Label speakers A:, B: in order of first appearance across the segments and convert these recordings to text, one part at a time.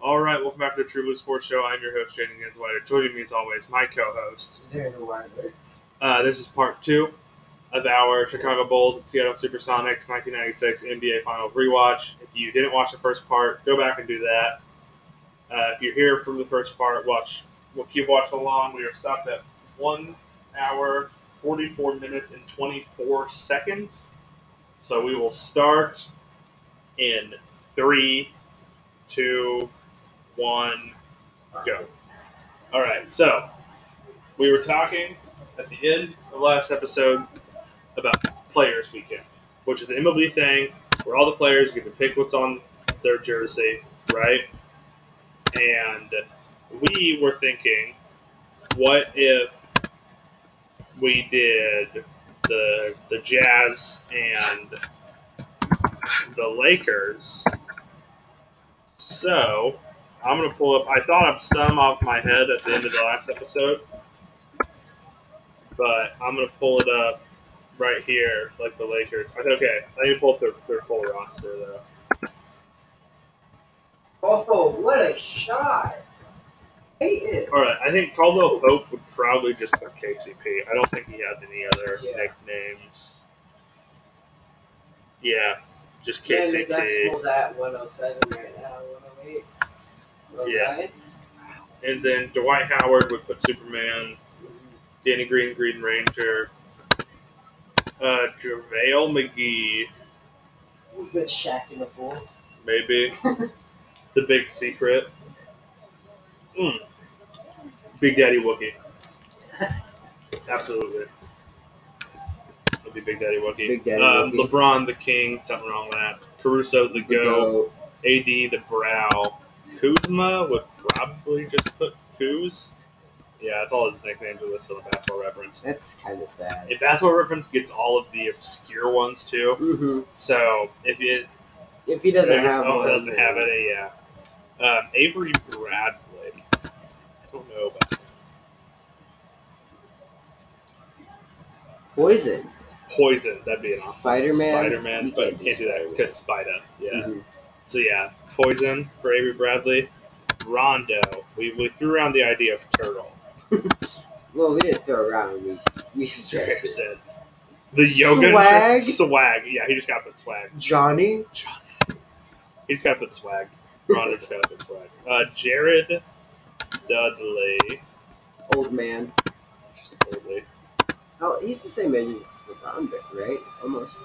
A: All right, welcome back to the True Blue Sports Show. I'm your host, Jaden Ganswider. Joining me, as always, my co-host.
B: Is there any weather?
A: Uh, this is part two of our Chicago Bulls and Seattle Supersonics 1996 NBA Finals rewatch. If you didn't watch the first part, go back and do that. Uh, if you're here from the first part, watch. We'll keep watching along. We are stopped at one hour, 44 minutes, and 24 seconds. So we will start in three, two, one, go. All right. So we were talking at the end of last episode about Players Weekend, which is an MLB thing where all the players get to pick what's on their jersey, right? And we were thinking, what if we did the the Jazz and the Lakers? So I'm gonna pull up. I thought of some off my head at the end of the last episode, but I'm gonna pull it up right here, like the Lakers. I- Okay, I need to pull up their, their full roster though.
B: Oh, what a shot! Hate it.
A: All right, I think Caldwell Pope would probably just put KCP. I don't think he has any other
B: Yeah.
A: nicknames. Yeah, just
B: Man, the
A: KCP.
B: decimal's at 107 right now, 108.
A: Yeah. And then Dwight Howard would put Superman, Danny Green, Green Ranger, uh, JaVale McGee,
B: We put Shaq in the four.
A: maybe. the Big Secret. Mm. Big Daddy Wookie. Absolutely. It'll be Big Daddy Wookie.
B: Big Daddy
A: um,
B: Wookie.
A: LeBron the King, something wrong with that. Caruso the Go, AD the Brow. Kuzma would probably just put Kuz. Yeah, that's all his nicknames are listed on the basketball reference.
B: That's kind of sad.
A: If basketball reference gets all of the obscure ones too.
B: Mm-hmm.
A: So if it
B: If he doesn't
A: if it's-
B: have
A: oh,
B: one,
A: doesn't
B: then-
A: have any, yeah. Um, Avery Bradley. I don't know about him.
B: Poison.
A: Poison. That'd be an awesome
B: Spider-Man.
A: Spider-Man,
B: You
A: but
B: can't
A: you can't do
B: do
A: that
B: Spider-Man.
A: because Spider. Yeah.
B: Mhm.
A: So yeah, poison for Avery Bradley. Rondo. We, we threw around the idea of turtle.
B: Well, we didn't throw around. We we stressed it.
A: Said. The yoga
B: Swag?
A: swag. Yeah, he just got put swag.
B: Johnny.
A: He just got put swag. Rondo just got put swag. Uh, Jared Dudley.
B: Old man.
A: Just totally.
B: Oh, he's the same age as LeBron, but- right? Almost.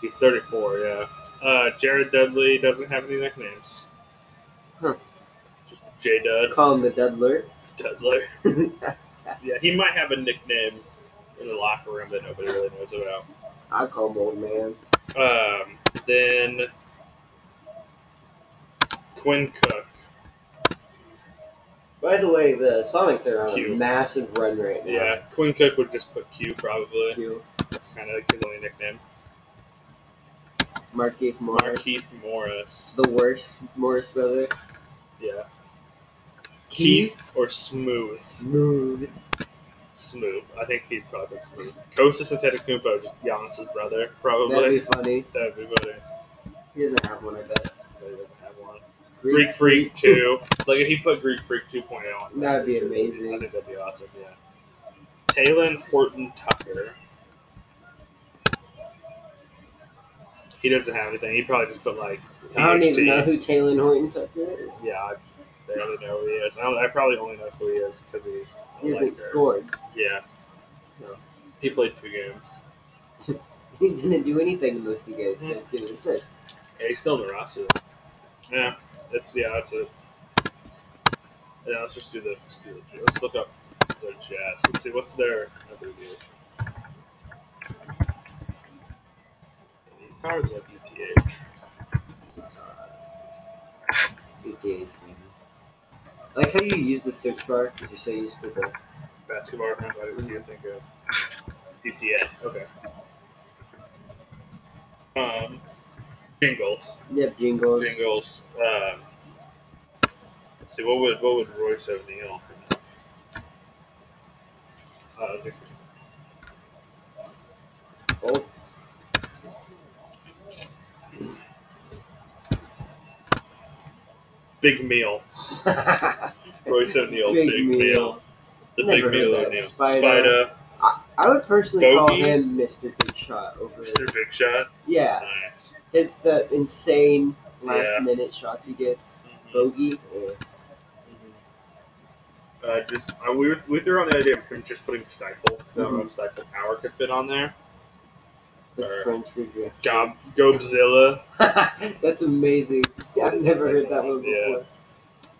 A: He's 34, yeah. Uh, Jared Dudley doesn't have any nicknames.
B: Huh.
A: Just J Dud.
B: Call him the Dudler.
A: Dudley. Yeah, he might have a nickname in the locker room that nobody really knows about.
B: I call him old man.
A: Um, then Quinn Cook.
B: By the way, the Sonics are on
A: Q.
B: a massive run right now.
A: Yeah, Quinn Cook would just put Q probably.
B: Q.
A: That's kind of his only nickname.
B: Markeith Morris.
A: Markeith Morris.
B: The worst Morris brother.
A: Yeah. Keith or Smooth?
B: Smooth.
A: Smooth. I think he'd probably pick Smooth. Kostas and Tetacumpo, just Giannis's brother,
B: That'd be
A: probably.
B: funny.
A: That'd be funny.
B: He doesn't have one, I bet.
A: They didn't have one. Greek Freak 2. Like, if he put Greek Freak 2.0 on
B: That'd be
A: I think that'd be- I
B: amazing.
A: think that'd be awesome, yeah. Talon Horton Tucker. He doesn't have anything. He probably just put, like,
B: I don't even
A: THT.
B: know who Taylor Horton Tucker is.
A: Yeah, I barely know who he is. I, don't, I probably only know who he is because he's. a
B: He hasn't
A: Laker.
B: scored.
A: Yeah. No. He played two games.
B: He didn't do anything in those two games since getting an assist.
A: Yeah, he's still in the roster. Yeah, that's yeah, that's it. Yeah, let's just do the let's, do the, let's look up their jazz. Let's see what's their abbreviation. Cards like EPH.
B: Good game. I like how you use the search bar because you're so used to the.
A: Basketball reference. I didn't even think of EPH. Okay. Um, jingles.
B: Yep, jingles.
A: Jingles. Um, let's see what would what would Royce O'Neal? Uh,
B: Oh,
A: Big Meal.
B: Oh.
A: Royce O'Neal, Big,
B: Big
A: Meal.
B: Meal.
A: The
B: Never
A: Big Meal
B: heard that.
A: O'Neal.
B: Spida. I would personally call
A: Bogey.
B: him Mr. Big Shot over.
A: Mr. Big Shot.
B: Yeah,
A: Nice.
B: it's the insane last
A: Yeah.
B: minute shots he gets.
A: Mhm.
B: Bogey, eh.
A: Uh, just uh, we, were- we threw on the idea of him just putting stifle because I don't know if
B: Mm-hmm.
A: stifle power could fit on there.
B: the
A: Or-
B: French rejection.
A: Gob Gobzilla,
B: That's amazing. Yeah, I've never heard that one
A: Yeah.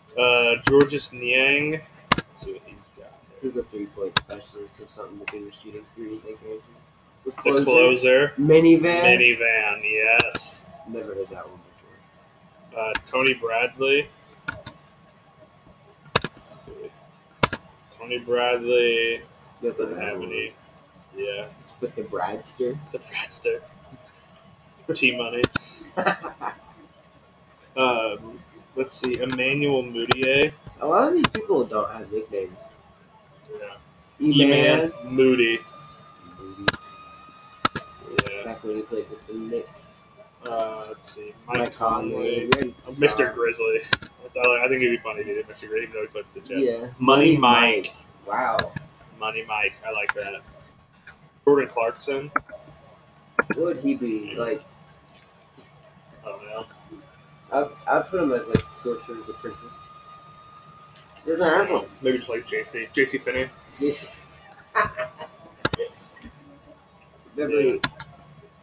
B: before.
A: uh, Georges Niang. Let's see what he's got. Here.
B: He's a three point specialist of something to do with shooting threes, I guarantee. The
A: The
B: closer,
A: closer,
B: minivan.
A: minivan. Yes.
B: Never heard that one before.
A: Uh, Tony Bradley. Let's see. Tony Bradley
B: That's
A: doesn't
B: another
A: have
B: one.
A: any. Yeah,
B: Let's put the Bradster.
A: the Bradster. T Money. Um, let's see, Emmanuel Moutier.
B: a lot of these people don't have nicknames.
A: Yeah.
B: E Man.
A: Moody. Yeah.
B: eh, Back when he played with the Knicks.
A: Uh, let's see. Mike,
B: Mike Conley.
A: Conley.
B: we already
A: Uh,
B: saw
A: Mr.
B: him.
A: Grizzly. That's, I, like- I think it'd be funny if he did Mr. Grizzly, even though he plays for the Jets.
B: Yeah.
A: Money Mike.
B: Wow.
A: Money Mike. I like that. Jordan Clarkson.
B: What would he be? Like,
A: I don't know.
B: I I put him as like Sorcerer's Apprentice. He doesn't have one.
A: Maybe just like JC. JC Finney.
B: This. Remember,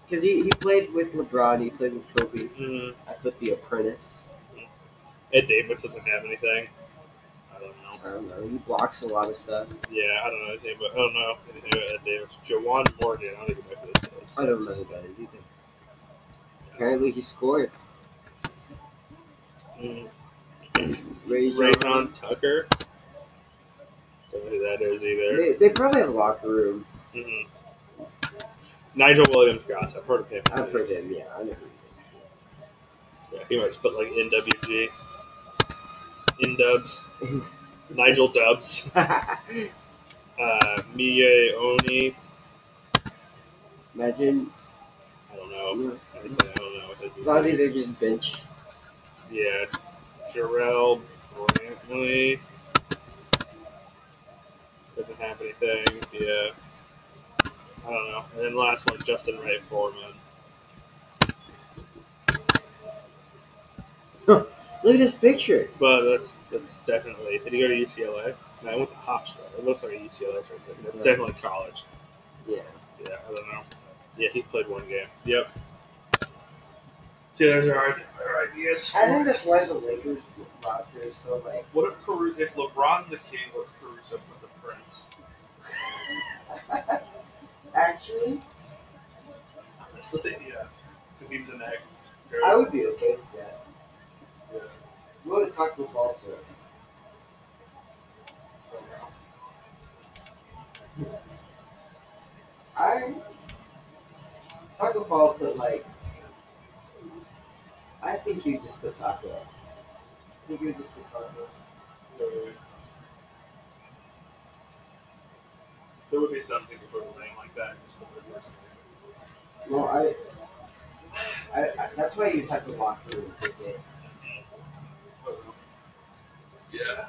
B: because he, he played with LeBron, he played with Kobe.
A: Mm.
B: I put the Apprentice.
A: Ed Davis doesn't have anything. I don't know.
B: I don't know. He blocks a lot of stuff.
A: Yeah, I don't know anything about I don't know anything about Ed Davis. Jawan Morgan. I don't even know who this is.
B: I don't know who that is either. Apparently, he scored.
A: Mm.
B: Ray John.
A: Rayton Tucker. Don't know who that is either.
B: They, they probably have a locker room.
A: Mhm. Nigel Williams, guys, I've heard of him.
B: I've heard him. Yeah, I know who he
A: Yeah, he might just put like NWG, in Dubs,
B: is.
A: Nigel Dubs, uh, Mie Oni.
B: Imagine
A: I don't know.
B: you
A: I don't know. what his
B: know, a lot of these
A: name
B: are
A: is.
B: just bench.
A: Yeah, Jarrell Brantley doesn't have anything. Yeah, I don't know. And then last one, Justin Ray Foreman.
B: Look at this picture.
A: But that's that's definitely. Did he go to UCLA? No, I went to Hofstra. It looks like a UCLA transfer. That's
B: Yeah.
A: definitely college.
B: Yeah.
A: Yeah, I don't know. Yeah, he played one game. Yep. See, there's our, our ideas.
B: I think that's why the Lakers roster is so like.
A: what if Caruso, if LeBron's the king, what if Caruso put the prince?
B: Actually,
A: Honestly, yeah, because he's the next.
B: I would be okay with that.
A: Yeah.
B: We'll talk about that. I Taco Fall put like I think you just put Taco. I think you just put Taco.
A: There would be something to put a name like that. Just put the first name.
B: No, I, I, I that's why you have to walk through and pick it.
A: Yeah.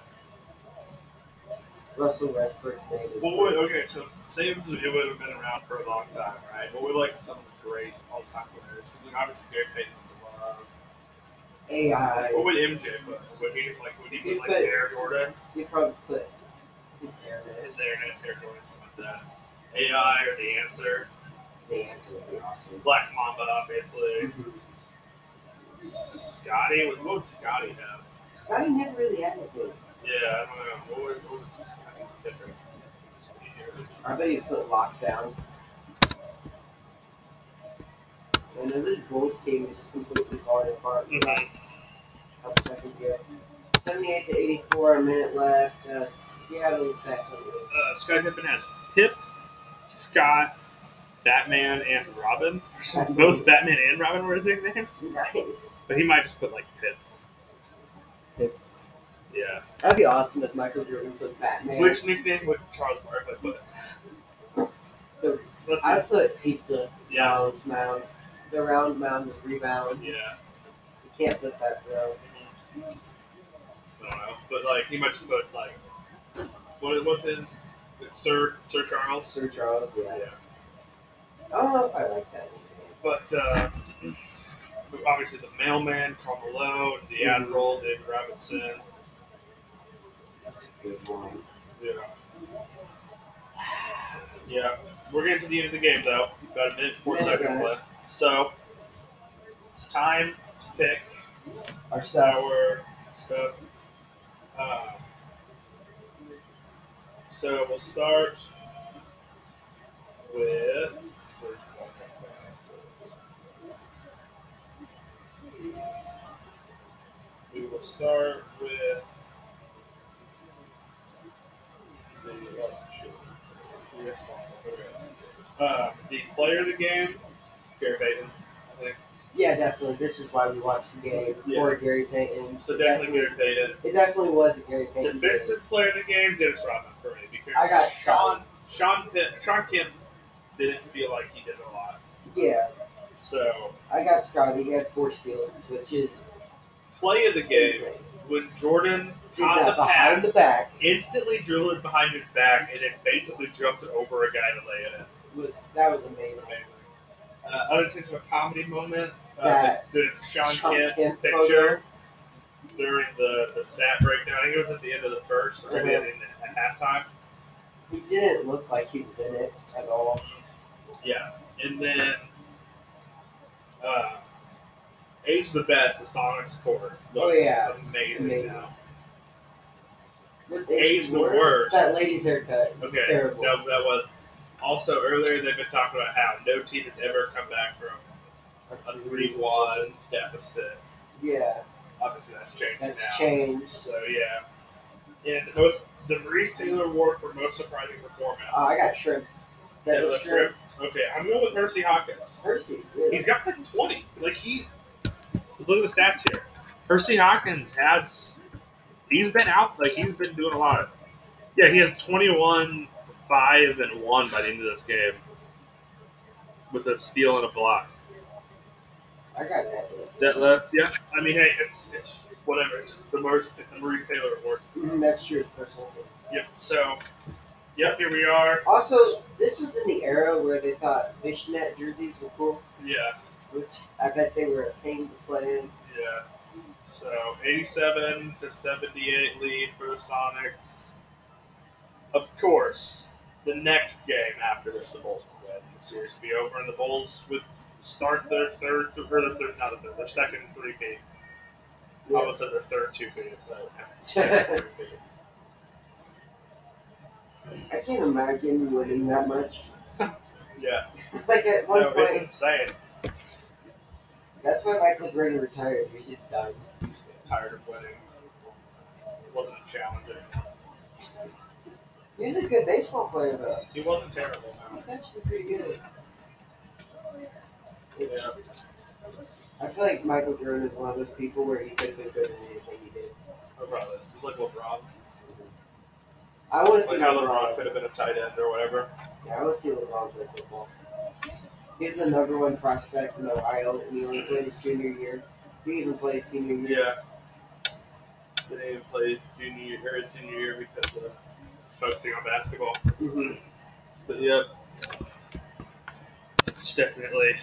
B: Russell Westbrook's name is
A: What would okay? So say if it would have been around for a long time, right? What would like some great all-time players? Because like obviously Gary Payton would love.
B: AI.
A: What would MJ put? Would he just like would he put like
B: But-
A: Air Jordan?
B: You probably put his
A: Is
B: airness.
A: there an Air Jordan something like that? AI or the answer?
B: The answer would be awesome.
A: Black Mamba, obviously. Scotty, what would Scotty have?
B: Scotty never really had anything.
A: Yeah, I don't know. What would, what would Scotty different?
B: I bet you put lockdown. And then this Bulls team is just completely falling apart in the
A: Mhm.
B: last couple seconds here. 78 to 84, a minute left. Uh, Seattle's definitely.
A: Uh, Scott Pippen has Pip, Scott, Batman, and Robin. Both Batman and Robin were his nicknames,
B: Nice.
A: but he might just put like Pip.
B: Pip.
A: Yeah.
B: That'd be awesome if Michael Jordan took Batman.
A: Which nickname would Charles Barkley put? Let's
B: I put pizza.
A: yeah.
B: Round mound. The round mound with rebound.
A: Yeah.
B: You can't put that though.
A: but like he might just put like what, what's his Sir Sir Charles.
B: Sir Charles, yeah.
A: Yeah.
B: I don't know if I like that nickname.
A: But uh, obviously the mailman, Carl Malone, the
B: Mm-hmm.
A: Admiral, David Robinson.
B: That's a good one.
A: Yeah. Yeah. We're getting to the end of the game though. About a minute, four
B: Yeah,
A: seconds
B: guys.
A: left. So it's time to pick
B: Our stuff.
A: our stuff. Uh, so we'll start with. We will start with the, oh, shoot. Yes, okay. uh, the player of the game, Gary Payton. I think.
B: Yeah, definitely. This is why we watched the game
A: Yeah.
B: for Gary Payton.
A: So definitely Gary Payton.
B: It definitely was a Gary Payton. game.
A: Defensive player of the game, Dennis Rodman for me. Because
B: I got
A: Sean. Sean Pitt, Sean Kim didn't feel like he did a lot.
B: Yeah,
A: So
B: I got Scotty. He had four steals, which is
A: play of the game
B: insane.
A: when Jordan
B: Did
A: caught the
B: that behind
A: pass,
B: the back
A: instantly drilled it behind his back, and then basically jumped over a guy to lay it in.
B: was that was
A: It was
B: amazing.
A: amazing. Uh, unintentional comedy moment. Uh,
B: That
A: the, the Sean,
B: Sean
A: Kim
B: Kemp photo.
A: picture during the, the stat breakdown. I think it was at the end of the first, or
B: Uh-huh.
A: maybe at, the end at halftime.
B: He didn't look like he was in it at all.
A: Yeah, and then uh, "Age the Best," the song is quarter.
B: Oh,
A: Looks
B: yeah.
A: amazing,
B: Amazing.
A: now.
B: What's
A: Age the worst.
B: That lady's haircut. It's
A: Okay, that, that
B: terrible.
A: was also earlier. They've been talking about how no team has ever come back from a three-one deficit.
B: Yeah,
A: Obviously, that's changed
B: that's
A: now.
B: changed.
A: So yeah, and the most the Maurice Taylor Award for most surprising performance.
B: Oh, I got shrimp. That
A: Taylor
B: was shrimp.
A: Swift. Okay, I'm going with Hersey Hawkins.
B: Percy, really.
A: He's got like 20. Like he. Let's look at the stats here. Percy Hawkins has. He's been out. Like he's been doing a lot. Yeah, he has 21, 5, and 1 by the end of this game. With a steal and a block.
B: I got that. dude.
A: That left. Yeah. I mean, hey, it's it's whatever. It's just the Maurice, the Maurice Taylor award.
B: Mhm, that's true. Personal.
A: Yep. So. Yep. Here we are.
B: Also, this was in the era where they thought fishnet jerseys were cool,
A: Yeah.
B: which I bet they were a pain to play in.
A: Yeah. So 87 to 78 lead for the Sonics. Of course, the next game after this, the Bulls will win. The series will be over, and the Bulls would start their third, or their third, not their third, their second three P. I
B: Yeah.
A: almost said their third two P, but second three-peat.
B: I can't imagine winning that much.
A: yeah,
B: like at one
A: no, it's
B: point,
A: insane.
B: that's why Michael Jordan retired. He's just done.
A: I'm just getting tired of winning. It wasn't a challenge anymore.
B: He was a good baseball player though.
A: He wasn't terrible. No.
B: He's actually pretty good.
A: Yeah.
B: I feel like Michael Jordan is one of those people where he could have been good at anything he did.
A: Oh, probably. He's like LeBron.
B: I want to see
A: Like how LeBron
B: LeBron.
A: could have been a tight end or whatever.
B: Yeah, I want to see LeBron play football. He's the number one prospect in Ohio, and he only played his junior year. He didn't even play his senior year.
A: Yeah. Didn't even play junior year or senior year because of focusing on basketball.
B: hmm
A: But yep. It's definitely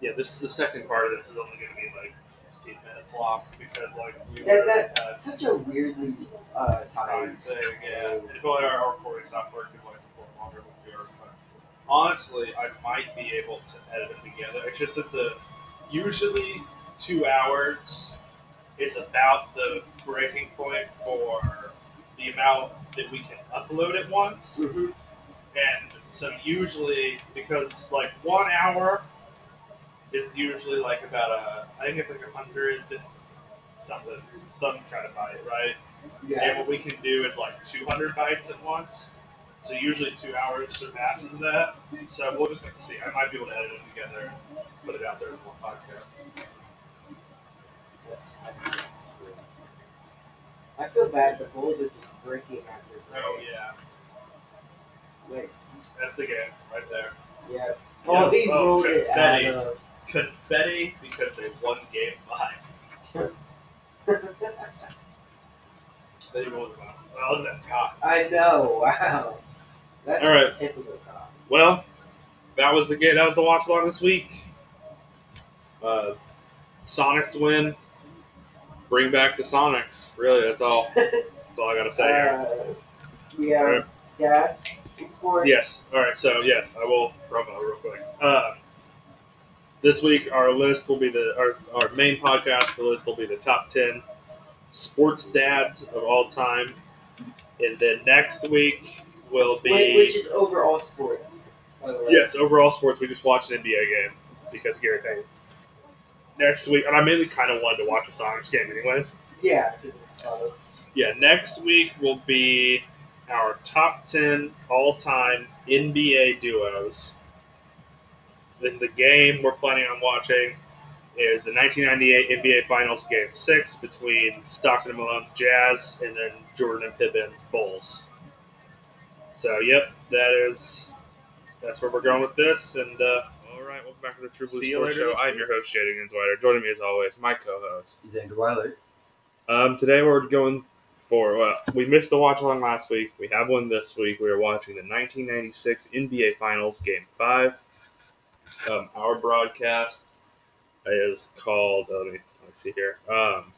A: yeah, this the second part of this is only gonna be like fifteen minutes long because like we
B: That-
A: were
B: that-
A: uh,
B: Such a weirdly uh,
A: time
B: time.
A: thing, yeah. And if only our our recording software could like record longer than we are but honestly I might be able to edit it together. It's just that the usually two hours is about the breaking point for the amount that we can upload at once.
B: hmm
A: And so usually, because like one hour is usually like about a, I think it's like a hundred something, some kind of byte, right? And
B: Yeah.
A: what we can do is like 200 bytes at once. So usually two hours surpasses that. So we'll just have to see. I might be able to edit it together and put it out there as one podcast.
B: That's, I feel bad. The Bulls are just breaking after break.
A: Oh, yeah.
B: Like,
A: That's the game right there.
B: yeah. Oh, they
A: oh,
B: rolled it
A: confetti.
B: out of.
A: Confetti because they won game five. They roll the Browns. I love that cock.
C: I know. Wow. That's
A: All right.
C: typical cop.
A: Well, that was the game. That was the watch along this week. Uh, Sonics win. Bring back the Sonics. Really, that's all. That's all I gotta say. here.
C: Uh, yeah.
A: All right.
C: Dads in sports.
A: Yes. All right. So yes, I will promo real quick. Um, this week, our list will be the our, our main podcast. The list will be the top ten sports dads of all time, and then next week will be
C: Wait, which is overall sports, by the way.
A: yes overall sports. We just watched an NBA game because Gary Payton. Next week, and I mainly kind of wanted to watch a Sonics game, anyways.
C: Yeah, because it's the Sonics.
A: Yeah, next week will be our top 10 all time NBA duos. Then the game we're planning on watching is the 1998 NBA Finals Game 6 between Stockton and Malone's Jazz and then Jordan and Pippen's Bulls. So, yep, that is that's where we're going with this. And, uh,
D: All right, welcome back to the True Blue
A: See you
D: Sports
A: later
D: Show.
A: this
D: I'm your host, Jaden Ginswider. Joining me as always, my co-host.
B: Xander Weiler.
A: Um, today we're going for
D: uh,
A: well, we missed the watch along last week. We have one this week. We are watching the 1996 NBA Finals Game Five. Um, our broadcast is called. Let me, let me see here. Um,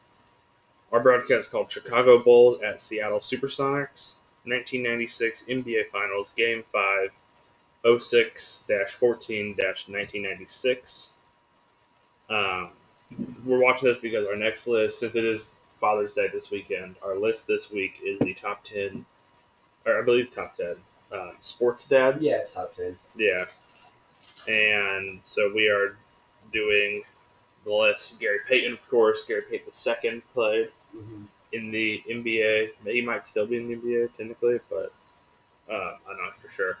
A: our broadcast is called Chicago Bulls at Seattle Supersonics 1996 NBA Finals Game Five. 06 14 1996. Um, we're watching this because our next list, since it is Father's Day this weekend, our list this week is the top ten, or I believe top ten um, sports dads.
B: Yeah, it's top ten.
A: Yeah. And so we are doing the list. Gary Payton, of course. Gary Payton II played in the NBA. He might still be in the NBA technically, but uh, I'm not for sure.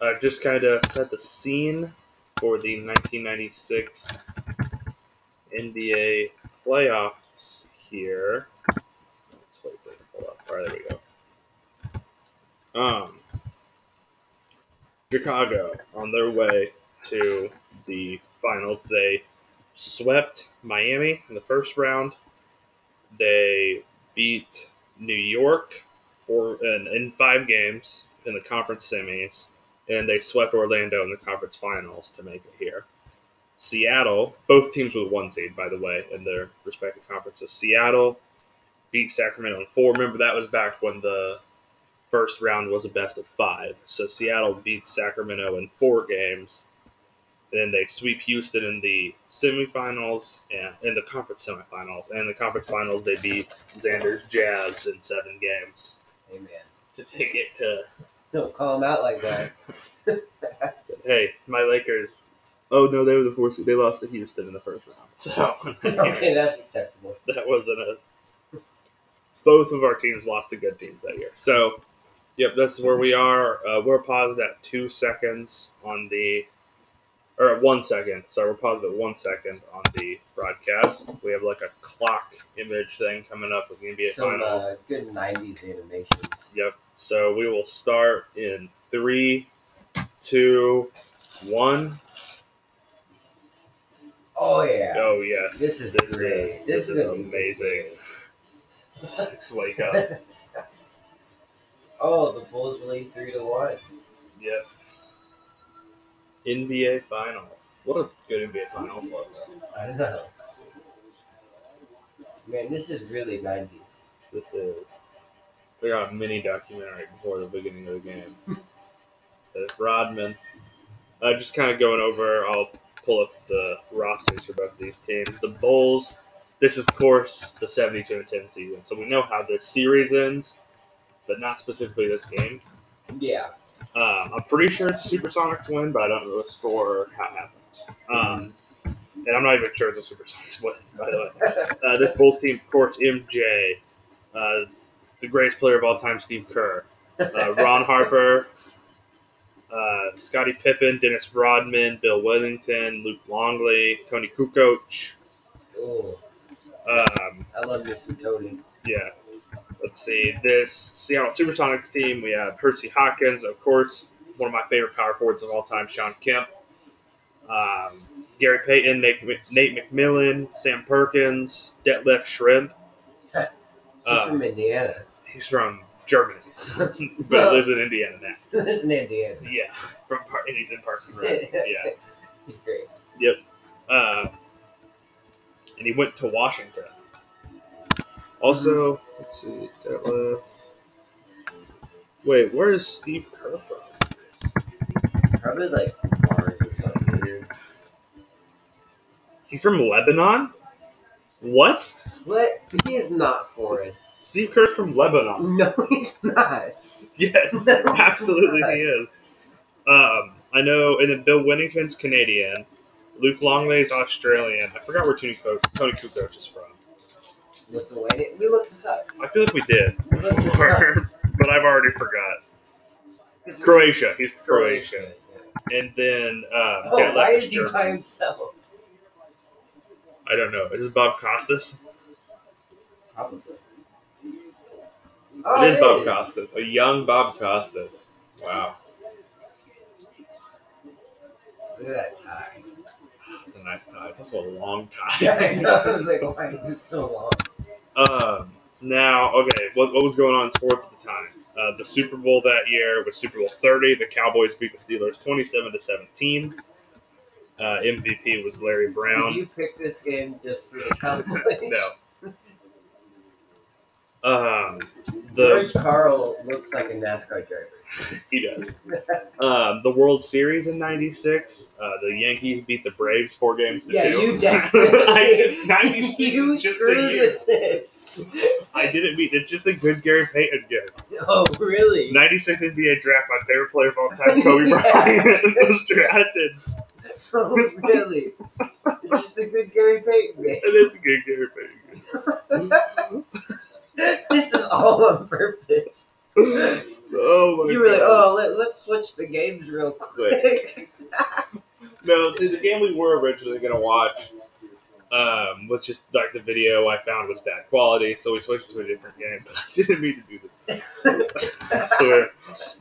A: Uh, just kind of set the scene for the 1996 NBA playoffs here. Let's wait for it to pull up. All right, there we go. Um, Chicago on their way to the finals. They swept Miami in the first round. They beat New York for in, in five games in the conference semis, and they swept Orlando in the conference finals to make it here. Seattle, both teams with one seed, by the way, in their respective conferences. Seattle beat Sacramento in four. Remember that was back when the first round was a best of five. So Seattle beat Sacramento in four games. Then they sweep Houston in the semifinals and in the conference semifinals. And in the conference finals, they beat Xander's Jazz in seven games
B: Amen.
A: to take it to
B: Don't call him out like that.
A: hey, my Lakers. Oh no, they were the four seed. They lost to Houston in the first round. So
B: okay, that's acceptable.
A: that wasn't a. Both of our teams lost to good teams that year. So, yep, that's where we are. Uh, we're paused at two seconds on the, or at one second. Sorry, we're paused at one second on the broadcast. We have like a clock image thing coming up with the NBA
B: Some
A: Finals.
B: uh, good '90s animations.
A: Yep. So we will start in three, two, one.
B: Oh yeah.
A: Oh yes.
B: This is great.
A: This,
B: This
A: is,
B: is gonna be
A: amazing. Six wake up.
B: Oh, the Bulls lead three to one.
A: yep. NBA Finals. What a good NBA Finals logo.
B: I don't know. Man, this is really '90s.
A: This is. They got a mini documentary before the beginning of the game. That's Rodman. Uh, just kind of going over, I'll pull up the rosters for both of these teams. The Bulls, this is, of course, the 72 and 10 season. So we know how this series ends, but not specifically this game.
B: Yeah.
A: Um, I'm pretty sure it's a Supersonics win, but I don't know the score or how it happens. Um, and I'm not even sure it's a Supersonics win, by the way. Uh, this Bulls team, of course, MJ, uh, the greatest player of all time, Steve Kerr, uh, Ron Harper, uh, Scottie Pippen, Dennis Rodman, Bill Wellington, Luke Longley, Tony Kukoc.
B: oh,
A: Um,
B: I love Mr. Tony.
A: yeah. Let's see. This Seattle Supersonics team, we have Percy Hawkins, of course, one of my favorite power forwards of all time, Sean Kemp. Um, Gary Payton, Nate, Nate McMillan, Sam Perkins, Detlef Shrimp. Uh.
B: He's from Indiana.
A: He's from Germany, but lives in Indiana now.
B: There's an Indiana.
A: Yeah, from Par- and he's in Parks and Rec. Yeah,
B: He's great.
A: uh, and he went to Washington. Also, Hmm. let's see. That left. Wait, where is Steve Kerr from?
B: Probably like Mars or something. dude.
A: He's from Lebanon. What?
B: What? He is not foreign.
A: Steve Kerr's from Lebanon.
B: No, he's not.
A: Yes,
B: No, he's
A: absolutely
B: not.
A: he is. Um, I know, and then Bill Winnington's Canadian. Luke Longley's Australian. I forgot where Tony Coach, Tony Kukoc is from.
B: Lithuanian. We looked this up.
A: I feel like we did,
B: We looked this up.
A: before, but I've already forgot. Croatia. He's Croatian.
B: Yeah.
A: And then um,
B: Oh,
A: Detlef
B: why
A: is
B: is he
A: German.
B: by himself?
A: I don't know. Is this Bob Costas?
B: Probably. Oh,
A: it is Bob Costas. A young Bob Costas. Wow,
B: Look at that tie.
A: it's a nice tie. It's also a long
B: I know. I
A: tie.
B: was like, why is it so long?
A: um, now, okay, what, what was going on in sports at the time? Uh, the Super Bowl that year was Super Bowl 30. The Cowboys beat the Steelers 27 to 17. Uh, MVP was Larry Brown.
B: Did you pick this game just for the Cowboys?
A: No. Um,
B: George
A: the
B: Carl looks like a NASCAR driver.
A: he does. Um, the World Series in '96, uh, the Yankees beat the Braves four games to
B: Yeah,
A: two.
B: you definitely.
A: I- '96
B: you
A: is just a
B: screwed
A: year.
B: with this.
A: I didn't beat. It's just a good Gary Payton game.
B: Oh, really?
A: '96 NBA draft. My favorite player of all time, Kobe Bryant, was drafted.
B: Oh, really? It's just a good Gary Payton game.
A: It is a good Gary Payton game.
B: This is all on purpose.
A: Oh my
B: You were like,
A: God.
B: oh, let, let's switch the games real quick.
A: No, see, the game we were originally gonna watch um, was just like the video I found was bad quality, so we switched to a different game. But I didn't mean to do this. I swear.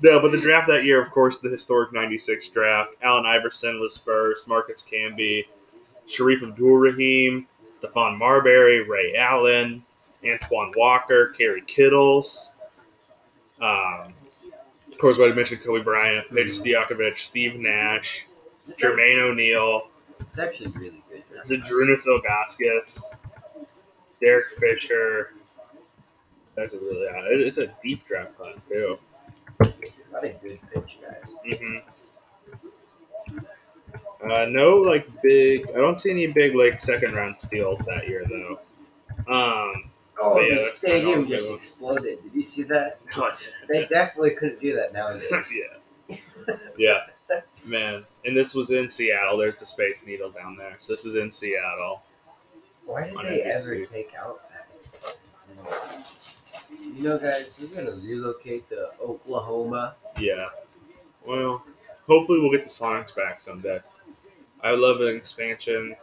A: No, but the draft that year, of course, the historic '96 draft. Allen Iverson was first. Marcus Camby, Sharif Abdul-Rahim, Stephon Marbury, Ray Allen, Antoine Walker, Kerry Kittles. Um, of course, we already mentioned Kobe Bryant, Pages Diakovich, Steve Nash. Jermaine O'Neal,
B: It's actually really good. for us.
A: Zadrunas Ilgaskis, Derek Fisher. That's a really yeah, it- it's a deep draft class too.
B: What a good pitch, guys.
A: hmm Mm-hmm. Uh, no, like big. I don't see any big like second round steals that year though. Um,
B: Oh,
A: Yeah,
B: the
A: that's kinda
B: stadium
A: all
B: just
A: good.
B: exploded. Did you see that?
A: no,
B: They definitely couldn't do that
A: yeah,
B: nowadays.
A: yeah, man. And this was in Seattle. There's the Space Needle down there. So this is in Seattle.
B: Why did
A: On
B: they
A: NBC.
B: ever take out that? You know, guys, we're gonna relocate to Oklahoma.
A: Yeah. Well, hopefully we'll get the Sonics back someday. I love an expansion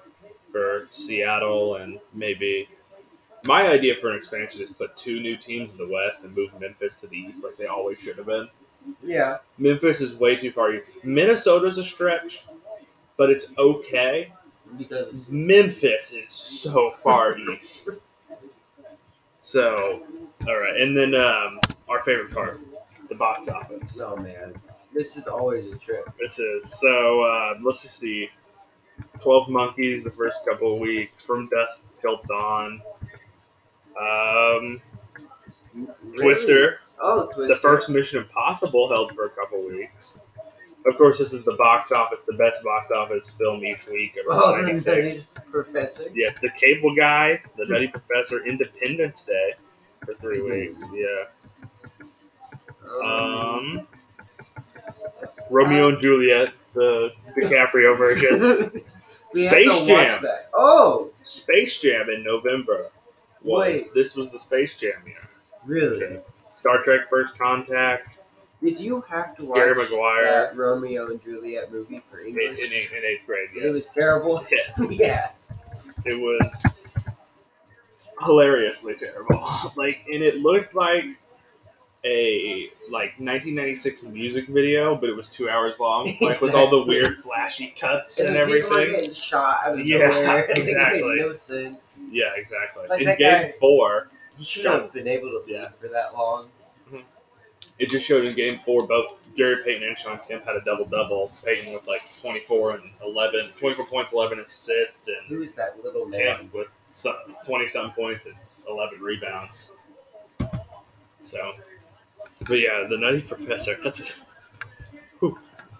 A: for Seattle and maybe my idea for an expansion is put two new teams in the West and move Memphis to the East like they always should have been.
B: Yeah,
A: Memphis is way too far. Minnesota's a stretch, but it's okay.
B: because
A: Memphis is so far east. So, all right, and then um, our favorite part, the box office.
B: oh man, this is always a trip.
A: This is so. Uh, let's just see. Twelve Monkeys the first couple of weeks from dusk till dawn. Um, Twister,
B: Oh, Twister.
A: the first Mission Impossible held for a couple of weeks. Of course, this is the box office, the best box office film each week. of
B: Oh, the
A: 96.
B: Nutty Professor.
A: Yes, the Cable Guy, the Nutty Professor, Independence Day for three
B: Hmm.
A: weeks. Yeah.
B: Oh,
A: Um, Romeo and Juliet, the DiCaprio version.
B: We have to
A: Space
B: watch
A: Jam.
B: that. Oh,
A: Space Jam in November was
B: Wait.
A: this was the Space Jam year.
B: really?
A: Star Trek First Contact,
B: Did you have to watch
A: Jerry Maguire
B: that Romeo and Juliet movie for
A: in, in,
B: English?
A: eighth- in eighth grade. Yes.
B: It was terrible.
A: yes,
B: yeah.
A: it was hilariously terrible. like, and it looked like a like 1996 music video, but it was two hours long, like with all the
B: Exactly.
A: weird flashy cuts
B: And
A: and
B: then people are
A: everything.
B: getting shot out of
A: Yeah,
B: nowhere. Like, it made
A: exactly.
B: no sense.
A: Yeah, exactly.
B: Like
A: in
B: that
A: game
B: guy-
A: four,
E: You shouldn't have been able to leave for that long.
A: It just showed in game four both Gary Payton and Sean Kemp had a double double. Payton with like 24 and 11, 24 points, 11 assists, and
E: Who is that little man?
A: Kemp with 20 some points and 11 rebounds. So, but yeah, the Nutty Professor. That's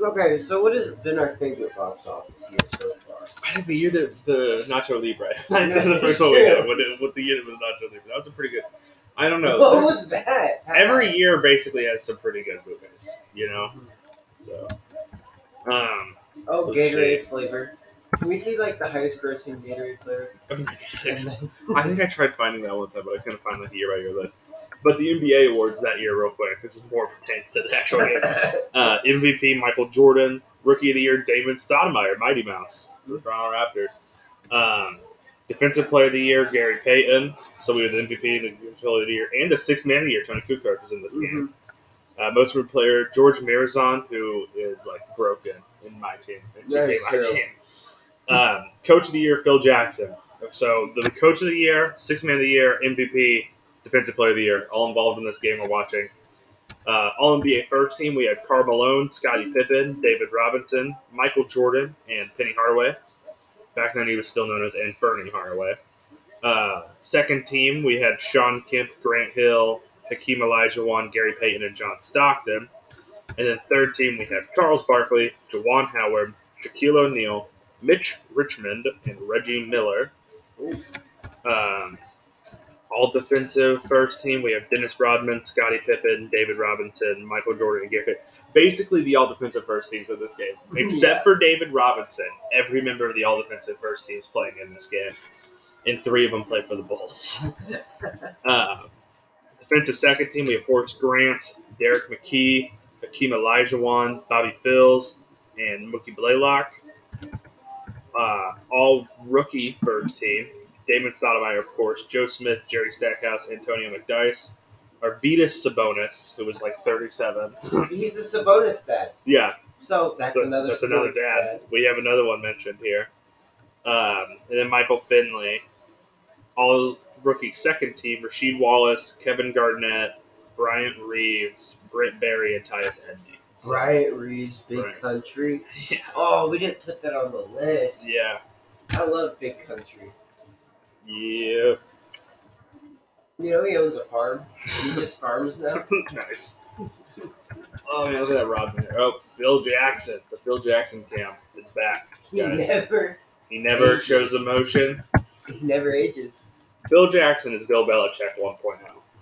B: Okay, so what has been our favorite box office year so far?
A: I think the year that the Nacho Libre. That's the first one we did. With, the- with the year that was Nacho Libre, that was a pretty good. I don't know.
B: What was that?
A: every year basically has some pretty good movies, you know. So, um,
B: Oh,
A: So
B: Gatorade
A: shit.
B: flavor. Can we see like the highest grossing Gatorade flavor?
A: oh
B: And then-
A: I think I tried finding that one time, but I couldn't find the year by year list. But the NBA awards that year, real quick, this is more pertains to the actual game. Uh, MVP Michael Jordan, Rookie of the Year Damon Stoudemire, Mighty Mouse, the Toronto Raptors. Um, Defensive Player of the Year Gary Payton, so we were the MVP, the Defensive Player of the Year, and the Sixth Man of the Year Tony Kukoc was in this game. Uh, most improved player George Marizon, who is like broken in my team, in
B: That
A: 2K
B: is
A: my
B: true.
A: team. Um, Coach of the Year Phil Jackson. So the Coach of the Year, Sixth Man of the Year, MVP, Defensive Player of the Year, all involved in this game. We're watching. Uh, All NBA first team, we had Carl Malone, Scottie Pippen, David Robinson, Michael Jordan, and Penny Hardaway. Back then, he was still known as Inferni Hardaway. Uh, second team, we had Sean Kemp, Grant Hill, Hakeem Olajuwon, Gary Payton, and John Stockton. And then third team, we have Charles Barkley, Jawan Howard, Shaquille O'Neal, Mitch Richmond, and Reggie Miller. Um, all defensive first team, we have Dennis Rodman, Scottie Pippen, David Robinson, Michael Jordan, and Gary Payton. Basically, the all defensive first teams of this game, except for David Robinson. Every member of the all defensive first teams playing in this game, and three of them play for the Bulls. um, defensive second team, we have Forrest Grant, Derek McKee, Hakeem Olajuwon, Bobby Phils, and Mookie Blaylock. Uh, all rookie first team, Damon Stoudemire, of course, Joe Smith, Jerry Stackhouse, Antonio McDice, Arvidas Sabonis, who was like 37.
B: He's the Sabonis dad.
A: Yeah,
B: So that's
A: so
B: another.
A: that's another
B: sports
A: dad. We have another one mentioned here. Um, and then Michael Finley, all rookie second team, Rasheed Wallace, Kevin Garnett, Bryant Reeves, Britt Barry, and Tyus Edney. So,
B: Bryant Reeves, Big
A: Right.
B: Country.
A: Yeah.
B: Oh, we didn't put that on the list.
A: Yeah.
B: I love Big Country.
A: Yeah.
B: You know he owns a farm. He just farms now.
A: nice. Oh man, look at that Rodman. there. Oh, Phil Jackson. The Phil Jackson camp is back.
B: He
A: Guys.
B: never,
A: He never shows emotion.
B: he never ages.
A: Phil Jackson is Bill Belichick oh. 1.0.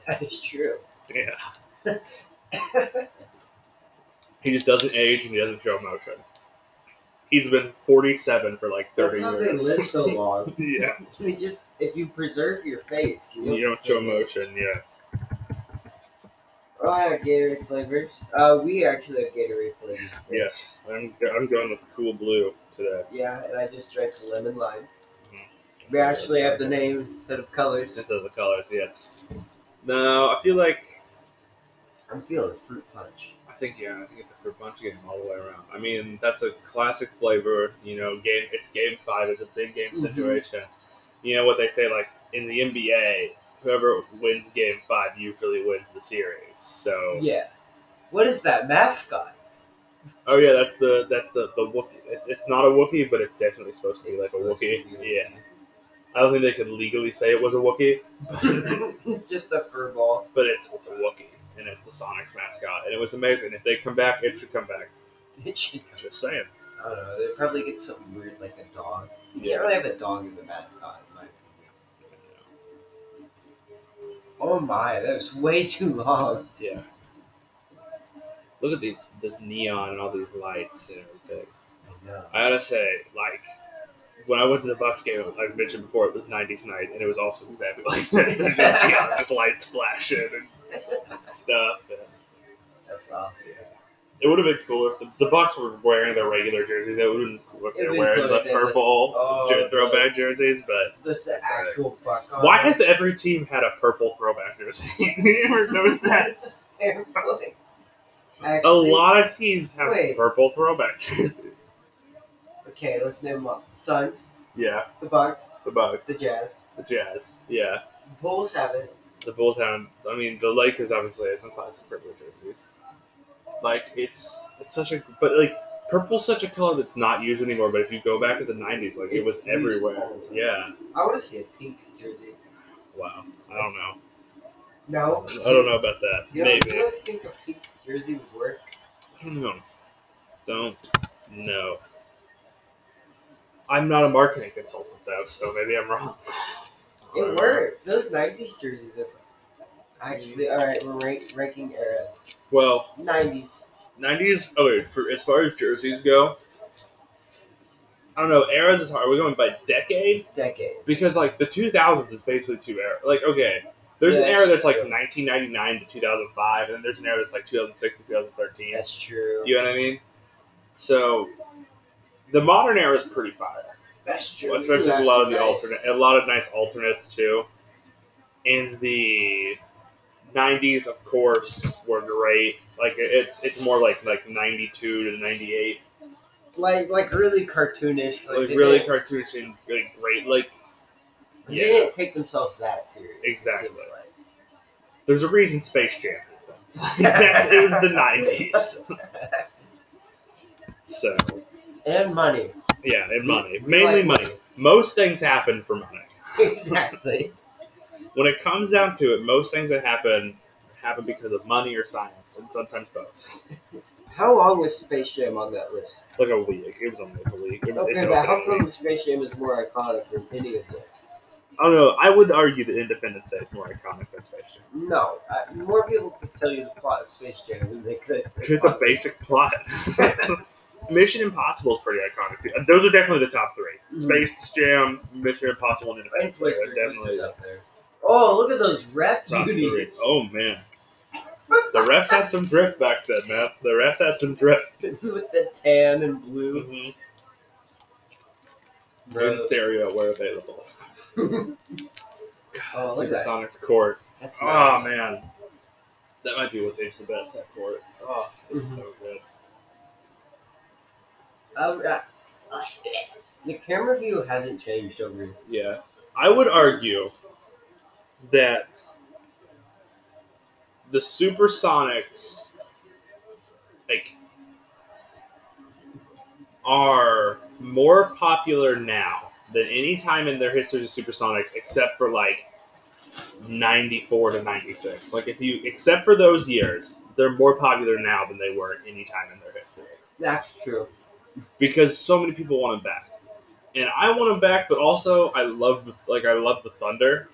B: That is true.
A: Yeah. He just doesn't age and he doesn't show emotion. He's been 47 for like
B: That's
A: 30
B: how they
A: years.
B: live so long.
A: yeah,
B: You just if you preserve your face, you,
A: you don't
B: see
A: show
B: it.
A: emotion. Yeah,
B: Oh, I have Gatorade flavors. Uh, we actually have Gatorade flavors.
A: yes. I'm, I'm going with cool blue today.
B: Yeah, and I just drank the lemon lime.
A: Mm-hmm.
B: We actually have the names instead of colors.
A: instead of the colors. Yes. No, I feel like
B: I'm feeling fruit punch.
A: I think yeah, I think it's a fruit punch game all the way around. I mean, that's a classic flavor. You know, game. It's game five. It's a big game
B: Mhm.
A: situation. You know what they say, like in the NBA, whoever wins game five usually wins the series. So
B: Yeah. What is that mascot?
A: Oh yeah, that's the that's the the Wookie. It's, it's not a Wookiee, but it's definitely supposed to be like a Wookiee. Yeah, I don't think they could legally say it was a Wookiee,
B: yeah. it's just a fur ball.
A: but it's it's a Wookiee, and it's the Sonics mascot, and it was amazing. If they come back, it should come back.
B: It should.
A: Just saying.
B: I don't know. They probably get something weird like a dog. You
A: Yeah.
B: can't really have a dog as a mascot, in my opinion. Oh my, that was way too long.
A: Yeah. Look at these this neon and all these lights and everything.
B: I know.
A: I gotta say, like when I went to the Bucks game, like I mentioned before, it was '90s night, and it was also exactly like that. There's just, neon, just lights flashing and stuff. and-
B: That's awesome.
A: It would have been cooler if the, the Bucks were wearing their regular jerseys. It would have been cool if
B: It'd
A: they're
B: been
A: wearing
B: cool
A: the
B: if they had the-
A: purple
B: Oh,
A: jer- throwback jerseys. But
B: The, the, the
A: alright.
B: actual buck on
A: why
B: it.
A: has every team had a purple throwback jersey? you ever notice that?
B: That's a fair point.
A: A
B: Actually,
A: lot of teams have
B: wait.
A: purple throwback jerseys.
B: Okay, let's name them up. The Suns,
A: Yeah,
B: the Bucks,
A: the Bucks,
B: the Jazz,
A: the Jazz. Yeah,
B: the Bulls have it.
A: the Bulltown. I mean, the Lakers obviously have some classic purple jerseys. Like it's it's such a but like purple's such a color that's not used anymore. But if you go back to the '90s, like it
B: It's
A: was
B: used
A: everywhere.
B: all the time.
A: Yeah.
B: I want to see a pink jersey.
A: Wow. I don't know.
B: No,
A: I don't know about that.
B: You know,
A: Maybe.
B: you really think a pink jersey would work?
A: I don't know. Hmm. Don't know. I'm not a marketing consultant though, so maybe I'm wrong. Uh,
B: It worked. Those '90s jerseys are. Actually, all right, we're rank, ranking eras.
A: Well,
B: '90s.
A: 90s. Okay, for, as far as jerseys go, I don't know. Eras is hard. We're going by decade
B: decade.
A: because like the 2000s is basically two era. Like okay, there's
B: Yeah,
A: an era
B: that's
A: that's like
B: true.
A: 1999 to 2005, and then there's an era that's like 2006 to 2013.
B: That's true.
A: You know what I mean? So the modern era is pretty fire.
B: That's true.
A: Well, especially with a lot of the
B: That's
A: alternate, a lot of nice alternates too. In the '90s, of course, were great. Like it's it's more like like '92 to '98,
F: Like, like really cartoonish.
A: like
F: they
A: really
F: didn't-
A: cartoonish and like great. Like
B: They
A: yeah,
B: didn't take themselves that serious. it
A: Exactly.
B: seems like.
A: there's a reason Space Jam. happened. That's, it was the '90s. so
B: And money.
A: yeah, and money,
B: We
A: mainly
B: like
A: money. Most things happen for money.
B: exactly.
A: when it comes down to it, most things that happen happen because of money or science, and sometimes both.
B: How long was Space Jam on that list?
A: Like a league, it was only a league. It,
B: Okay,
A: it's
B: but
A: an
B: how
A: open league.
B: come Space Jam is more iconic than any of those?
A: I don't know. I would argue that Independence Day is more iconic than Space Jam.
B: No, uh, more people could tell you the plot of Space Jam than they could.
A: It's a basic plot. Mission Impossible is pretty iconic. too. Those are definitely the top 3
B: Mhm.
A: Space Jam, Mission Impossible, and
B: And
A: Independence Day
B: Twister
A: are
B: Twister's
A: definitely
B: up there. Oh, look at those ref
A: top three.
B: unis.
A: Oh man, the refs had some drip back then, man. The refs had some drip.
B: With the tan and blue.
A: Mm-hmm.
B: Bro.
A: In stereo where available.
B: Oh, look at that.
A: Supersonics court.
B: That's
A: Oh man, that might be what takes the best that court. Oh, it's
B: mm-hmm.
A: so good.
B: Uh, uh, uh, the camera view hasn't changed over.
A: Yeah, I would argue that the Supersonics, like, are more popular now than any time in their history of Supersonics, except for like. 94 to 96. Like, if you, except for those years, they're more popular now than they were at any time in their history.
B: That's true.
A: because so many people want him back, and I want him back. But also, I love the like I love the Thunder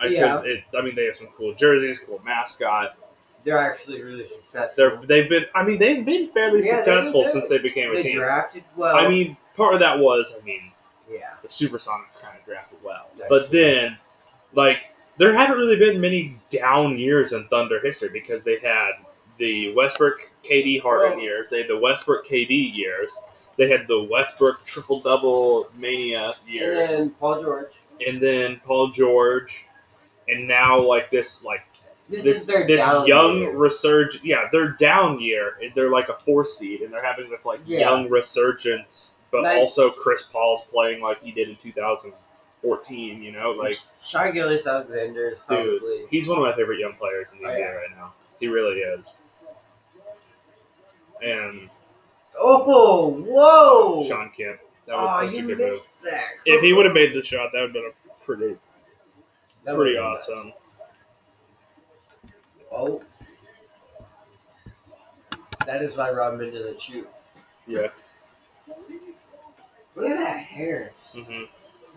A: because it. I mean, they have some cool jerseys, cool mascot.
B: They're actually really successful.
A: They're they've been. I mean, they've been fairly
B: Yeah, they've been
A: successful
B: good.
A: since they became a
B: they
A: team.
B: drafted well.
A: I mean, part of that was I mean
B: yeah,
A: the Supersonics kind of drafted well,
B: That's
A: but
B: true.
A: then like there haven't really been many down years in Thunder history because they had the Westbrook KD Harden
B: Well-
A: years, they had the Westbrook KD years, they had the Westbrook triple double mania
B: and
A: years,
B: then Paul George.
A: and then Paul George, and now like this like
B: This,
A: this
B: is their
A: this
B: down
A: young
B: year.
A: resurgence. Yeah, they're down year. and They're like a four seed, and they're having this like
B: Yeah.
A: young resurgence. But
B: Like-
A: also, Chris Paul's playing like he did in 2014. You know, like
B: Shai Gillis Alexander is probably
A: he's one of my favorite young players in the
B: Oh,
A: NBA
B: yeah.
A: right now. He really is. And
B: oh whoa
A: Sean Kemp, that was
B: oh
A: such a
B: you
A: good move.
B: missed that
A: If he would have made the shot, that would have been a pretty
B: That
A: pretty
B: would've been
A: awesome.
B: nice. oh that is why Rodman doesn't shoot
A: Yeah.
B: look at that hair
A: hmm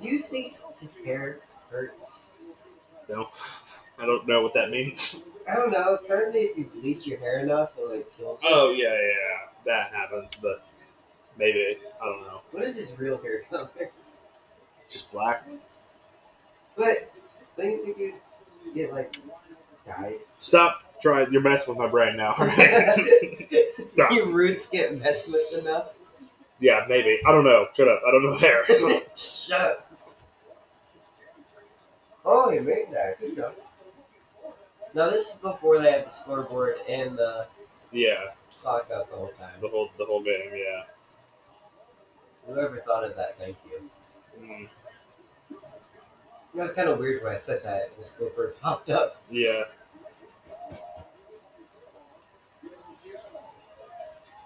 B: do you think his hair hurts
A: No, I don't know what that means.
B: I don't know. Apparently, if you bleach your hair enough, it like kills. it.
A: Oh yeah, yeah, yeah. that happens, but maybe I don't know.
B: What is his real hair color?
A: Just black.
B: But don't you think you'd get like dyed?
A: Stop trying. You're messing with my brain now. Stop.
B: Your roots get messed with enough.
A: yeah, maybe. I don't know. Shut up. I don't know hair.
B: Shut up. Oh, you made that. Good job. Now this is before they had the scoreboard and the
A: yeah,
B: clock up the whole time.
A: the whole the whole game. Yeah.
B: Whoever thought of that, thank you.
A: Mm.
B: It was kind of weird when I said that. This Cooper popped up.
G: Yeah.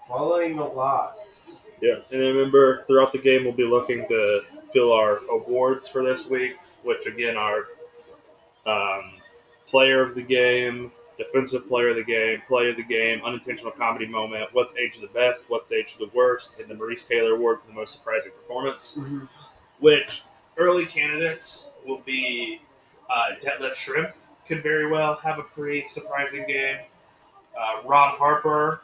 B: Following the loss.
G: Yeah. And then remember, throughout the game, we'll be looking to fill our awards for this week, which again are um, player of the game, defensive player of the game, play of the game, unintentional comedy moment, what's age the best, what's age the worst, and the Maurice Taylor Award for the most surprising performance.
B: Mhm.
G: Which early candidates will be uh, Detlef Shrimp could very well have a pretty surprising game. Uh, Ron Harper,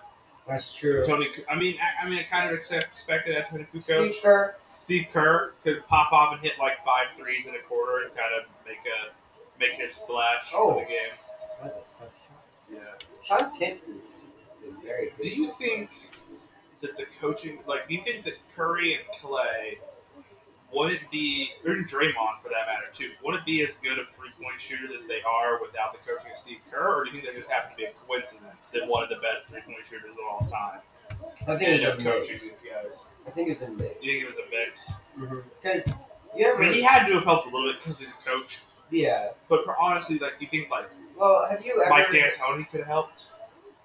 B: That's true.
G: Tony. Ku- I mean, I, I mean, I kind of expect, expected that Tony Kukoc.
H: Steve Kerr.
G: Steve Kerr could pop off and hit like five threes in a quarter and kind of make a make his splash
B: Oh.
G: for the game.
B: That was a tough shot.
H: Sean
G: Yeah.
H: Kemp is very good.
G: Do you think that the coaching, like, do you think that Curry and Clay wouldn't be, or Draymond for that matter too, wouldn't be as good of three point shooters as they are without the coaching of Steve Kerr, or do you think that just happened to be a coincidence that one of the best three point shooters of all time
B: I think
G: ended up
B: it was a
G: coaching
B: mix.
G: these guys?
B: I think it was a mix.
G: Do you think it was a mix?
B: Because you
G: I
B: ever,
G: mean, he had to have helped a little bit because he's a coach,
B: yeah.
G: but for- honestly, like, do you think like
B: Well, have you ever?
G: Mike D'Antoni could have helped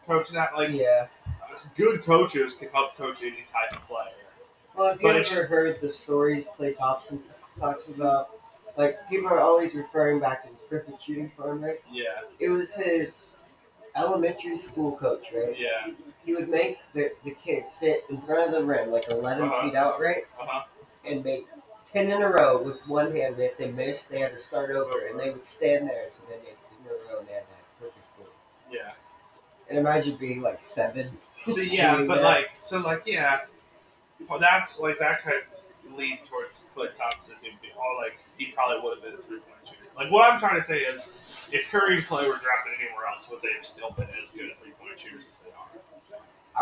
G: coach that? Like,
B: yeah.
G: good coaches can help coach any type of player.
B: Well, have you
G: But
B: ever
G: it's
B: heard the stories Clay Thompson t- talks about? Like people are always referring back to his perfect shooting form, right?
G: Yeah,
B: It was his elementary school coach, right?
G: yeah,
B: He would make the, the kids sit in front of the rim, like 11
G: Uh-huh.
B: feet out, right?
G: uh-huh.
B: and make 10 in a row with one hand. And if they missed, they had to start over. And they would stand there until they made 10 in a row and they had that perfect point.
G: yeah.
B: And imagine being like seven.
G: So yeah,
B: doing
G: but
B: that.
G: like, so like, yeah, well, that's like that could lead towards Clay Thompson it'd be all like he probably would have been a three point shooter. Like what I'm trying to say is, if Curry and Clay were drafted anywhere else, would they have still been as good at three point shooters as they are?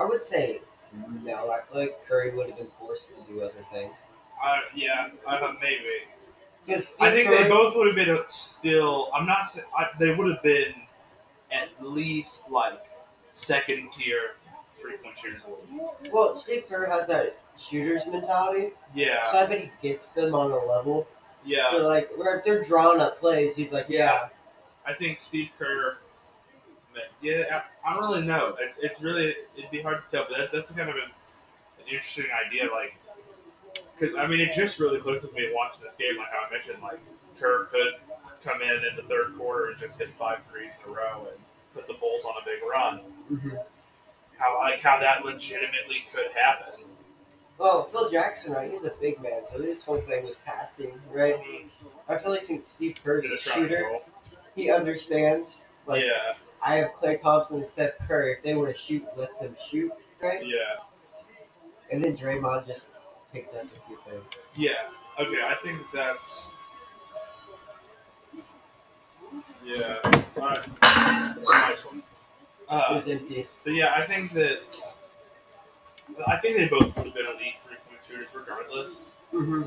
B: I would say no. I feel like Curry would have been forced to do other things.
G: Uh, yeah, I don't maybe.
B: 'Cause
G: I
B: Steve
G: think they
B: Kerr-
G: both would have been uh, still. I'm not. sa- I, they would have been at least like second tier three point shooters.
B: Well, Steve Kerr has that shooter's mentality. So
G: Yeah,
B: I bet he gets them on a level.
G: yeah.
B: So like, where if they're drawing up plays, he's like, yeah.
G: I think Steve Kerr. Yeah, I, I don't really know. It's it's really it'd be hard to tell, but that, that's kind of an, an interesting idea. Like, because I mean, it just really clicked with me watching this game. Like how I mentioned, like Kerr could come in in the third quarter and just hit five threes in a row and put the Bulls on a big run.
B: Mhm.
G: How like how that legitimately could happen.
B: Well, Oh, Phil Jackson, right? He's a big man, so his whole thing was passing,
G: I
B: right?
G: mean,
B: I feel like since Steve Kerr's
G: the
B: a
G: triangle.
B: shooter, he understands. Like,
G: yeah,
B: I have Clay Thompson and Steph Curry. If they want to shoot, let them shoot, right?
G: yeah.
B: And then Draymond just picked up a few things.
G: Yeah. Okay. I think that's. Yeah. Uh, nice one.
B: It
G: Uh,
B: was empty.
G: but yeah, I think that. I think they both would have been elite three point shooters regardless.
B: Mm-hmm.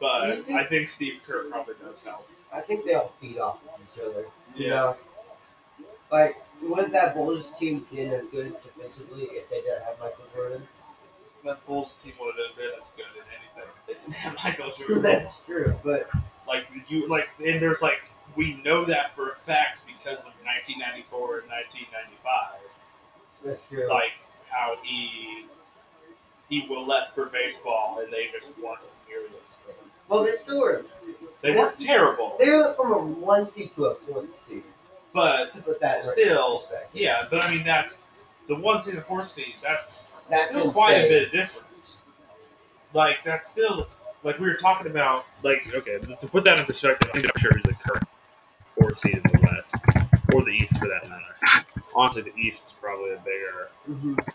G: But
B: You think-
G: I think Steve Kerr probably does help.
B: I think they all feed off of each other. You know, like wouldn't that Bulls team been as good defensively if they didn't have Michael Jordan?
G: That Bulls team would have been as good in anything. Michael Jordan.
B: That's true, but
G: like you like and there's like we know that for a fact because of 1994 and 1995
B: that's true.
G: like how he he will let for baseball and they just weren't nearly as good.
B: Well, they still were.
G: They weren't terrible,
B: They went from a one seed to a fourth seed.
G: but
B: To put that in
G: Still,
B: perspective.
G: yeah, but I mean that's the one seed and four seed, that's,
B: That's
G: still quite a
B: insane.
G: bit of difference. Like that's still like we were talking about
A: Like, okay, to put that in perspective, I think I'm sure he's the current fourth seed in the West, or the East for that matter. Honestly, the East is probably a bigger
B: Mhm.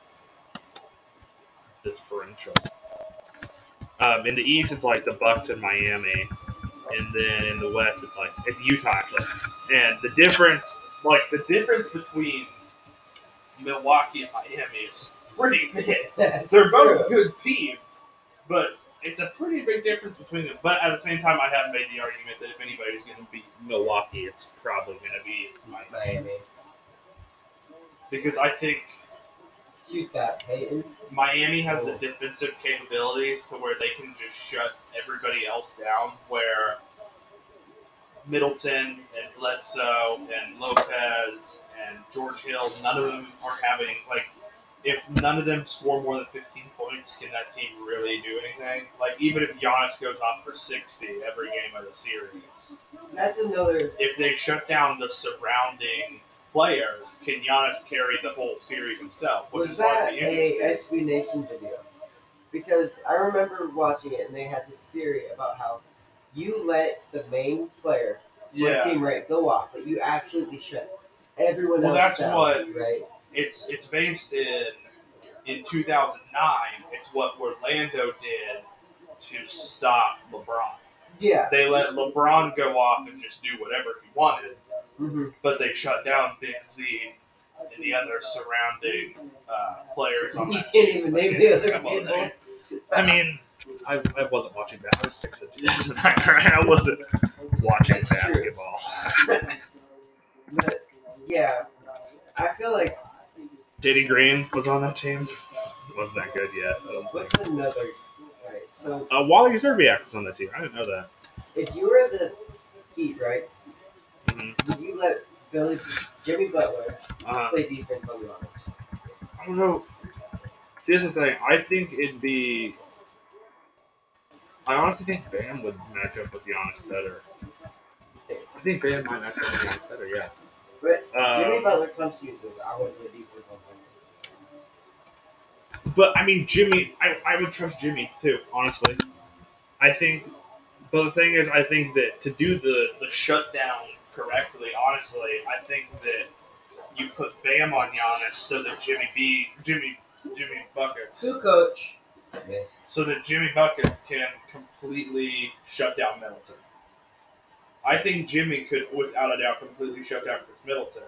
A: differential. Um, in the East, it's like the Bucks and Miami, and then in the West, it's like it's Utah actually. And the difference,
G: like the difference between Milwaukee and Miami is pretty big.
B: That's
G: They're both
B: true.
G: good teams, but it's a pretty big difference between them. But at the same time, I have made the argument that if anybody's going to beat Milwaukee, it's probably going to be Miami.
B: Miami.
G: Because I think
B: Shoot that, Peyton.
G: Miami has
B: Oh.
G: the defensive capabilities to where they can just shut everybody else down, where Middleton and Bledsoe and Lopez and George Hill, none of them are having like if none of them score more than fifteen points, can that team really do anything? Like even if Giannis goes off for sixty every game of the series,
B: That's another.
G: if they shut down the surrounding players, can Giannis carry the whole series himself? Which
B: Was
G: is why
B: that
G: it'd be
B: a
G: interesting.
B: SB Nation video? Because I remember watching it, and they had this theory about how you let the main player,
G: Yeah.
B: one team, right, go off, but you absolutely shut everyone
G: Well,
B: else
G: that's
B: down,
G: what-
B: right?
G: it's it's based in in 2009 it's what orlando did to stop lebron
B: Yeah.
G: they let lebron go off and just do whatever he wanted
B: hmm
G: but they shut down big z and the other surrounding uh, players on
B: You
G: that
B: can't even name the other
G: Come on,
B: people.
G: man.
A: I mean, I, I wasn't watching that. I was six in 2009, right? I wasn't watching
B: That's true.
A: basketball.
B: But yeah, I feel like
A: JD Green was on that team. Wasn't that good yet? I don't think.
B: what's another. Right. So
A: Uh, Wally Zerbiak was on that team. I didn't know that.
B: if you were the Heat, right,
A: Mhm.
B: would you let Billy Jimmy Butler
A: Uh,
B: play defense on the offense?
A: I don't know.
I: See, that's the thing. I think it'd be. I honestly think Bam would match up with Giannis better. I think Bam might match up with Giannis better. Yeah.
B: But
G: Uh,
B: Jimmy
I: Um,
B: Butler comes to you and says, "I want to play defense on offense."
I: But I mean, Jimmy, I, I would trust Jimmy too. Honestly, I think. But the thing is, I think that to do the
G: the shutdown correctly honestly i think that you put bam on Giannis so that jimmy b jimmy jimmy buckets
B: Who coach? Yes.
G: so that Jimmy Buckets can completely shut down Middleton. I think Jimmy could, without a doubt, completely shut down Chris Middleton.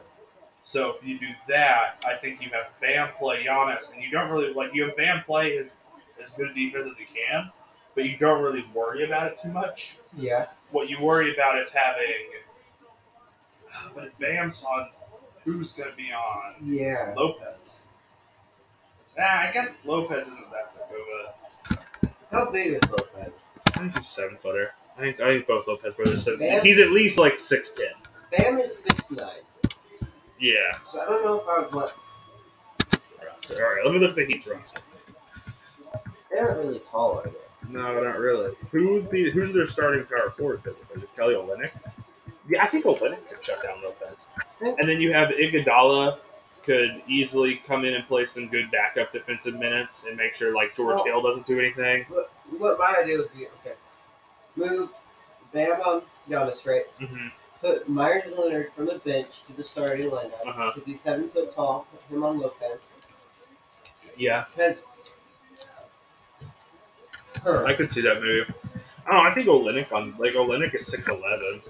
G: So if you do that, I think you have Bam play Giannis, and you don't really like you have Bam play as as good a defense as he can, but you don't really worry about it too much.
B: Yeah.
G: What you worry about is having, uh, but if Bam's on, who's going to be on?
B: Yeah.
G: Lopez. Ah, I guess Lopez isn't that big of
B: How big is Lopez?
A: I think he's a seven footer. I think I think both Lopez brothers. Said,
B: Man.
A: he's at least like six ten.
B: Bam is six nine,
A: Yeah.
B: so I don't know if I would want.
A: All right. Let me look at the Heat's roster.
B: They're not really tall, are they?
A: No, not really. Who would be? Who's their starting power forward? Is it Kelly Olynyk? Yeah, I think Olynyk could shut down Lopez.
I: and then you have Iguodala could easily come in and play some good backup defensive minutes and make sure like George
B: Well-
I: Hill doesn't do anything.
B: What, what my idea would be? Okay, move Bam on Giannis, right?
I: hmm
B: Put Myers and Leonard from the bench to the starting lineup
I: Uh huh.
B: because he's seven foot tall. Put him on Lopez.
I: Yeah,
B: Because her.
I: I could see that maybe. I don't know. I think Olenek on like Olenek is six eleven.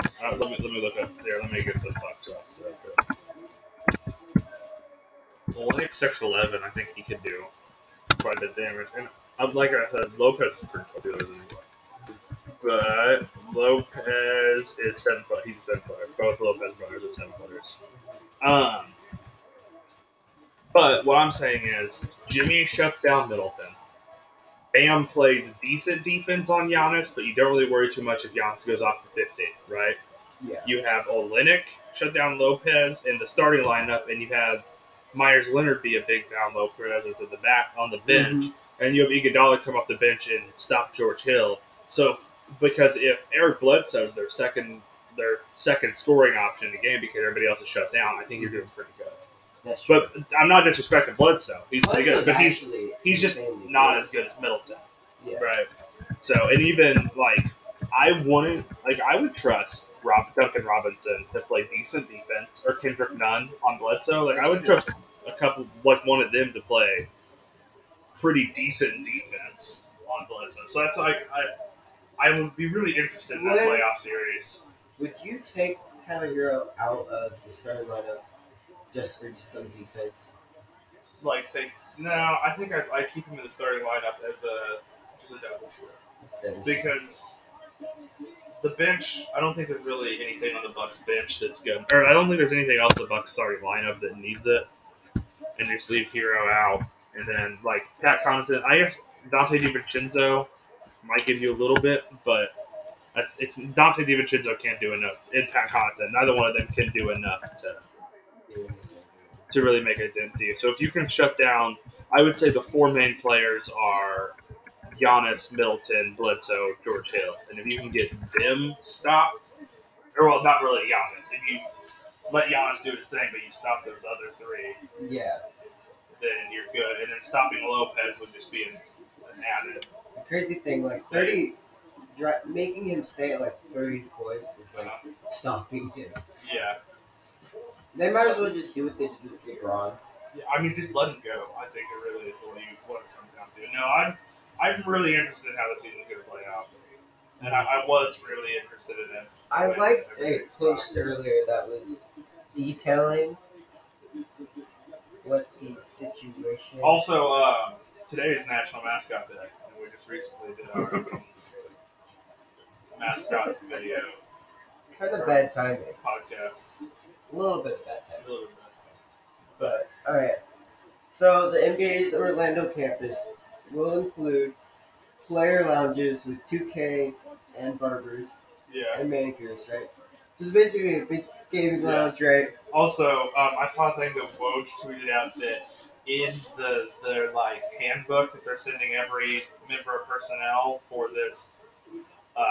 I: Uh, let me let me look up there. Let me get the box roster. up there. Olenek six eleven. I think he could do quite a bit of damage. And I'm like I said, Lopez is pretty popular than anyway. But Lopez is seven foot. He's a seven footer. Both Lopez brothers are seven footers. Um. But what I'm saying is, Jimmy shuts down Middleton. Bam plays decent defense on Giannis, but you don't really worry too much if Giannis goes off to 50, right?
B: Yeah.
I: You have Olenek shut down Lopez in the starting lineup, and you have Myers Leonard be a big down low presence at the back on the bench, and you have Iguodala come off the bench and stop George Hill. So because if Eric Bledsoe's their second their second scoring option in the game because everybody else is shut down, I think you're doing pretty good.
B: That's true.
I: But I'm not disrespecting Bledsoe. He's pretty
B: Bledsoe's
I: good, but he's
B: actually
I: he's just
B: insanely
I: not
B: good.
I: as good as Middleton.
B: Yeah.
I: Right. So and even like I wouldn't like I would trust Rob Duncan Robinson to play decent defense or Kendrick Nunn on Bledsoe. Like I would trust a couple like one of them to play pretty decent defense on Bledsoe. So that's like I I would be really interested in that
B: Where-
I: playoff series.
B: Would you take Tyler Hero out of the starting lineup just for just some defense?
G: like they no, I think I, I keep him in the starting lineup as a just a double shooter
B: Then-
G: because the bench. I don't think there's really anything on the Bucks bench that's good.
I: Or I don't think there's anything else the Bucks starting lineup that needs it. And just leave Hero out. And then like Pat Connaughton, I guess Dante DiVincenzo might give you a little bit, but
G: That's it's Dante DiVincenzo can't do enough, and Pat Connaughton. Neither one of them can do enough to, to really make a dent. deep. So if you can shut down, I would say the four main players are Giannis, Middleton, Bledsoe, George Hill, and if you can get them stopped, or well, not really Giannis. If you let Giannis do his thing, but you stop those other three,
B: Yeah.
G: then you're good. And then stopping Lopez would just be an, an added.
B: The crazy thing, like thirty, dri making him stay at like thirty points is like stopping him.
G: Yeah.
B: They might as well just do what they did with LeBron.
G: Yeah, I mean, just let him go. I think it really is what, you, what it comes down to. No, I'm I'm really interested in how the season's going to play out, and I, I was really interested in it.
B: I
G: Wait,
B: liked a
G: okay,
B: post earlier that was detailing what the situation.
G: Also, um, today is National Mascot Day, and we just recently did our mascot video
B: kind of bad timing,
G: podcast.
B: a little bit of bad timing.
G: A little bit.
B: But all right. So the NBA's Orlando campus will include player lounges with 2K and barbers
G: Yeah.
B: and manicures, right? So it's basically a big gaming lounge, right?
G: Also, um, I saw a thing that Woj tweeted out that in the their like handbook that they're sending every member of personnel for this, um,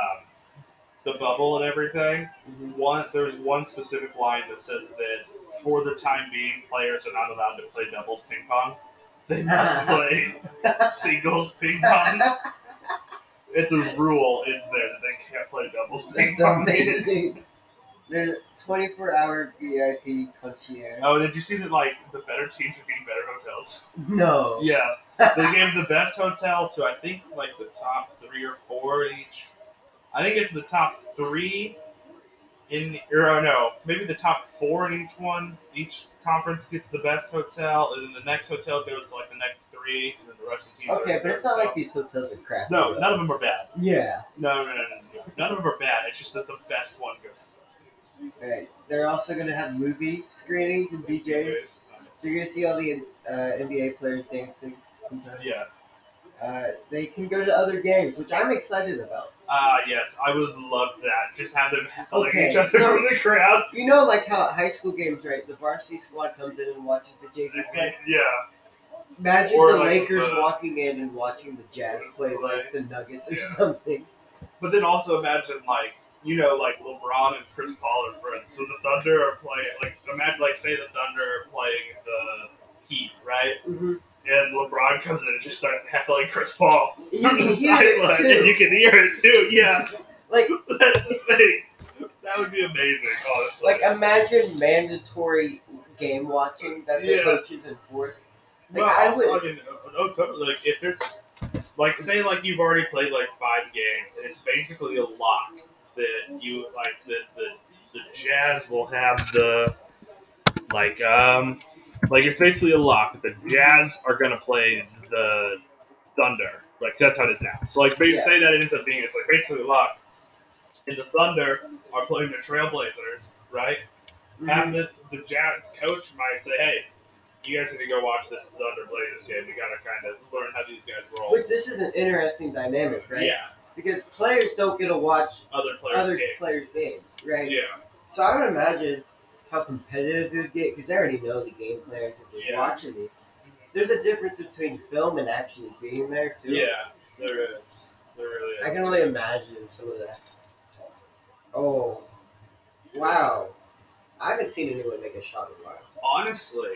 G: the bubble and everything.
B: Mhm.
G: One there's one specific line that says that for the time being, players are not allowed to play doubles ping pong. They must play singles ping pong. It's a rule in there that they can't play doubles ping
B: That's
G: pong.
B: amazing. There's 24 hour VIP concierge.
G: Oh, did you see that? Like the better teams are getting better hotels.
B: No.
G: Yeah, they gave the best hotel to I think like the top three or four in each. I think it's the top three in or oh, no, maybe the top four in each one. Each conference gets the best hotel, and then the next hotel goes to like the next three, and then the rest of the teams. are
B: Okay,
G: in
B: but it's
G: third
B: not like
G: hotel.
B: these hotels are crap.
G: no, none of them are bad.
B: Yeah.
G: No, no, no, no, no, no. none of them are bad. It's just that the best one goes to the best. teams.
B: Right. They're also gonna have movie screenings and DJs, so you're gonna see all the uh, NBA players dancing sometimes.
G: Yeah.
B: Uh, they can go to other games, which I'm excited about.
G: Ah, yes, I would love that. Just have them heckling
B: Okay,
G: each other
B: so-
G: from the crowd.
B: You know, like how at high school games, right? The varsity squad comes in and watches the JV play.
G: Yeah.
B: Imagine
G: Or
B: the
G: like
B: Lakers
G: the-
B: walking in and watching the Jazz play like the Nuggets or
G: Yeah.
B: something.
G: But then also imagine like you know like LeBron and Chris Paul are friends, so the Thunder are playing like imagine like say the Thunder are playing the Heat, right?
B: hmm
G: And LeBron comes in and just starts heckling Chris Paul
B: You
G: from
B: can
G: the
B: hear it
G: sideline, and
B: too.
G: you can hear it too. Yeah,
B: Like,
G: that's the thing. That would be amazing, honestly.
B: like imagine mandatory game watching that the
G: Yeah.
B: coaches enforce. Like,
G: well,
B: I
G: also,
B: would-
G: I mean, oh, oh, totally. Like, if it's like, say, like you've already played like five games, and it's basically a lock that you like that the the Jazz will have the like um like it's basically a lock that the Jazz are gonna play the Thunder. Like that's how it is now. So like, they
B: Yeah.
G: say that it ends up being it's like basically locked, and the Thunder are playing the Trailblazers, right? have the, the Giants coach might say, hey, you guys need to go watch this Thunder Blazers game. We got to kind of learn how these guys roll.
B: Which Mm-hmm. this is an interesting dynamic, right?
G: Yeah,
B: Because players don't get to watch
G: other players'
B: other
G: games.
B: players' games, right?
G: Yeah,
B: So I would imagine how competitive it would get because they already know the game plan because they're
G: Yeah.
B: watching these. There's a difference between film and actually being there too.
G: yeah, there is. There really is.
B: I can only imagine some of that. Oh, wow! I haven't seen anyone make a shot in a while.
G: Honestly,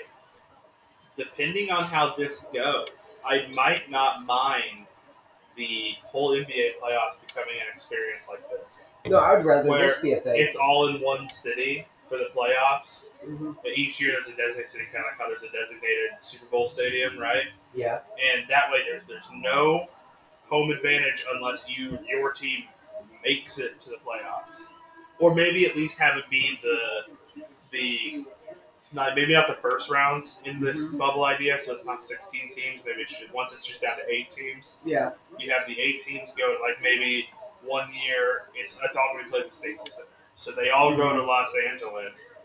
G: depending on how this goes, I might not mind the whole NBA playoffs becoming an experience like this.
B: No, I would rather
G: Where
B: this be a thing.
G: It's all in one city for the playoffs.
B: Mhm.
G: But each year there's a designated city, kind of like how there's a designated Super Bowl stadium, right?
B: Yeah,
G: and that way there's there's no home advantage unless you your team makes it to the playoffs, or maybe at least have it be the the not maybe not the first rounds in this bubble idea, so it's not 16 teams. Maybe it should once it's just down to eight teams.
B: yeah.
G: You have the eight teams go like maybe one year it's it's all going to be played at the Staples Center, so they all go to Los Angeles,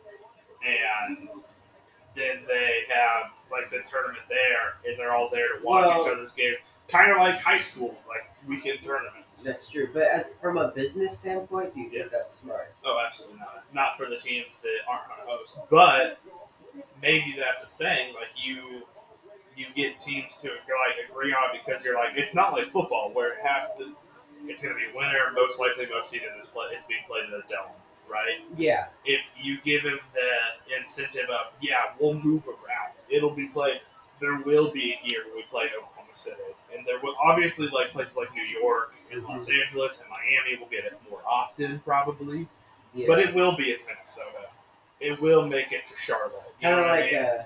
G: and then they have like the tournament there, and they're all there to watch
B: Well-
G: each other's game. kind of like high school, like weekend tournaments.
B: That's true. But as, from a business standpoint, do you
G: Yeah.
B: think that's smart?
G: Oh, absolutely not. Not for the teams that aren't on host. But maybe that's a thing. Like you, you get teams to like agree on it because you're like it's not like football where it has to. It's going to be winner most likely most seed in this play. It's being played in a dome, right?
B: Yeah.
G: If you give them the incentive of yeah, we'll move around. It'll be played. There will be a year where we play Oklahoma City, and there will obviously like places like New York and Los Angeles and Miami will get it more often probably.
B: Yeah.
G: But it will be in Minnesota. It will make it to Charlotte. you
B: kind
G: know
B: of
G: what I
B: like
G: mean?
B: uh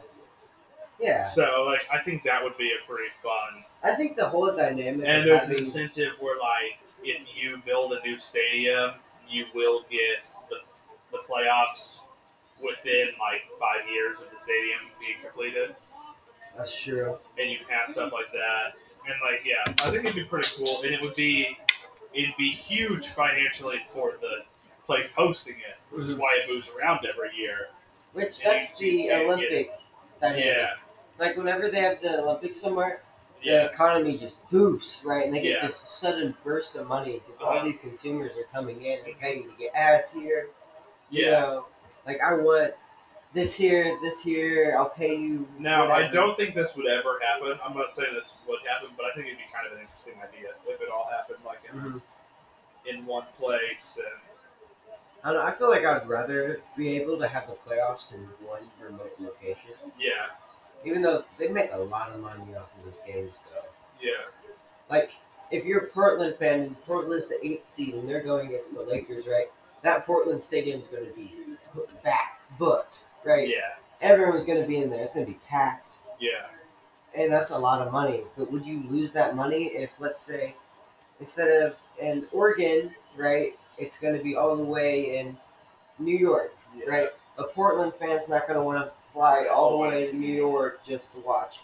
B: yeah.
G: So, like, I think that would be a pretty fun.
B: I think the whole dynamic.
G: And
B: of
G: there's an
B: having-
G: incentive where, like, if you build a new stadium, you will get the, the playoffs within, like, five years of the stadium being completed.
B: that's true.
G: And you can have stuff like that. And, like, yeah, I think it'd be pretty cool. And it would be, it'd be huge financially for the place hosting it, which
B: Mm-hmm.
G: is why it moves around every year.
B: Which
G: And
B: that's
G: you
B: the
G: can't get-
B: Olympic dynamic.
G: Yeah.
B: Like whenever they have the Olympics somewhere, the
G: Yeah,
B: economy just boosts, right? And they get
G: Yeah.
B: this sudden burst of money because all
G: Uh-huh.
B: these consumers are coming in and paying to get ads here. You
G: yeah.
B: know, like I want this here, this here. I'll pay you.
G: Now, I
B: whatever.
G: don't think this would ever happen. I'm not saying this would happen, but I think it'd be kind of an interesting idea if it all happened like in,
B: Mhm.
G: in one place. And
B: I don't know. I feel like I'd rather be able to have the playoffs in one remote location.
G: yeah,
B: Even though they make a lot of money off of those games, though.
G: yeah,
B: Like, if you're a Portland fan and Portland's the eighth seed and they're going against the Lakers, right? That Portland stadium's going to be booked back, booked, right?
G: yeah,
B: Everyone's going to be in there. It's going to be packed.
G: yeah,
B: And that's a lot of money. But would you lose that money if, let's say, instead of in Oregon, right, it's going to be all the way in New York,
G: yeah.
B: right? A Portland fan's not going to want to fly all the way to New York just to watch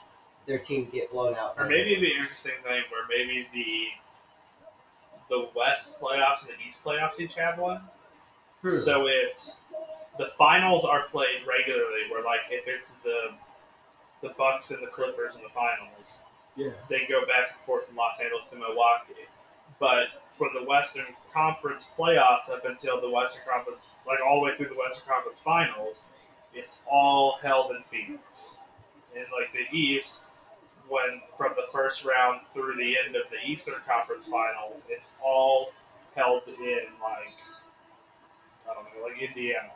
B: their team get blown out.
G: Or maybe it'd be an interesting thing where maybe the the West playoffs and the East playoffs each have one.
B: Hmm.
G: So it's the finals are played regularly. Where like if it's the the Bucks and the Clippers in the finals,
B: Yeah.
G: they go back and forth from Los Angeles to Milwaukee. But for the Western Conference playoffs up until the Western Conference, like all the way through the Western Conference finals, it's all held in Phoenix. And like the East, when from the first round through the end of the Eastern Conference finals, it's all held in like, I don't know, like Indiana.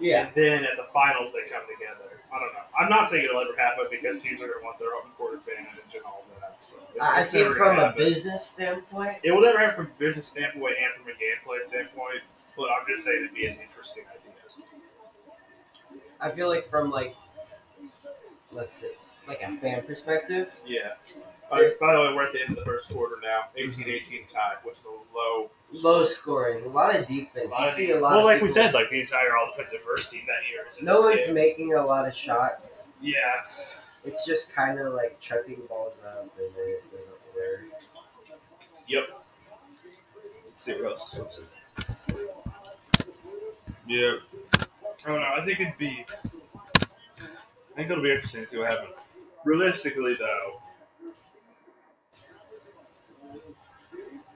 B: Yeah.
G: And then at the finals, they come together. I don't know. I'm not saying it'll ever happen because teams are going to want their home court advantage and all that. So it-
B: I I
G: it's
B: see it
G: never
B: from
G: gonna
B: a
G: happen.
B: business standpoint.
G: It will never happen from a business standpoint and from a gameplay standpoint, but I'm just saying it'd be an interesting idea.
B: I feel like from like, let's say, like a fan perspective.
G: Yeah. Uh, by the way, we're at the end of the first quarter now. 18-18 tie, which is a low.
B: Low scoring, a lot of defense.
G: Lot
B: you
G: of
B: see a
G: defense.
B: lot.
A: Well,
B: of
A: like we
B: people-
A: said, like
G: The entire all-defensive first team that year is in
B: no
G: this
B: one's
G: game.
B: making a lot of shots.
G: Yeah.
B: It's just kind of like chucking balls up, and they're, they're,
A: yeah,
G: I don't know. I think it'd be. I think it'll be interesting to see what happens. Realistically, though,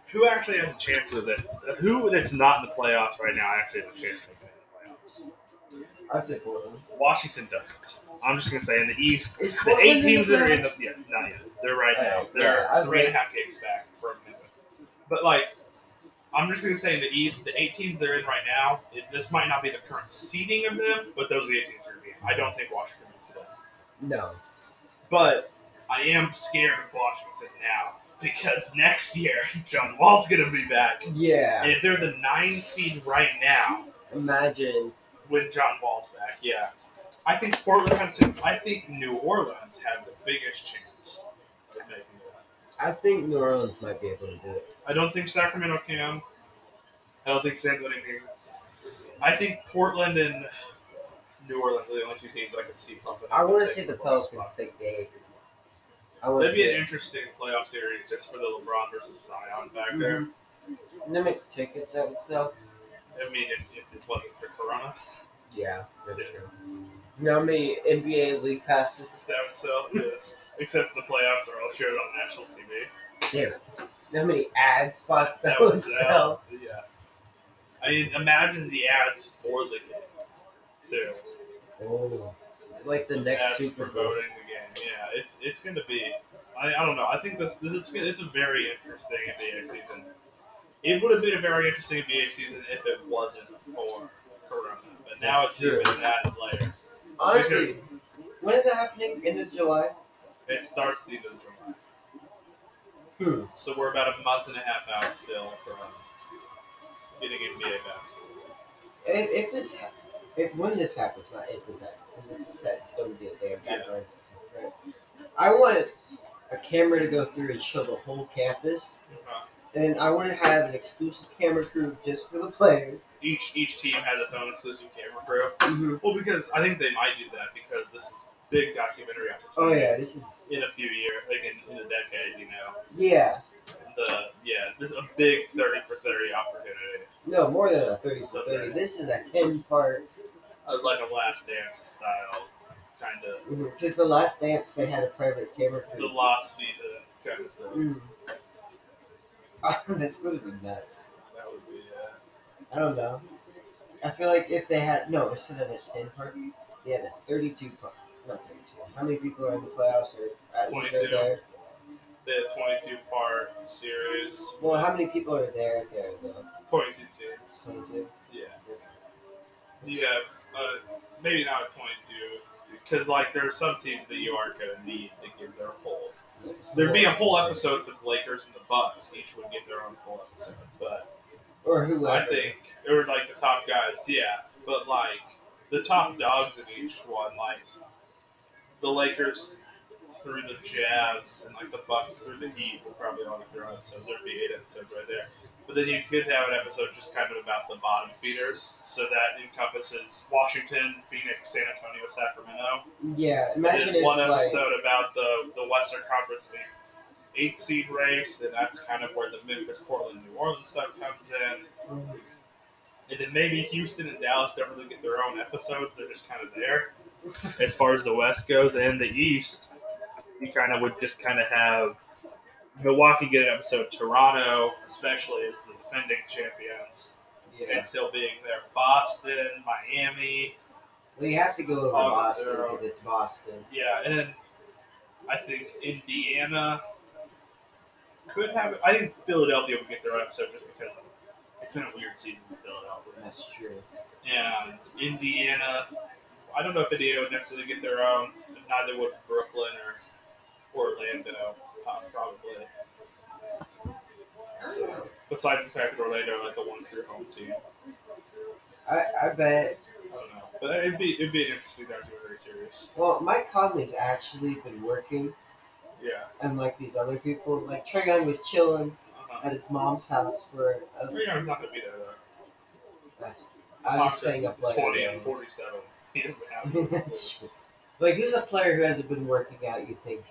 G: who actually has a chance of it? Who that's not in the playoffs right now actually has a chance of making it in
B: they're I'd say Portland.
G: the playoffs? Washington doesn't. I'm just gonna say in the East,
B: Is
G: the
B: Portland
G: eight
B: in
G: teams that are in the
B: playoffs?
G: yeah, not yet. They're right now.
B: Alright,
G: They're
B: yeah, I was
G: three and a half games back from Memphis. But like, I'm just gonna say in the East, the eight teams they're in right now. It, this might not be the current seeding of them, but those are the eight teams are gonna be. In. I don't think Washington makes it. in.
B: No.
G: But I am scared of Washington now because next year John Wall's gonna be back,
B: Yeah.
G: and if they're the nine seed right now,
B: Imagine.
G: with John Wall's back, yeah. I think Portland has to, I think New Orleans had the biggest chance of making it.
B: I think New Orleans might be able to do it.
G: I don't think Sacramento can. I don't think San Antonio can. I think Portland and New Orleans are the only two teams I can see pumping. up
B: I want to
G: and
B: see
G: taking
B: the
G: playoff
B: Pelicans
G: spot.
B: take the eight. I want to
G: That'd
B: see
G: be an
B: it.
G: interesting playoff series just for the LeBron versus Zion factor.
B: And then make tickets out itself.
G: I mean, if, if it wasn't for Corona,
B: Yeah, that's
G: Yeah.
B: true. You know how many NBA league passes?
G: that would sell. Yeah. Except the playoffs are all shared on national TV.
B: How many ad spots that
G: That was uh,
B: was sell?
G: Yeah. I mean, imagine the ads for the game, too.
B: Oh, like the
G: ads
B: next Super Bowl.
G: promoting the game. Yeah, it's it's going to be. I, I don't know. I think this this is gonna- it's a very interesting NBA season. It would have been a very interesting NBA season if it wasn't for Corona, but now it's
B: Sure.
G: even that later.
B: Honestly,
G: Because
B: when is it happening? End of July?
G: it starts the end of July,
B: Hmm.
G: so we're about a month and a half out still from getting NBA basketball.
B: If, if this, hap- if when this happens, not if this happens, because it's a set, it's going to be a day of guidelines. Right? I want a camera to go through and show the whole campus,
G: Uh,
B: and I want to have an exclusive camera crew just for the players.
G: Each each team has its own exclusive camera crew.
B: Mm-hmm.
G: Well, because I think they might do that because this is big documentary
B: Oh
G: opportunity.
B: yeah, this is
G: In a few years, like in, in a decade, you know,
B: yeah.
G: the yeah, this is a big thirty for thirty opportunity,
B: No, more than a 30 for 30. This is a 10 part.
G: uh, like a Last Dance style kind of
B: Because mm-hmm, the last dance, they had a private camera
G: the
B: crew.
G: lost season kind of thing.
B: Mm. Oh, that's going to be nuts.
G: That would be uh,
B: I don't know. I feel like if they had, no, instead of a 10 part, they had a 32 part. Not 32. How many people are in the playoffs or at least they're
G: 22.
B: there?
G: the twenty-two part series,
B: Well, how many people are there there, though?
G: twenty-two teams.
B: 22.
G: Yeah, you have uh, maybe not twenty-two because like there are some teams that you aren't gonna need to give their whole There'd be a whole episode for the Lakers and the Bucks. Each would get their own whole episode, but
B: Or whoever.
G: I think or like the top guys, yeah. But like the top dogs in each one, like the Lakers through the Jazz and like the Bucks through the Heat will probably all get their own episodes. There'd be eight episodes right there. But then you could have an episode just kind of about the bottom feeders, so that encompasses Washington, Phoenix, San Antonio, Sacramento.
B: Yeah, imagine
G: I did
B: if,
G: one
B: like,
G: episode about the the Western Conference eight, eight seed race, and that's kind of where the Memphis, Portland, New Orleans stuff comes in.
B: Mhm.
G: And then maybe Houston and Dallas don't really get their own episodes; they're just kind of there. as far as the West goes and the East, you kind of would just kind of have Milwaukee get an episode, Toronto, especially as the defending champions,
B: yeah.
G: and still being there, Boston, Miami.
B: We have to go over
G: Oh,
B: Boston
G: they're-
B: because it's Boston.
G: Yeah, and then I think Indiana could have. I think Philadelphia would get their own episode just because it's been a weird season in Philadelphia.
B: That's true.
G: And Indiana, I don't know if Indiana would necessarily get their own. but Neither would Brooklyn or Orlando, uh, probably. So, besides the fact that Orlando are like the one true home team,
B: I, I bet.
G: I don't know. But it'd be it'd be an interesting documentary series.
B: Well, Mike Conley's actually been working,
G: Yeah.
B: unlike these other people. Like Trey Young was chilling
G: Uh-huh.
B: at his mom's house for. A,
G: Three hours not gonna be there though.
B: I was just saying a player.
G: 20 and 47. He doesn't have to.
B: That's true. like who's a player who hasn't been working out? You think?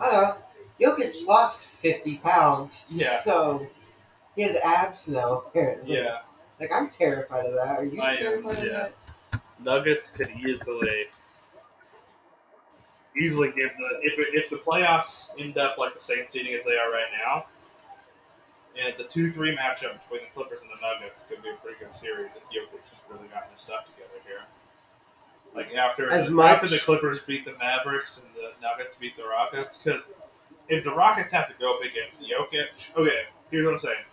B: I don't know. Jokic lost fifty pounds.
G: Yeah.
B: So he has abs now. Apparently.
G: yeah.
B: Like I'm terrified of that. Are you
G: I am,
B: terrified of
G: yeah.
B: that?
A: Nuggets could easily
G: Easily give the if it- if the playoffs end up like the same seeding as they are right now, and the two three matchup between the Clippers and the Nuggets could be a pretty good series if Jokic just really got his stuff together here. Like after
B: As
G: the,
B: much-
G: after the Clippers beat the Mavericks and the Nuggets beat the Rockets, because if the Rockets have to go up against Jokic, okay, here's what I'm saying: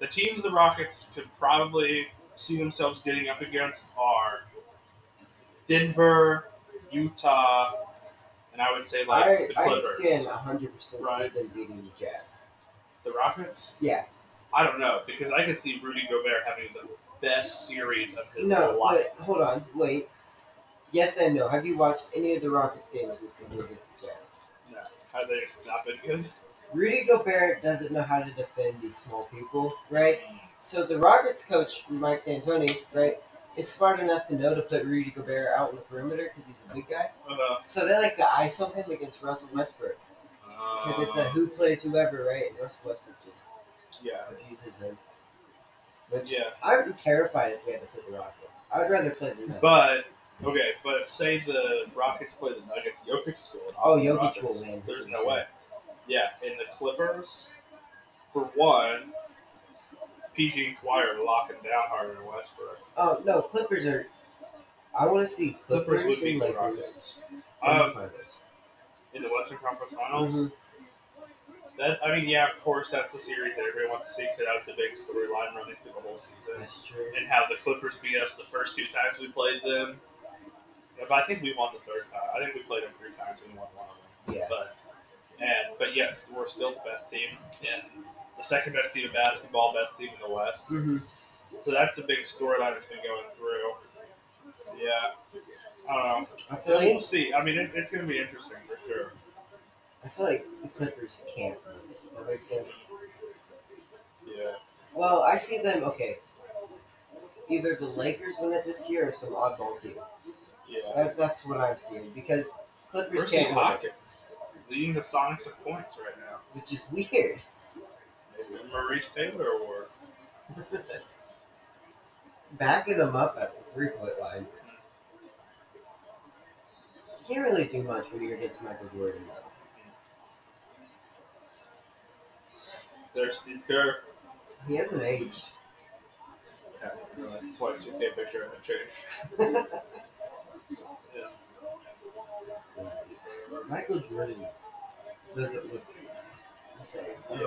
G: the teams the Rockets could probably see themselves getting up against are Denver, Utah, and I would say like the
B: I, I
G: Clippers.
B: can 100%
G: Right.
B: see them beating the Jazz.
G: The Rockets?
B: Yeah.
G: I don't know, because I could see Rudy Gobert having the best series of his
B: No,
G: life.
B: but hold on, wait. Yes and no. Have you watched any of the Rockets games this season against the Jazz?
G: Have they just not been good?
B: Rudy Gobert doesn't know how to defend these small people, right? So the Rockets coach, Mike D'Antoni, right, is smart enough to know to put Rudy Gobert out on the perimeter because he's a big guy.
G: Uh,
B: So they like to ISO him against Russell Westbrook because it's a
G: um,
B: who plays whoever, right? And Russell Westbrook just
G: yeah.
B: abuses him. Which
G: Yeah.
B: I'd be terrified if we had to play the Rockets. I would rather play the Nets.
G: But Okay, but say the Rockets play the Nuggets, Jokic scored.
B: Oh, Jokic
G: Rockets,
B: will win.
G: There's no way. Yeah, and the Clippers, for one, PG and Kawhi are locking down Harden and Westbrook.
B: Oh no, Clippers are. I want to see Clippers,
G: Clippers would
B: and
G: beat the
B: Lakers. Mm-hmm.
G: Rockets.
B: in the
G: Um,
B: finals.
G: in the Western Conference Finals. That I mean, yeah, of course, that's the series that everybody wants to see because that was the big storyline running through the whole season.
B: That's true.
G: And how the Clippers beat us the first two times we played them. Yeah, But I think we won the third time. I think we played them three times and we won one of them.
B: Yeah.
G: But and but yes, we're still the best team and the second best team in basketball, best team in the West.
B: Mm-hmm.
G: So that's a big storyline that's been going through. Yeah, I don't know.
B: I feel
G: But
B: like
G: We'll see. I mean, it, it's going to be interesting for sure.
B: I feel like the Clippers can't. win it. That makes sense.
G: Yeah.
B: Well, I see them. Okay. Either the Lakers win it this year or some oddball team.
G: Yeah.
B: That, that's what I'm seeing because Clippers
G: We're seeing
B: can't win it,
G: Hawkins leading the Sonics of points right now.
B: which is weird.
G: Maybe Maurice Taylor Award.
B: Backing them up at the three point line. You can't really do much when you're against Michael Jordan though.
G: There's Steve Kerr.
B: He has an age.
G: Yeah, really. Twice 2K picture hasn't changed.
B: Michael Jordan doesn't look the same.
G: Yeah.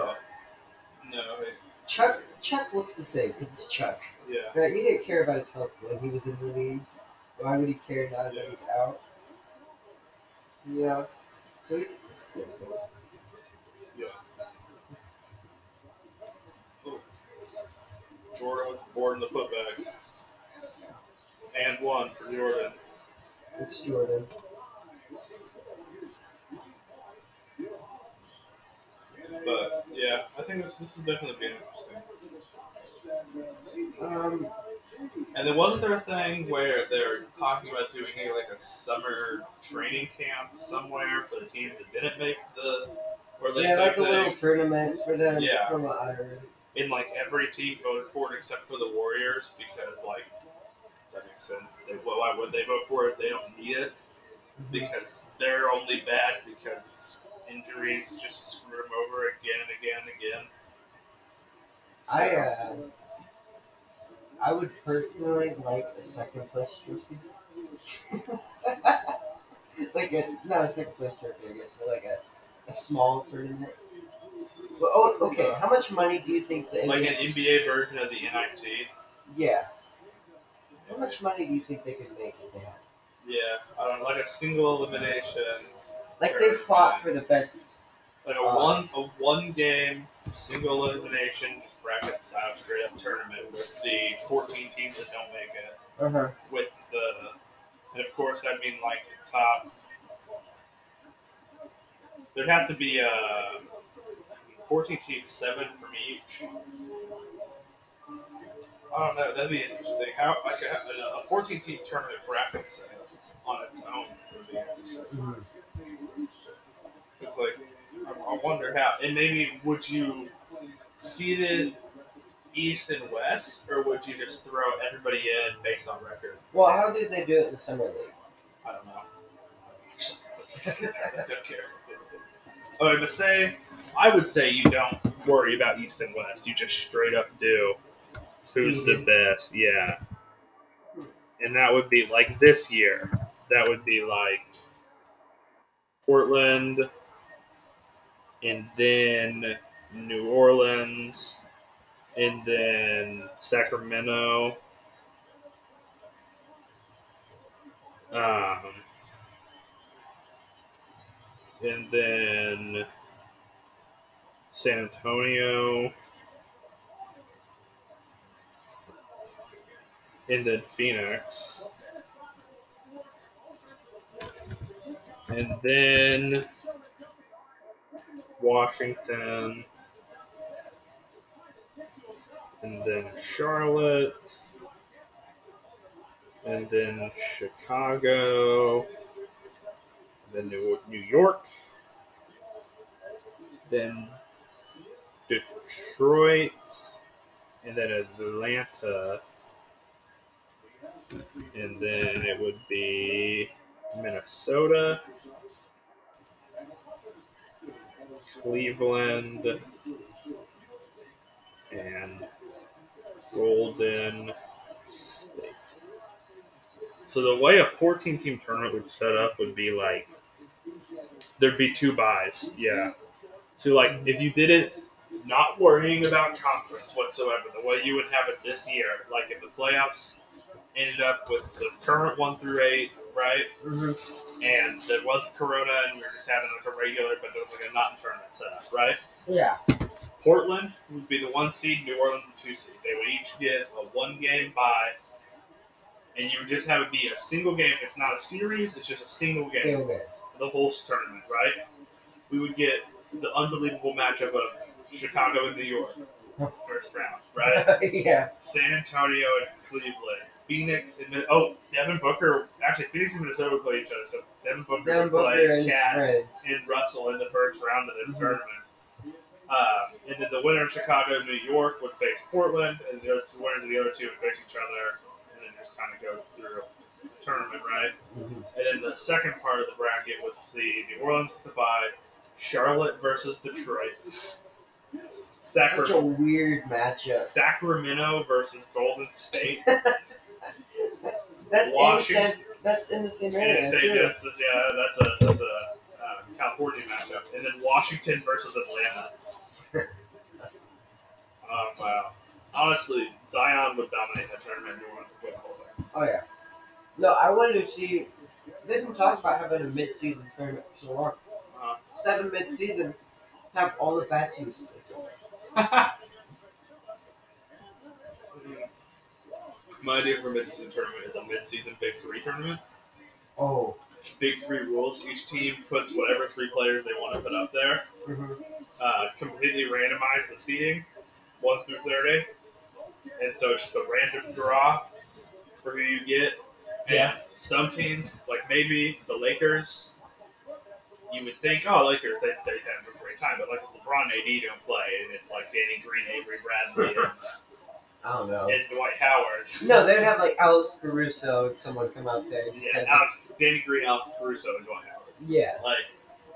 G: No, it,
B: Chuck Chuck looks the same because it's Chuck.
G: yeah.
B: Right? He didn't care about his health when he was in the league. Why would he care now that he's out? Yeah. So he- it's the same thing.
G: Jordan with the board and the putback. And one for Jordan.
B: It's Jordan.
G: But yeah, I think this, this is definitely be interesting.
B: Um,
G: And then wasn't there a thing where they're talking about doing a, like a summer training camp somewhere for the teams that didn't make the or they
B: yeah, like a
G: they-
B: little tournament for them
G: Yeah.
B: from Ireland.
G: in like every team voted for it except for the Warriors because like that makes sense. They, well, why would they vote for it? They don't need it because they're only bad because injuries just screw them over again and again and again.
B: I
G: So-
B: uh, I would personally like a second place trophy. like a not a second place trophy, I guess, but like a, a small tournament. But oh, okay. How much money do you think the NBA?
G: like an NBA version of the NIT.
B: yeah. How much money do you think they could make if they had?
G: Yeah, I don't know, like a single elimination,
B: Like they fought for the best.
G: like a
B: Uh,
G: one a one game single elimination, just bracket style straight up tournament with the 14 teams that don't make it.
B: Uh huh.
G: with the, and of course I mean like the top. There'd have to be uh, 14 teams, seven from each. I don't know. That'd be interesting. How like a, a 14 team tournament bracket set on its own would be interesting. It's like I, I wonder how, and maybe would you seed it East and West, or would you just throw everybody in based on record?
B: Well, how did they do it in the summer league?
G: I don't know. I don't care. Oh, Okay, but say, I would say you don't worry about East and West. You just straight up do who's the best. Yeah. And that would be like this year. That would be like Portland and then New Orleans and then Sacramento. Um, and then San Antonio, and then Phoenix, and then Washington, and then Charlotte, and then Chicago, then New, New York, then Detroit, and then Atlanta,
A: and then it would be Minnesota, Cleveland, and Golden State.
G: So the way a 14 team tournament would set up would be like there'd be two buys. Yeah. So like if you did it not worrying about conference whatsoever, the way you would have it this year, like if the playoffs ended up with the current one through eight, right?
B: Mhm.
G: And there wasn't Corona and we were just having like a regular but there was like a not tournament set up, right?
B: Yeah.
G: Portland would be the one seed, New Orleans the two seed. They would each get a one game bye. And you would just have it be a single game. It's not a series, it's just a single game
B: Feel good.
G: the whole tournament, right? We would get the unbelievable matchup of Chicago and New York first round, right?
B: yeah.
G: San Antonio and Cleveland, Phoenix and Min- oh Devin Booker. Actually, Phoenix and Minnesota would play each other, so Devin Booker
B: Devin
G: would
B: Booker
G: play
B: and his
G: Cat
B: friends.
G: and Russell in the first round of this
B: Mhm.
G: tournament. Um, and then the winner of Chicago and New York would face Portland, and the other two winners of the other two would face each other, and then just kind of goes through the tournament, right?
B: Mhm.
G: And then the second part of the bracket was see New Orleans with the bye, Charlotte versus Detroit, Sacra-
B: Such a weird matchup.
G: Sacramento versus Golden State.
B: That's in the
G: Washington.
B: same. That's in the same
G: And
B: area.
G: it's a-
B: too.
G: that's, yeah, that's a that's a um, California matchup, and then Washington versus Atlanta. Oh wow! Honestly, Zion would dominate that tournament. New Orleans would win the whole thing.
B: Oh yeah. No, I wanted to see. They didn't talk about having a mid-season tournament for so long.
G: Uh,
B: Seven mid-season, have all the bad teams.
G: Uh, hmm. My idea for a midseason tournament is a midseason Big Three tournament.
B: Oh.
G: Big Three rules. Each team puts whatever three players they want to put up there.
B: hmm
G: Uh, completely randomize the seeding, one through thirty, and so it's just a random draw for who you get. And
J: Yeah.
G: Some teams, like maybe the Lakers, you would think, oh, Lakers, they they have a great time, but like LeBron and AD don't play, and it's like Danny Green, Avery Bradley, and,
B: I don't know.
G: and Dwight Howard.
B: No, they'd have like Alex Caruso and someone come out there. Just
G: Yeah,
B: kinda-
G: Alex, Danny Green, Alex Caruso, and Dwight Howard.
B: yeah.
G: Like,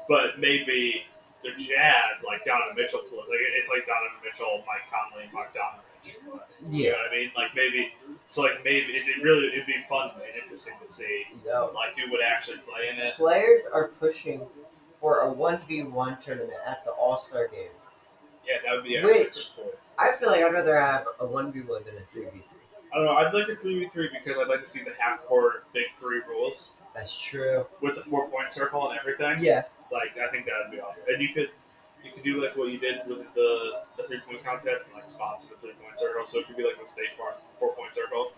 G: but maybe the Jazz, like Donovan Mitchell, like it's like Donovan Mitchell, Mike Conley, Mike Donovich. You know
B: Yeah.
G: what I mean? Like maybe, so like maybe it, it really it'd be fun and interesting to see
B: No.
G: like who would actually play in it.
B: Players are pushing for a one v one tournament at the All Star game.
G: Yeah, that would be actually
B: Which-
G: cool.
B: I feel like I'd rather have a one v one than a three v three.
G: I don't know. I'd like a three v three because I'd like to see the half court big three rules
B: That's true.
G: with the four point circle and everything.
B: Yeah.
G: Like I think that would be awesome. And you could you could do like what you did with the the three point contest and like sponsor the three point circle. So it could be like the State Farm four point circle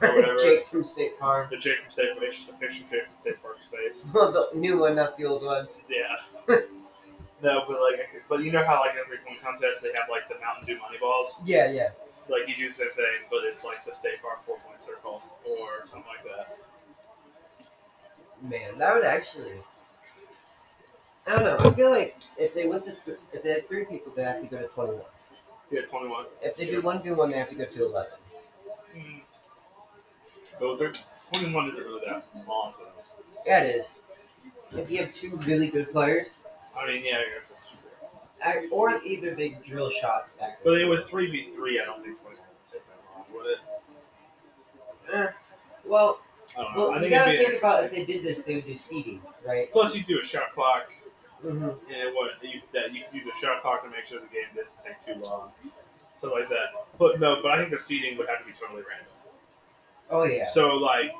G: or whatever.
B: Jake from State Farm.
G: The Jake from State Farm. It's just a picture of Jake from State Farm's face.
B: Well, the new one, not the old one.
G: Yeah. no, but like, I could- but you know how like in a three point contest they have like the Mountain Dew money balls.
B: Yeah, yeah.
G: Like you do the same thing, but it's like the State Farm four point circle or something like that.
B: Man, that would actually. I don't know. I feel like if they went to th- if they had three people, they have to go to twenty one.
G: Yeah, twenty one.
B: If they do one v one, they have to go to eleven.
G: Mm. But they're twenty one isn't really that long. Though.
B: Yeah, it is. If you have two really good players,
G: I mean, yeah, I guess that's true.
B: I, or either they drill shots back.
G: But then with three v three, I don't think twenty one would take that long,
B: Eh,
G: would it?
B: well,
G: I don't know.
B: well,
G: I
B: you
G: think
B: gotta
G: it'd be
B: think about if they
G: interesting.
B: did this, they would do seeding, right?
G: Plus, you do a shot clock,
B: Mm-hmm.
G: and it would you, that you can use a shot clock to make sure the game doesn't take too long, stuff like that. But no, but I think the seeding would have to be totally random.
B: Oh yeah.
G: So like,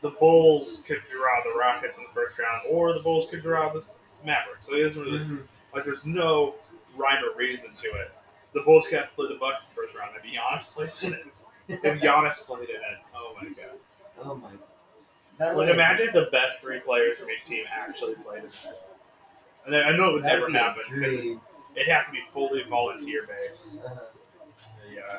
G: the Bulls could draw the Rockets in the first round, or the Bulls could draw the Mavericks. So it isn't really
B: Mhm.
G: like there's no rhyme or reason to it. The Bulls could have to play the Bucks in the first round. Maybe Giannis plays in it. If Giannis played in it, oh my god.
B: Oh my. That
G: Like,
B: would
G: imagine if the best three players from each team actually played in that. And I I know it would never happen because
B: Dream.
G: it'd have to be fully volunteer based.
B: Uh-huh.
G: Yeah,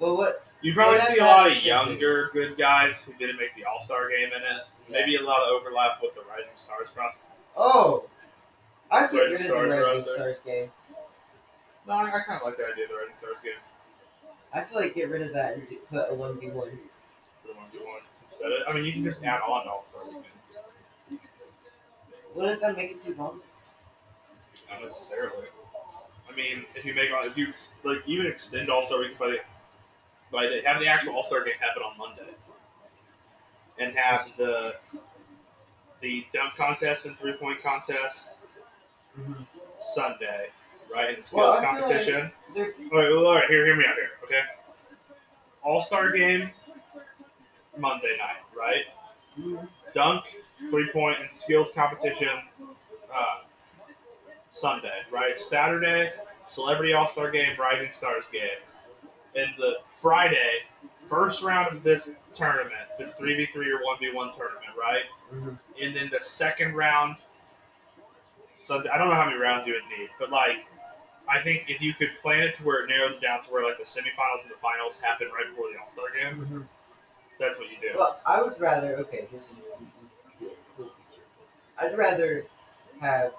B: Well, what?
G: you'd probably
B: Yeah,
G: see a
B: that
G: lot of
B: makes
G: younger good guys who didn't make the All Star game in it. Maybe a lot of overlap with the Rising Stars roster.
B: Oh. I get
G: Rising
B: rid of the
G: Stars
B: Rising
G: roster.
B: Stars game.
G: No, I, I kind of like the idea of the Rising Stars game
B: I feel like get rid of that and do- put a one v one.
G: for the one v one. instead of. I mean, you can just add on to All Star Weekend
C: Wouldn't that make it too long?
G: not necessarily. I mean, if you make all- if you ex- like even extend All Star Weekend by the by the, have the actual All Star game happen on Monday, and have the the dunk contest and three point contest
B: Mhm.
G: Sunday, right? And the
C: Well,
G: skills
C: I feel like-
G: competition.
C: They're
G: All right, well, all right, here, hear me out here, okay? All Star game Monday night, right?
B: Mm-hmm.
G: Dunk, three point, and skills competition uh, Sunday, right? Saturday, celebrity All Star game, Rising Stars game, and the Friday first round of this tournament, this three v three or one v one tournament, right?
B: Mhm.
G: And then the second round. So I don't know how many rounds you would need, but like I think if you could plan it to where it narrows down to where like the semifinals and the finals happen right before the All Star game,
B: Mhm.
G: that's what you do.
B: Well, I would rather. Okay, here's a cool- cool feature. I'd rather have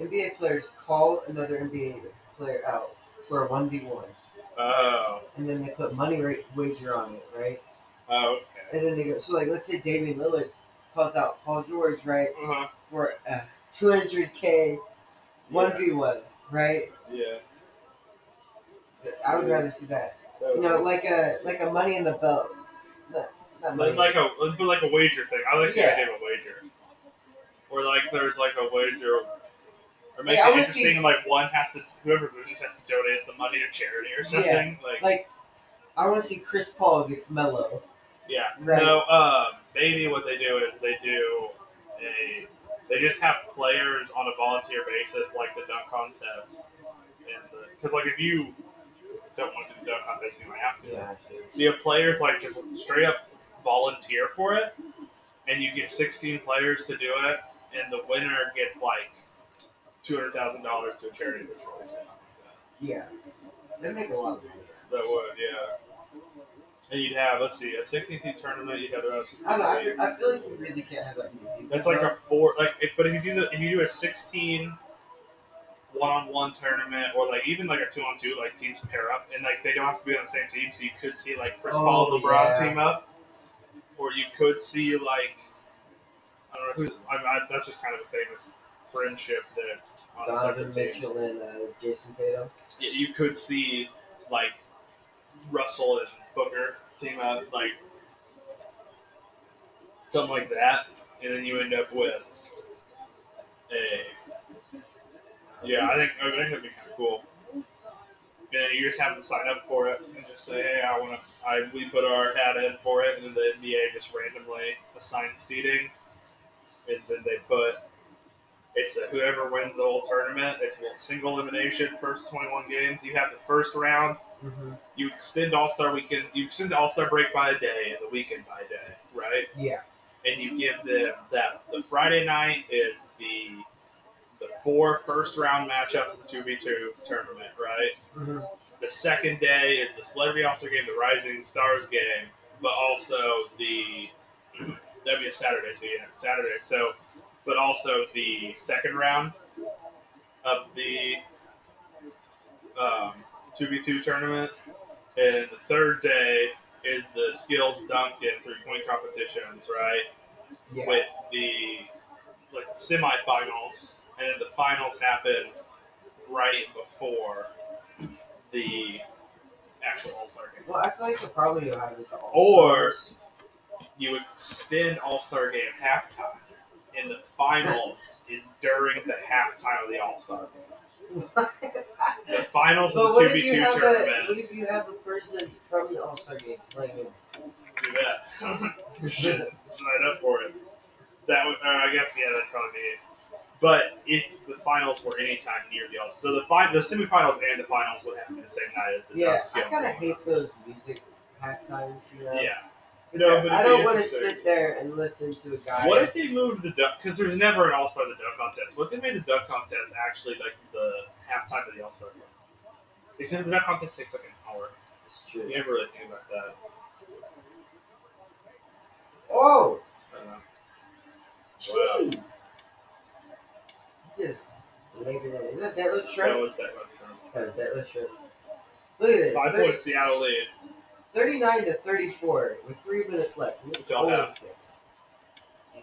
B: NBA players call another NBA player out for a one v one,
G: Oh,
B: and then they put money rate wager on it, right?
G: oh, okay.
B: And then they go. So like, let's say Damian Lillard calls out Paul George, right,
G: Uh-huh.
B: for a two hundred k one v one, right?
G: Yeah.
B: I would rather see that.
G: That
B: You
G: would-
B: know, like a like a money in the belt. Not, not money.
G: But like a but like a wager thing. I like
B: Yeah.
G: the idea of a wager. Or like there's like a wager or make
B: Like, I
G: it
B: wanna
G: interesting
B: see-
G: like one has to whoever loses has to donate the money to charity or something. Like,
B: like I want to see Chris Paul gets mellow.
G: yeah.
B: Right.
G: No, um maybe what they do is they do a they just have players on a volunteer basis like the dunk contest and the because like if you don't want to do the dunk contest you might have to.
B: Yeah.
G: So you have players like just straight up volunteer for it, and you get 16 players to do it, and the winner gets like $200,000 to a charity of their choice or something like
B: Yeah. They make a lot of money.
G: that. That would, yeah. And you'd have, let's see, a 16 team tournament, you'd have the rest of
B: I
G: the
B: don't know. I, I feel like you really can't have that many people.
G: That's like a four, like, if, but if you do the, if you do a 16 one on one tournament or like even like a two on two, like teams pair up and like they don't have to be on the same team, so you could see like Chris
B: Oh,
G: Paul and LeBron
B: yeah.
G: team up, or you could see like I don't know who. I, I, that's just kind of a famous friendship that on
B: Donovan
G: separate teams.
B: Mitchell and uh, Jason Tatum.
G: Yeah, you could see like Russell and Booker team up, like something like that, and then you end up with a yeah. I think I think that'd be kind of cool. And then you just have them sign up for it and just say, "Hey, I want to." I we put our ad in for it, and then the NBA just randomly assigns seating, and then they put it's a, whoever wins the whole tournament. It's one single elimination, first 21 games. You have the first round.
B: Mm-hmm.
G: You extend All Star weekend. You extend the All Star break by a day and the weekend by a day, right?
B: Yeah.
G: And you give them that the Friday night is the the four first round matchups of the two v two tournament, right?
B: Mm-hmm.
G: The second day is the Celebrity All Star game, the Rising Stars game, but also the that'd be a Saturday too, yeah, Saturday. So, but also the second round of the um, 2v2 tournament, and the third day is the skills dunk and three point competitions, right?
B: Yeah.
G: with the like semifinals, and then the finals happen right before the actual All Star game.
B: Well, I feel like the problem you have is the all
G: Or- You extend All Star game halftime, and the finals is during the halftime of the All Star game. The finals
B: But
G: of the
B: what
G: two
B: if
G: v
B: you
G: two
B: have a
G: tournament.
B: what if you have a person from the All Star game playing it?
G: Do that. Shit, sign up for it. That would, uh, I guess, yeah, that'd probably be it. But if the finals were any time near the All, so the fi- the semifinals and the finals would happen the same night as the
B: Yeah,
G: dunk
B: I
G: skill.
B: kind of hate those music halftimes. You know,
G: Yeah.
B: 'Cause
G: No,
B: I-
G: but
B: I
G: it'd be
B: don't want to
G: interesting.
B: sit there and listen to a guy.
G: What if they moved the dunk? Because there's never an All Star the dunk contest. What if they made the dunk contest actually like the halftime of the All Star game? Except the dunk contest takes like an hour.
B: It's true.
G: You never really think about that.
B: Oh,
G: I don't know.
B: jeez! He Just laid it in. Is that Detlef
G: That
B: Shrimp?
G: was that much.
B: That was Detlef Shrimp. Look at this.
G: Five
B: thirty-
G: point Seattle lead.
B: 39 to 34 with three minutes left. And this is
G: Good job,
B: all
G: Adam.
B: insane.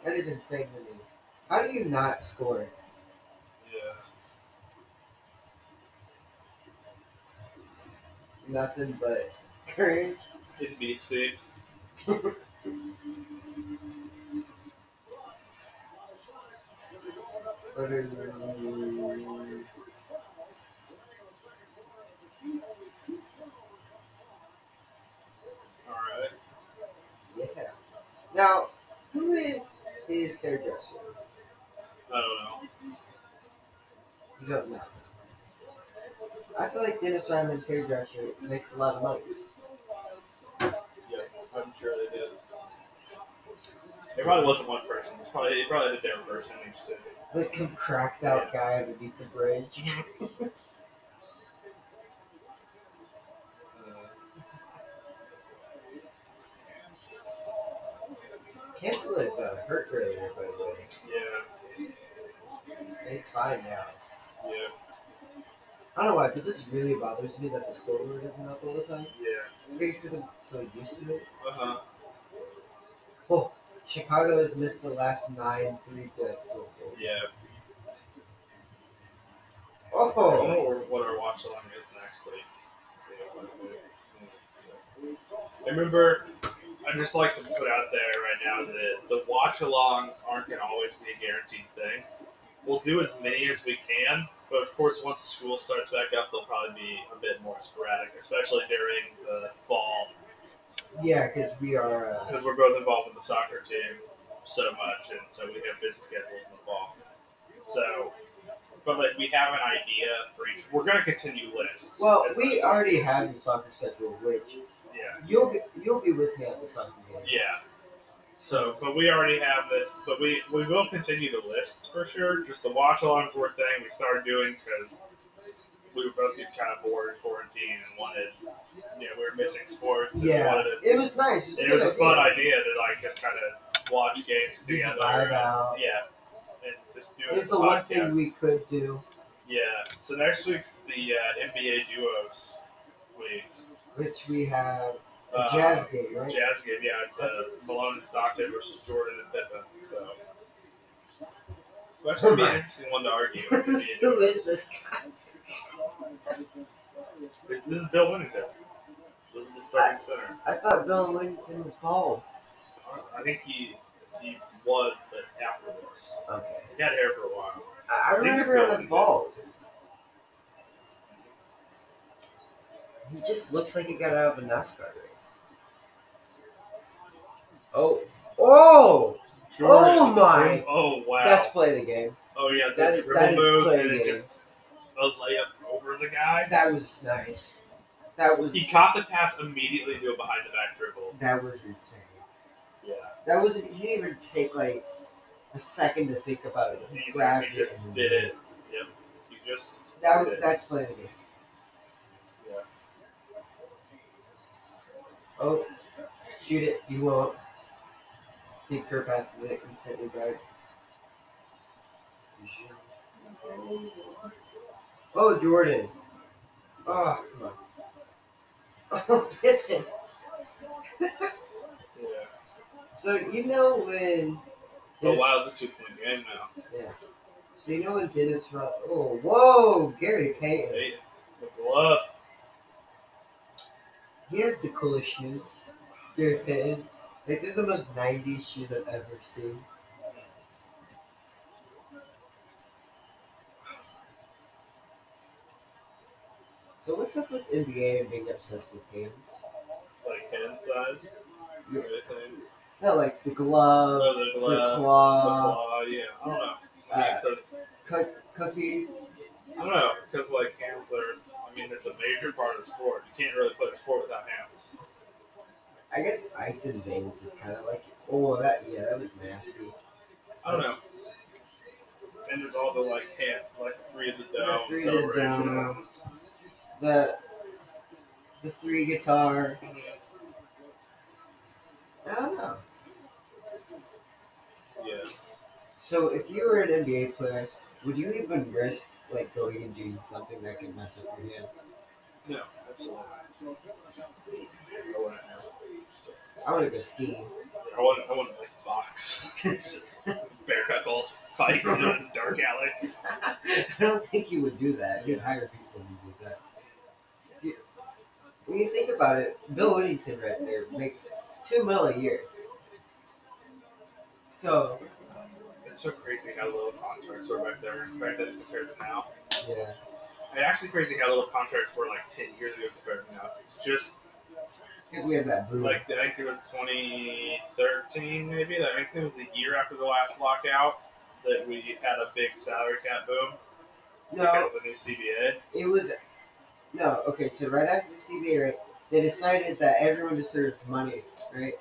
B: That is insane to me. How do you not score?
G: Yeah.
B: Nothing but courage.
G: It'd be sick.
B: What are you-
G: Alright.
B: Yeah. Now, who is his hairdresser?
G: I don't know.
B: You don't know. I feel like Dennis Ryman's hairdresser makes a lot of money.
G: Yeah, I'm sure they did. It probably wasn't one person. It's probably it probably did every person in each city.
B: Like some cracked out guy underneath the bridge.
G: Uh,
B: Campbell is uh, hurt earlier, by the way.
G: Yeah,
B: He's fine now.
G: yeah,
B: I don't know why, but this really bothers me that the scoreboard isn't up all the time.
G: yeah.
B: I think it's because I'm so used to it.
G: Uh huh.
B: Chicago has missed the last nine three point field goals.
G: Yeah. I
B: Oh,
G: wonder what- what our watch along is next week. Yeah, what- what- I remember. I just like to put out there right now that the watch alongs aren't going to always be a guaranteed thing. We'll do as many as we can, but of course, once school starts back up, they'll probably be a bit more sporadic, especially during the fall
B: yeah, because we are. Uh,
G: because we're both involved with the soccer team so much, and so we have busy schedules involved. So, but like we have an idea for each. We're going to continue lists.
B: well,
G: as
B: we
G: much-
B: already have the soccer schedule, which
G: Yeah,
B: you'll be, you'll be with me at the soccer game.
G: yeah. So, but we already have this. But we we will continue the lists for sure. Just the watch alongs were a thing we started doing because we were both getting kind of bored in quarantine and wanted, you know, we were missing sports and
B: Yeah.
G: wanted to.
B: It was nice.
G: It was a
B: good
G: fun idea to like just kind of watch games
B: Just
G: together.
B: vibe
G: and-
B: out.
G: Yeah, and just do it.
B: It's
G: as
B: the
G: a
B: one
G: podcast.
B: thing we could do.
G: Yeah. So next week's the uh, NBA duos week.
B: which we have a
G: Uh,
B: jazz game, right?
G: Jazz game. Yeah, it's uh, Malone and Stockton versus Jordan and Pippen. So that's gonna be an interesting one to argue. NBA
B: Who
G: duos.
B: is this guy?
G: This, this is Bill Winnington. This is the starting center.
B: I thought Bill Linton was bald.
G: I think he he was, but after this,
B: Okay.
G: he had hair for a while.
B: I, I
G: I think it's
B: remember him
G: Bill
B: as bald. He just looks like he got out of a NASCAR race. Oh. Oh!
G: Jordan,
B: Oh my.
G: Oh wow!
B: That's play the game.
G: oh yeah, the
B: That is,
G: dribble
B: that is
G: moves
B: play
G: and
B: the
G: then
B: game.
G: just a layup over the guy.
B: That was nice. That was
G: He caught the pass immediately to a behind the back dribble.
B: that was insane.
G: Yeah.
B: That wasn't he didn't even take like a second to think about it.
G: He
B: He grabbed
G: just
B: it. and
G: did it.
B: went.
G: Yep. You just
B: That
G: Yeah.
B: was, that's playing the game.
G: Yeah.
B: Oh, shoot it! You won't. Steve Kerr passes it instantly back. Oh, Jordan. Oh, come on. Oh, Pippen.
G: yeah.
B: So you know when?
G: Oh
B: Dennis-
G: wow, it's a two point game now.
B: So you know when Dennis Rod? Oh, whoa, Gary Payton.
G: Hey, with love.
B: He has the coolest shoes. Gary Payton. Like they're the most '90s shoes I've ever seen. So what's up with NBA and being obsessed with games?
G: Like hand size.
B: Yeah.
G: Everything.
B: No, like the glove,
G: Oh, the
B: the
G: glove. The
B: claw,
G: claw. Yeah. I don't know.
B: uh,
G: Yeah, 'cause-
B: cook cookies.
G: I don't know, because like hands are. I mean, it's a major part of the sport. You can't really play a sport without hands.
B: I guess ice and veins is kind of like, oh, that yeah, that was nasty.
G: I don't know. And there's all the like hands, like three of the dome
B: three of the
G: celebration.
B: dome. The the three guitar.
G: Mhm.
B: I don't know.
G: Yeah.
B: So if you were an NBA player, would you even risk like going and doing something that could mess up your hands?
G: No, absolutely. I wouldn't know.
B: I want to go skiing.
G: I want I want to like box, bare knuckle fight in a dark alley.
B: I don't think you would do that. You'd hire people to do that. You- When you think about it, Bill Whittington right there makes two mil a year. So
G: It's so crazy how little contracts were back there back then compared to now.
B: yeah,
G: And actually crazy how little contracts were like ten years ago compared to now. It's just
B: because we have that boom.
G: like I think it was twenty thirteen maybe. I think it was the year after the last lockout that we had a big salary cap boom because
B: no,
G: of the new CBA.
B: it was no. Okay, so right after the CBA, right, they decided that everyone deserved money, right?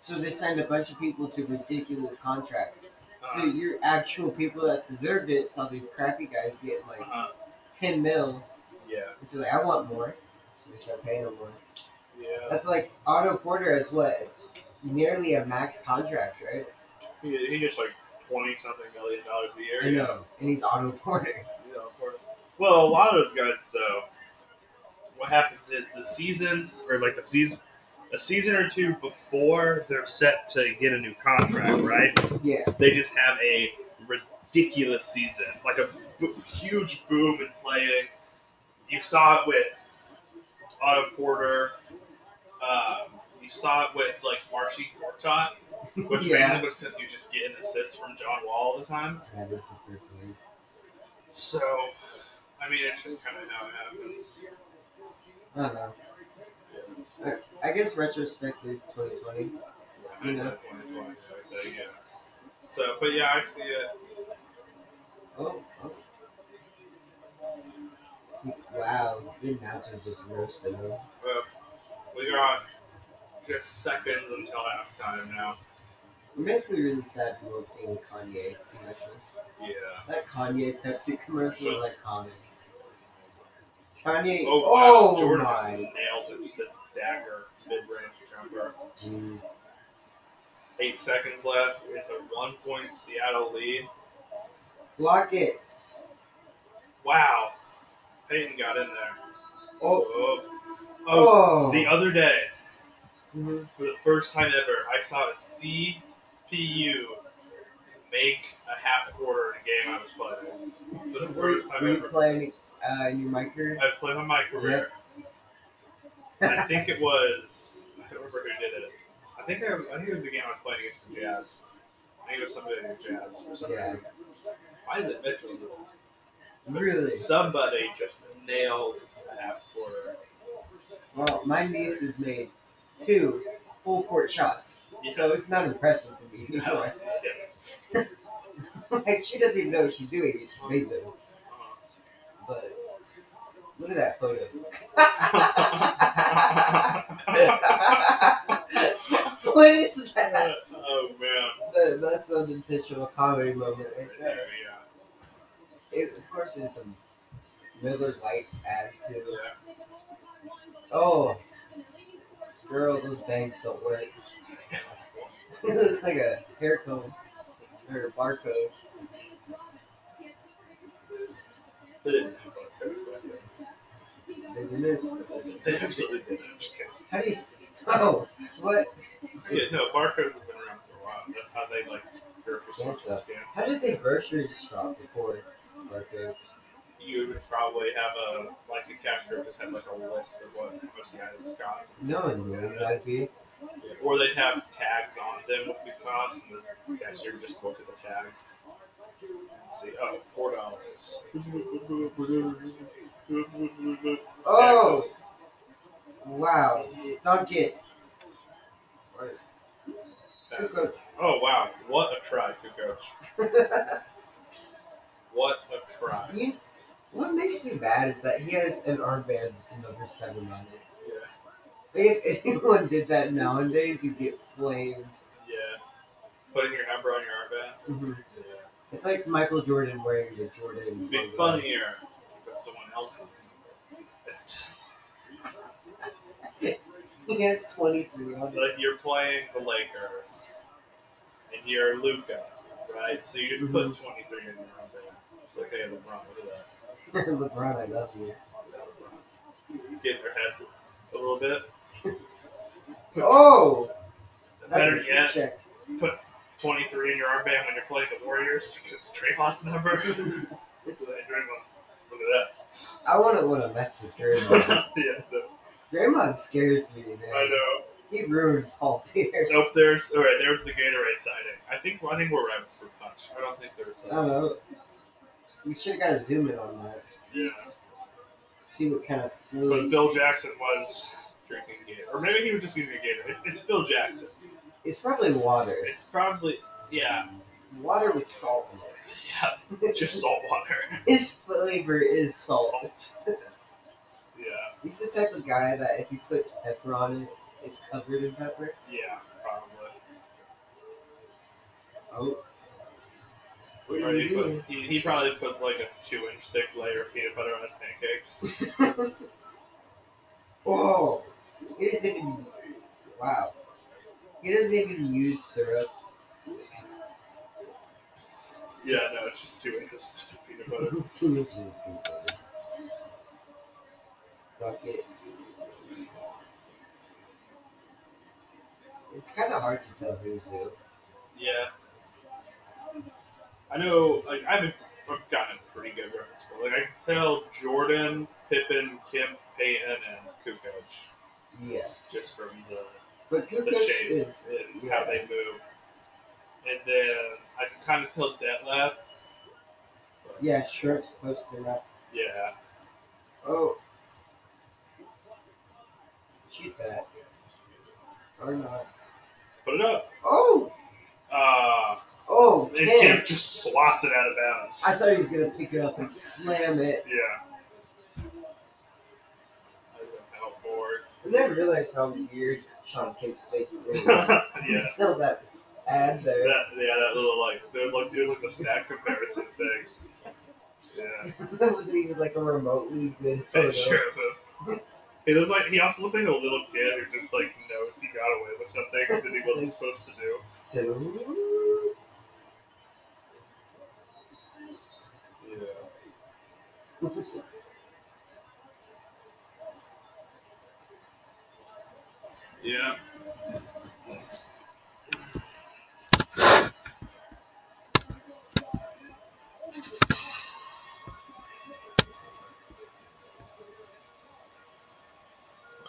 B: So they signed a bunch of people to ridiculous contracts. So
G: Uh,
B: your actual people that deserved it saw these crappy guys getting like
G: uh,
B: ten mil,
G: yeah,
B: and so like I want more. So they start paying them more.
G: yeah.
B: That's like Otto Porter is what nearly a max contract, right?
G: He, he gets like twenty something million dollars a year.
B: I know, and he's Otto Porter.
G: you know, of course. Well, a lot of those guys, though, what happens is the season, or like the season, a season or two before they're set to get a new contract, right?
B: Yeah,
G: They just have a ridiculous season, like a b- huge boom in playing. You saw it with Otto Porter. Um, you saw it with like Marshy Gortat, which
B: Yeah.
G: mainly was because he was just getting assists from John Wall all the time.
B: that is the third point.
G: So, I mean, it's just kind of how it happens.
B: I don't know. I, I guess retrospect is twenty twenty. You know.
G: Yeah. So, but yeah, I see it.
B: Oh, oh. Wow, the announcer just roasted him.
G: We got just seconds until halftime now.
B: It makes me really sad we won't see any Kanye commercials.
G: Yeah.
B: That Kanye Pepsi commercial is iconic. Kanye,
G: Oh, wow.
B: oh,
G: Jordan just
B: my,
G: nails it. Just a dagger mid-range jumper.
B: jeez.
G: Eight seconds left. It's a one-point Seattle lead.
B: Block it.
G: Wow. Peyton got in there.
B: Oh,
G: Oh. Oh.
B: oh.
G: The other day,
B: Mhm.
G: for the first time ever, I saw a CPU make a half quarter in a game I was playing. For the first time
B: Were you
G: ever.
B: playing uh, in your mic career?
G: I was playing on my career. I think it was. I don't remember who did it. I think I, I think it was the game I was playing against the Jazz. I think it was somebody in the Jazz for some
B: Yeah.
G: reason. Why did Mitchell do it?
B: Really?
G: Somebody just nailed a half quarter.
B: Well, my niece has made two full court shots, so it's not impressive to me anymore. like she doesn't even know what she's doing. She just made them. But look at that photo. what is that?
G: oh man.
B: That- That's an intentional comedy moment right
G: Right
B: there.
G: there, yeah.
B: It, of course, it's the Miller Lite ad to the
G: Yeah.
B: Oh, girl, those bangs don't work. it looks like a hair comb or a barcode.
G: They didn't have barcodes back then. They absolutely didn't. I'm just kidding.
B: How do you? Oh, what?
G: Yeah, no, barcodes have been around for a while. That's how they like for
B: Scan
G: social
B: stuff.
G: scans.
B: How did they grocery shop before barcode?
G: You would probably have a like the cashier just had like a list of what most the items cost.
B: No one knew that'd be.
G: Or they'd have tags on them with the cost, and the cashier would just look at the tag. and See, oh, four dollars.
B: Oh, wow! Dunk it. Or-
G: Oh wow, what a try, Kukoc. What a try.
B: You, what makes me mad is that he has an armband with the number seven on it.
G: Yeah.
B: If anyone did that nowadays, you get flamed.
G: Yeah. Putting your number on your armband. Yeah.
B: It's like Michael Jordan wearing the Jordan.
G: It'd be
B: logo.
G: funnier with someone else's.
B: He has 23 on it.
G: Like you're playing the Lakers, and you're Luca, right? So you just put 23 in your armband. It's like, hey, LeBron, look at that.
B: LeBron, I love you.
G: Look at that, LeBron. get their heads a little bit.
B: Oh, that's
G: Better
B: a
G: yet,
B: check.
G: 23 in your armband when you're playing the Warriors. 'cause Trayvon's number. Look at that, Draymond. Look at
B: I wouldn't want to mess with Draymond.
G: that. yeah, no,
B: Draymond scares me, man.
G: I know.
B: He ruined Paul Pierce.
G: Nope, there's all right. There's the Gatorade sighting. I think I think we're right for punch. I don't think there's.
B: I don't know. We should have got to zoom in on that.
G: yeah,
B: See what kind of
G: but
B: fluids.
G: Phil Jackson was drinking Gatorade, or maybe he was just using a Gatorade. It's, it's Phil Jackson.
B: It's probably water.
G: It's probably yeah,
B: Water with salt in it.
G: yeah, just salt water.
B: His flavor is salt.
G: Yeah,
B: He's the type of guy that if you put pepper on it, it's covered in pepper.
G: yeah, probably.
B: Oh. What
G: Or
B: are
G: he,
B: you doing?
G: put, he, he probably put like a two-inch thick layer of peanut butter on his pancakes.
B: Oh, he doesn't even. Wow, he doesn't even use syrup.
G: yeah, no, it's just two inches of peanut butter.
B: Two inches of peanut butter. Bucket. It's kind of hard to tell who's who.
G: Yeah. I know, like, I've, I've gotten a pretty good reference. But, like, I can tell Jordan, Pippen, Kim, Payton, and Kukoc
B: Yeah,
G: just from the,
B: but
G: the
B: Kukoc
G: shape
B: is
G: and
B: yeah.
G: how they move. And then I can kind of tell Detlef. but-
B: yeah shrimps posted up.
G: Yeah.
B: Oh, shoot that or not?
G: Put it up.
B: Oh,
G: Uh,
B: oh,
G: and
B: Kim.
G: Kim just swats it out of bounds.
B: I thought he was gonna pick it up and slam it.
G: yeah. I went out for
B: I never realized how weird Sean King's face is.
G: it. yeah.
B: Until that ad there.
G: That, yeah, that little like there's like there's like the snack comparison thing. Yeah,
B: That wasn't even like a remotely good photo.
G: for sure. but- He looked like he also looked like a little kid who just like knows he got away with something that he wasn't supposed to do.
B: So, ooh,
G: Yeah. Yeah.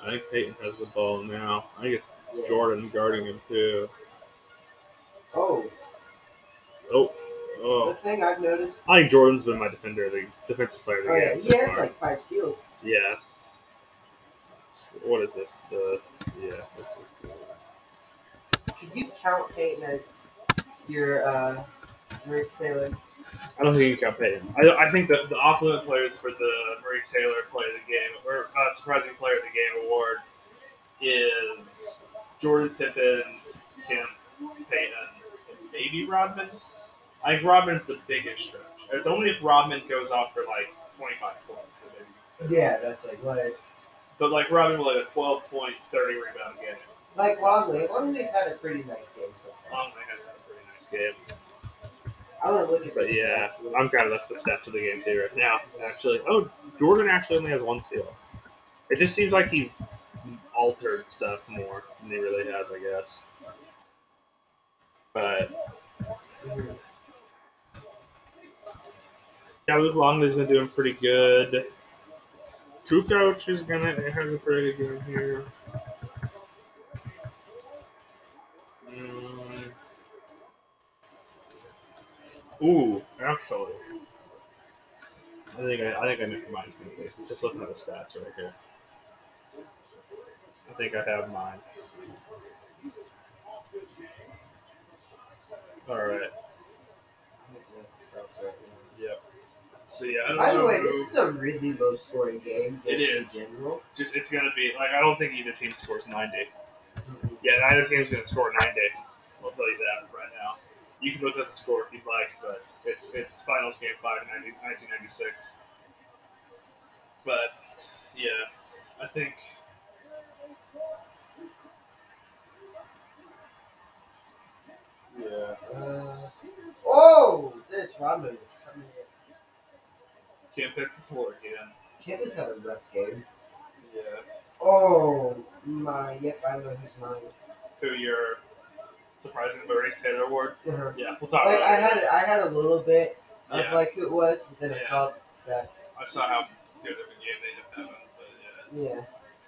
D: I think Peyton has the ball now. I think it's
B: yeah.
D: Jordan guarding him too.
B: Oh,
D: Oh,
B: the
D: oh.
B: thing I've noticed.
D: I think Jordan's been my defender, the defensive player of the
B: Oh yeah,
D: game.
B: he
D: so
B: had
D: far.
B: like five steals.
D: Yeah. What is this? The yeah. this is-
B: Could you count Peyton as your uh, Rich Taylor?
D: I don't think you can count Peyton.
G: I, I think that the off-limit players for the Maurice Taylor Player of the Game or uh, Surprising Player of the Game award is Jordan Pippen, Kim Payton, and maybe Rodman. I think Rodman's the biggest stretch. It's only if Rodman goes off for like 25 points that maybe you consider.
B: Yeah, that's like what.
G: But like Rodman with like a 12 point, 30 rebound game.
B: Like Longley. Longley's had a pretty nice game so far.
G: Longley has had a pretty nice game.
B: I want to look at
D: But
B: this.
D: yeah, I'm kind of left the step to the game too right now. Actually, oh, Jordan actually only has one steal. It just seems like he's altered stuff more than he really has, I guess. But yeah, Luke Longley's been doing pretty good. Kukoc is gonna has a pretty good game here. Mm. Ooh, actually, I think I, I think I know who mine's gonna be. Just looking at the stats right here. I think I have mine. All right.
B: looking at the stats right now.
G: Yep. So yeah, I don't
B: By the
G: know
B: way,
G: who-
B: this is a really low scoring game.
G: It
B: just
G: is.
B: In general.
G: just it's gonna be like I don't think either team scores ninety. Yeah, neither team's gonna score ninety. I'll tell you that right now. You can look up the score if you'd like, but it's it's finals game five 90, 1996. But yeah, I think Yeah.
B: Uh, oh, this Rodman was coming in.
G: Can't pick the floor again.
B: Kim has had a rough game.
G: Yeah.
B: Oh my! Yep, I know who's mine.
G: Who your surprising but race Taylor Award?
B: Uh-huh.
G: Yeah, we'll talk
B: Like
G: about
B: I
G: it.
B: had, I had a little bit of
G: Yeah.
B: like who it was, but then I
G: Yeah.
B: saw the stats.
G: I saw how good of a game they did that one, but yeah.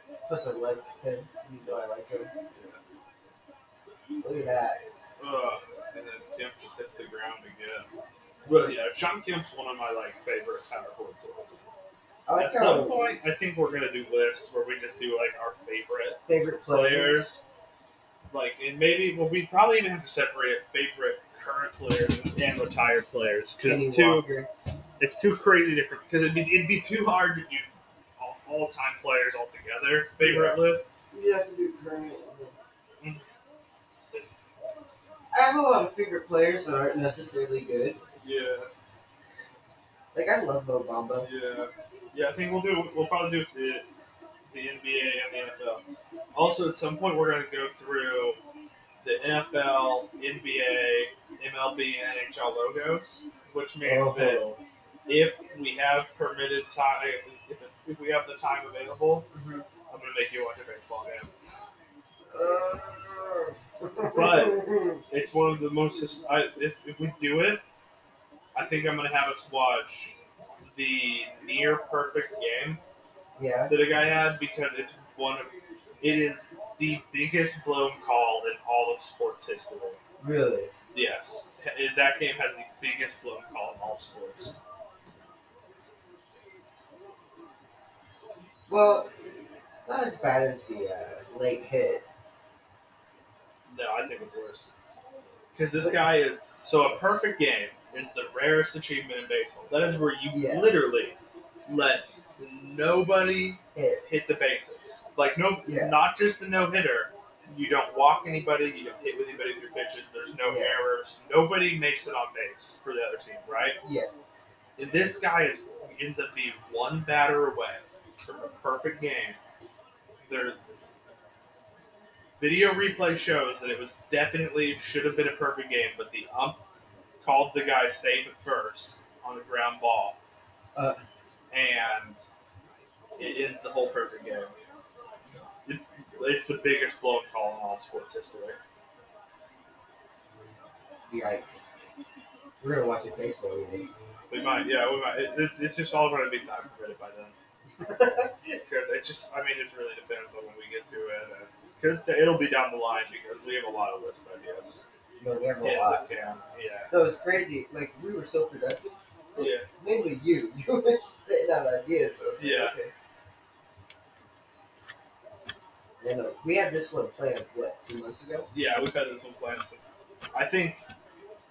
B: Yeah. Plus, I like him. You know, I like him. Look at that.
G: Ugh, Uh, and then Kemp just hits the ground again. Well, yeah, Sean Kemp's one of my like favorite power forwards of all time.
B: I like
G: At some
B: our
G: point, I think we're gonna do lists where we just do like our favorite
B: favorite player.
G: players, like, and maybe well, we probably even have to separate favorite current players and retired players because
B: Kenny
G: it's too
B: Walker.
G: it's too crazy different because it'd be, it'd be too hard to do all, all time players all together favorite list.
B: You just have to do current. And then...
G: Mhm.
B: I have a lot of favorite players that aren't necessarily good.
G: Yeah.
B: Like I love Mo Bamba.
G: Yeah, yeah. I think we'll do. We'll probably do the the NBA and the NFL. Also, at some point, we're going to go through the NFL, NBA, MLB, and NHL logos, which means that
B: Oh.
G: if we have permitted time, if, if, if we have the time available,
B: Mhm.
G: I'm going to make you watch a baseball game.
B: Uh, Ugh.
G: But- It's one of the most. his- I, if, if we do it, I think I'm going to have us watch the near perfect game
B: yeah,
G: that a guy had because it's one of it is the biggest blown call in all of sports history.
B: really.
G: Yes, H- that game has the biggest blown call in all of sports.
B: Well, not as bad as the uh, late hit.
G: No, I think it's worse because this guy is so a perfect game is the rarest achievement in baseball. That is where you
B: Yeah.
G: literally let nobody
B: Hit.
G: hit the bases. Like no,
B: Yeah.
G: not just the no hitter. You don't walk anybody. You don't hit with anybody with your pitches. There's no
B: Yeah.
G: errors. Nobody makes it on base for the other team, right?
B: Yeah.
G: And this guy is ends up being one batter away from a perfect game. Their video replay shows that it was definitely should have been a perfect game, but the ump called the guy safe at first on a ground ball,
B: Uh.
G: and it ends the whole perfect game. It, it's the biggest blown call in all sports history.
B: Yikes. We're gonna watch a baseball game.
G: We might, yeah, we might. It, it's, it's just all going to be time permitted by then. Because it's just, I mean, it really depends on when we get to it. Because it'll be down the line because we have a lot of list ideas.
B: No, we have a
G: in
B: lot.
G: the can. Yeah.
B: No, it's crazy. Like we were so productive.
G: Yeah.
B: Mainly you. You were just spitting out ideas. I was like,
G: Yeah.
B: okay. You know, we had this one planned what two months ago.
G: Yeah, we've had this one planned since. I think,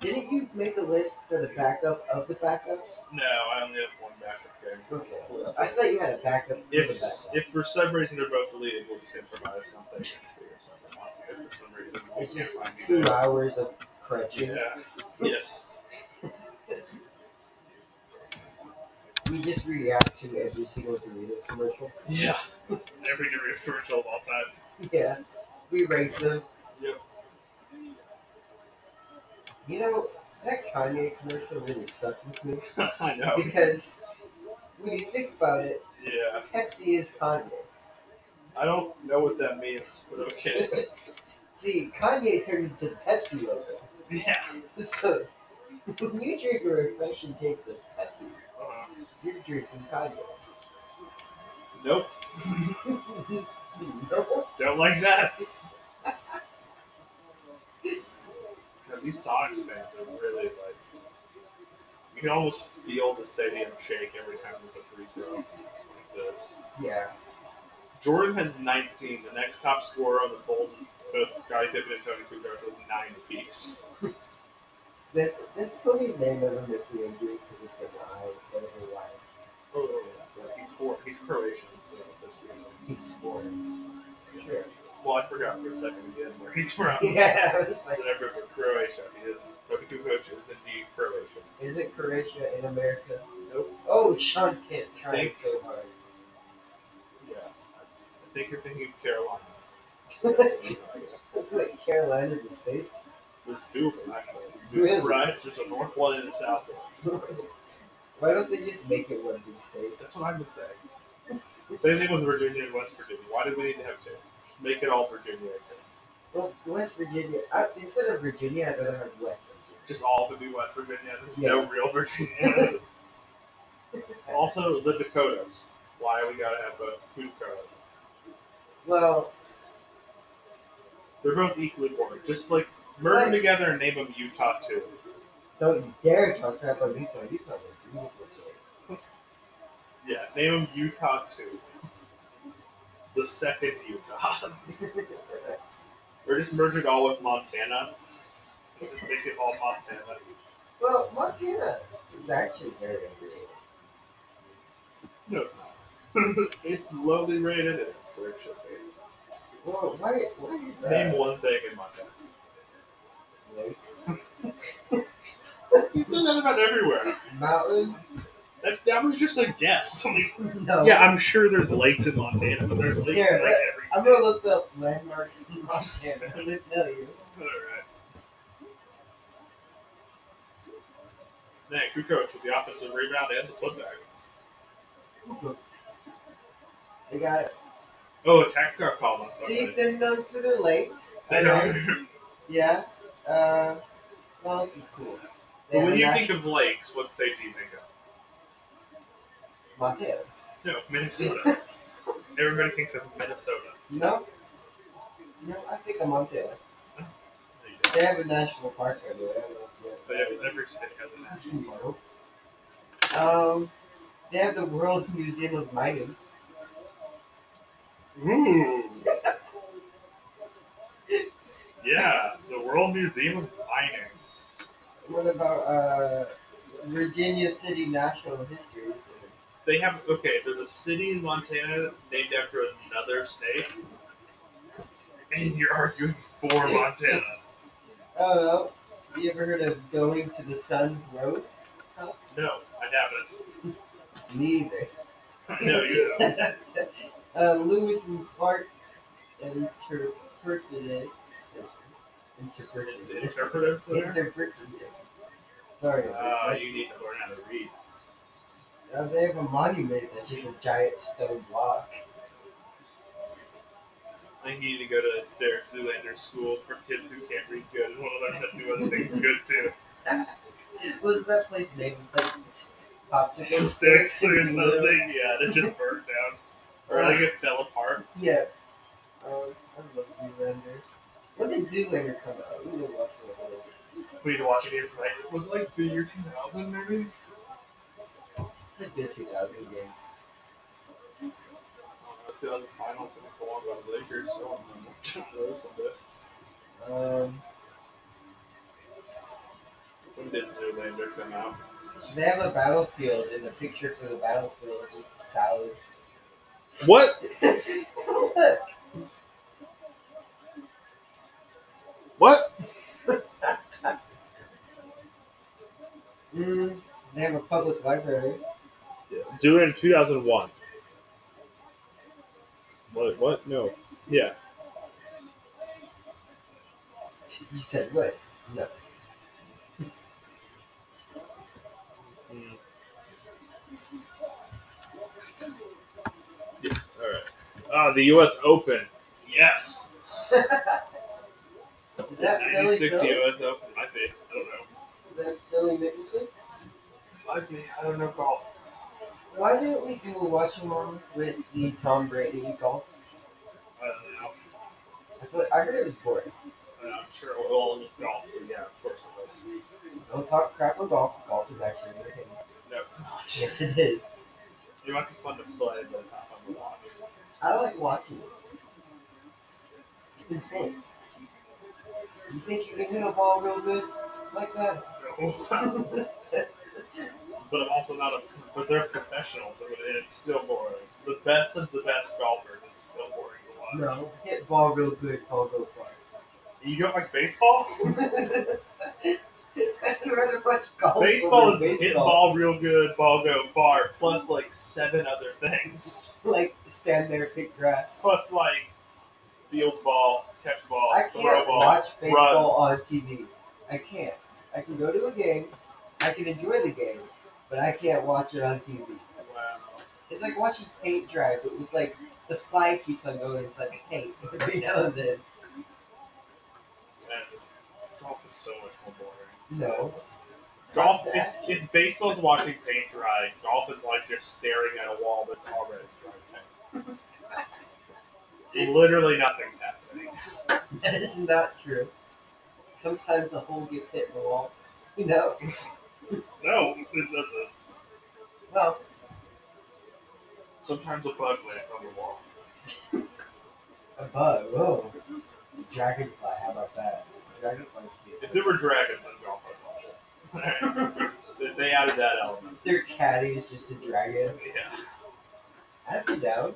B: Didn't you make a list for the backup of the backups?
G: no, I only have one backup game.
B: Okay. I thought you had a backup. of
G: If,
B: the backup.
G: if for some reason they're both deleted, we'll just improvise something and figure something else. If for some reason we
B: it's
G: can't
B: just
G: find
B: two
G: anything.
B: hours of crunching.
G: Yeah. Yes.
B: We just react to every single Doritos commercial.
G: Yeah. Every Doritos commercial of all time.
B: Yeah, we rank them.
G: Yep.
B: You know that Kanye commercial really stuck with me
G: I know.
B: because when you think about it,
G: Yeah.
B: Pepsi is Kanye.
G: I don't know what that means, but okay.
B: See, Kanye turned into the Pepsi logo.
G: yeah.
B: So when you drink a refreshing taste of Pepsi,
G: Uh,
B: you're drinking Kanye.
G: nope.
B: no,
G: Don't like that. Yeah, These Sonics fans are really like. You can almost feel the stadium shake every time there's a free throw like this.
B: yeah,
G: Jordan has 19. The next top scorer on the Bulls is both Scottie Pippen and Tony Kukoc with nine apiece.
B: does, does Tony's name ever make you angry because it's an I instead of a Y?
G: Oh, yeah, he's four. He's Croatian, so that's weird.
B: He's foreign. Sure.
G: Well, I forgot for a second again where he's from.
B: Yeah, I was like,
G: He's an immigrant from Croatia. He is Tony Kukoc is indeed Croatian.
B: is it Croatia in America?
G: Nope.
B: Oh, Sean Kent trying
G: Thanks.
B: so hard.
G: Yeah. I think you're thinking of Carolina.
B: Wait, Carolina's a state?
G: There's two of them actually. There's
B: Really?
G: rights, there's a north one and a south one.
B: Why don't they just make it one big state?
G: That's what I've been saying. Same thing with Virginia and West Virginia. Why did we need to have two? Just make it all Virginia. again.
B: Well, West Virginia. I, instead of Virginia, I'd rather have West Virginia.
G: Just all of it be West Virginia. There's no real Virginia. also, the Dakotas. Why we gotta have both two Dakotas?
B: Well,
G: They're both equally important. Just like merge them
B: Right.
G: together and name them Utah too.
B: don't you dare talk crap on Utah. Utah's a beautiful place.
G: Yeah, name them Utah too. The second Utah. or just merge it all with Montana. Just make it all Montana.
B: Well, Montana is actually very underrated.
G: No, it's not. it's lowly rated and it's where it should be.
B: Well, why? Why is
G: Name
B: that?
G: one thing in Montana.
B: Lakes,
G: You said that about everywhere.
B: mountains.
G: That, that was just a guess. Like,
B: No.
G: yeah, I'm sure there's lakes in Montana, but there's lakes
B: Here,
G: in like every
B: I'm gonna look up landmarks in Montana. I'm gonna tell you.
G: All right. Man, Kukoc with the offensive rebound and the putback.
B: They got
G: Oh, attack got called on
B: see
G: somebody.
B: them known for their lakes.
G: They
B: Okay.
G: are.
B: Yeah. Uh, what else is cool? They
G: But
B: have
G: when
B: a
G: you
B: nat-
G: think of lakes, what state do you think of?
B: Montana.
G: No, Minnesota. Everybody thinks of Minnesota.
B: No. No, I think I'm up there.
G: No, you don't.
B: They have a national park over there. I don't know if you
G: They have every state has a national park.
B: know. Um, they have the World Museum of Mining.
G: Ooh. yeah, the World Museum of Mining.
B: What about uh, Virginia City National History Museum?
G: They have okay. There's a city in Montana named after another state, and you're arguing for Montana.
B: I don't know. You ever heard of Going to the Sun Road?
G: No, I
B: Neither.
G: haven't. I know you know.
B: Uh, Lewis and Clark interpreted. Interpreted.
G: Interpretive center.
B: Interpreted. Sorry.
G: Uh,
B: dyslexia.
G: you need to learn how to read.
B: Uh, they have a monument that's just a giant stone block.
G: I think you need to go to Derek Zoolander School for kids who can't read good. It's one of those that do other things good too.
B: What was that place named? Like s- popsicle
G: Sticks or
B: and glue?
G: something. Yeah, they just burnt down, or like it fell apart.
B: Yeah. Um, I love Zoolander. When did Zoolander come out? We didn't watch it. a lot.
G: We need to watch it here for like was it like the year 2000 maybe.
B: It's a good 2000 game.
G: The other finals in the Golden Glove Lakers, so I'm gonna check those a bit.
B: Um,
G: When did Zoolander come out?
B: so they have a battlefield, and the picture for the battlefield is just a salad. Look,
D: What? What?
B: mm, they have a public library.
D: Do it in 2001. What? What? No. Yeah.
B: You said what? No.
D: All right. Ah, the U.S. Open.
G: Yes,
B: Is that Philly?
G: 96
B: Phil-
G: U.S. Open. I think I don't know.
B: Is that Philly Mickelson?
G: Might be. I don't know golf.
B: Why didn't we do a watch along with the Tom Brady golf?
G: I don't know.
B: I, thought, I heard it was boring.
G: I don't know. I'm sure we're all in this golf. So yeah, of course it was.
B: Don't talk crap on golf. Golf is actually entertaining.
G: No, it's not.
B: Yes, it is.
G: It might be fun to play, but it's not fun to watch.
B: I like watching it. It's intense. You think you can hit a ball real good like that?
G: No. but I'm also not a. But they're professionals, so it- it's still boring. The best of the best golfers, it's still boring to watch.
B: No. Hit ball real good, ball go far.
G: You don't like baseball?
B: I'd rather watch golf.
G: baseball
B: over
G: is hit
B: Oh, baseball.
G: ball real good, ball go far, plus like seven other things,
B: Like stand there, pick grass.
G: plus like field ball, catch ball,
B: I
G: throw
B: can't
G: ball.
B: watch baseball on TV. I can't. I can go to a game. I can enjoy the game, but I can't watch it on TV.
G: Wow.
B: It's like watching paint dry, but with like the fly keeps on going inside the paint every now and then.
G: That's, golf is so much more boring.
B: No. It's not
G: Golf, if,
B: sad.
G: if baseball's watching paint dry, golf is like just staring at a wall that's already dry. Literally nothing's happening.
B: That is not true. Sometimes a hole gets hit in the wall. You know?
G: No, it doesn't.
B: Well,
G: Sometimes a bug lands on the wall.
B: a bug. Whoa. Dragonfly, how about that? Dragonfly can be
G: If
B: sick.
G: there were dragons on golf, I'd watch it. They- they added that element.
B: Their caddy is just a dragon.
G: Yeah.
B: I'd be down.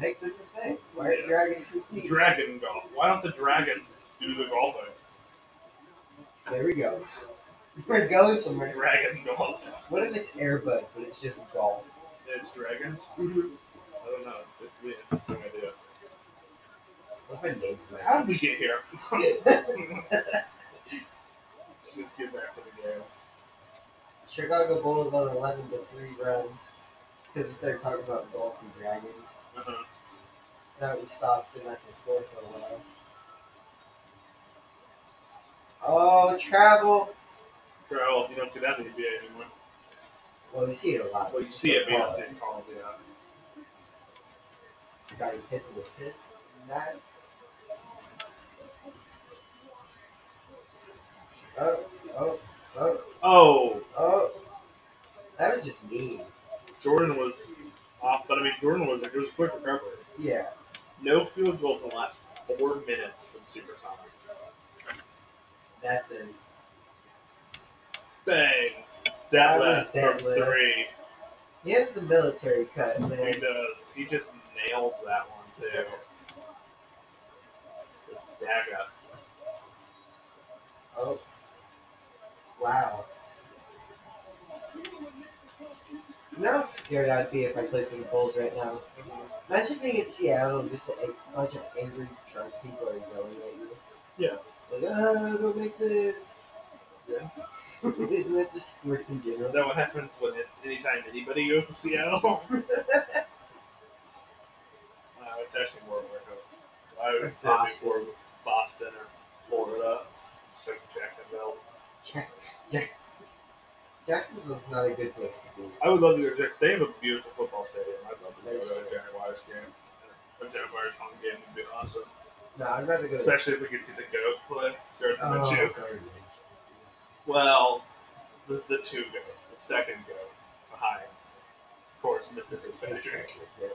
B: Make this a thing. Why are
G: Yeah.
B: dragons so deep?
G: Dragon golf. Why don't the dragons do the golfing?
B: There we go. We're going somewhere.
G: Dragon golf.
B: What if it's airbud, but it's just golf?
G: It's dragons?
B: Mhm.
G: I don't know. It'd be an interesting idea.
B: What if I named
G: How did we get here?
B: that?
G: Let's get back to the game.
B: Chicago Bulls on an 11 to 3 run. It's because we started talking about golf and dragons.
G: Uh-huh.
B: Now we stopped and I can score for a while. Oh, travel!
G: Well, you don't see that in the NBA anymore.
B: Well, we see it a lot.
G: Well, you see it, but you don't see it called, yeah.
B: Scotty Pippen was hit. That. Oh, oh, oh,
G: Oh,
B: oh. That was just mean.
G: Jordan was off, but I mean, Jordan was, it was a quick recovery.
B: Yeah.
G: No field goals in the last four minutes from Supersonics.
B: That's it.
G: Bang!
B: That
G: That
B: was
G: left from
B: deadlift.
G: three.
B: He has the military cut,
G: He
B: man.
G: does. He just nailed that one too. The Dagger.
B: Oh. Wow. You know how scared I'd be if I played for the Bulls right now? Imagine being in Seattle and just a a bunch of angry drunk people are yelling at you.
G: Yeah.
B: Like, oh, don't make this.
G: Yeah.
B: Isn't that just sports in
G: Is
B: general?
G: that what happens when it, anytime anybody goes to Seattle? no, it's actually more Orlando. I would say before
B: Boston.
G: Boston or Florida, so Jacksonville.
B: Ja- Ja- Jacksonville's not a good place to be.
G: I would love to go to Jacksonville. They have a beautiful football stadium. I'd love to
B: That's
G: go to a
B: true.
G: Jaguars game. A Jaguars home game would be awesome,
B: No, I'd rather go to
G: especially if we could see the goat play. Gardner
B: oh,
G: Minshew.
B: garbage.
G: Well, the, the two go, the second go behind, of course, Mrs. Fitzpatrick.
B: Yeah.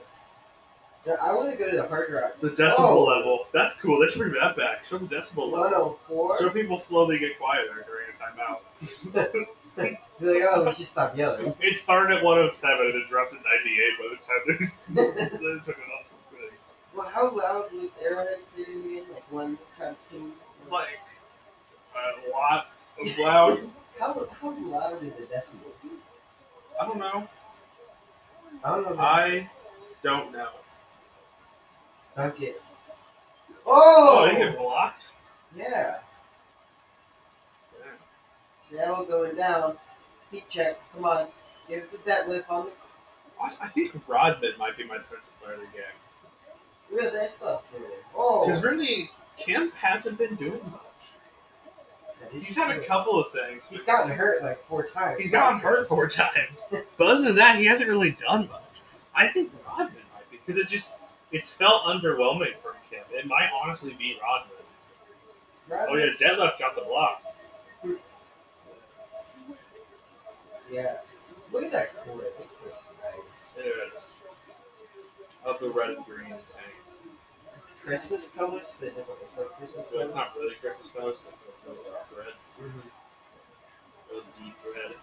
B: No, I want to go to the Hard Rock
G: The decibel
B: Oh.
G: level, that's cool. They should bring that back. Show the decibel level.
B: 104.
G: So people slowly get quieter during a
B: Be like, oh, we should stop yelling.
G: timeout. It started at 107 and it dropped to 98 by the time they, s- they took it off. the thing.
B: Well, how loud was Arrowhead Stadium again? Like 117?
G: Like, a lot of loud.
B: How, how loud is a decibel?
G: I don't know.
B: I don't know. man.
G: I don't know.
B: Dunk it.
G: Oh,
B: Oh!
G: they get blocked?
B: yeah.
G: Yeah.
B: Seattle going down. Heat check. Come on. Give it the deadlift on the.
G: Also, I think Rodman might be my defensive player of the game.
B: Really, that's not true. Oh!
G: Because really, Kemp hasn't been doing much.
B: That is
G: He's had a
B: true.
G: couple of things.
B: He's gotten hurt like four times.
G: He's gotten hurt four times. But other than that, he hasn't really done much. I think Rodman might be because it just it's felt underwhelming from Kemp. It might honestly be Rodman.
B: Right?
G: Oh yeah, Deadlift got the block.
B: Yeah. Look at that court. That court's nice.
G: There it is. Of the red and green thing.
B: It's Christmas colors, but it doesn't look like Christmas
G: So
B: colors.
G: it's
B: Mm-hmm.
G: not really Christmas colors. It's a real dark red, real deep red.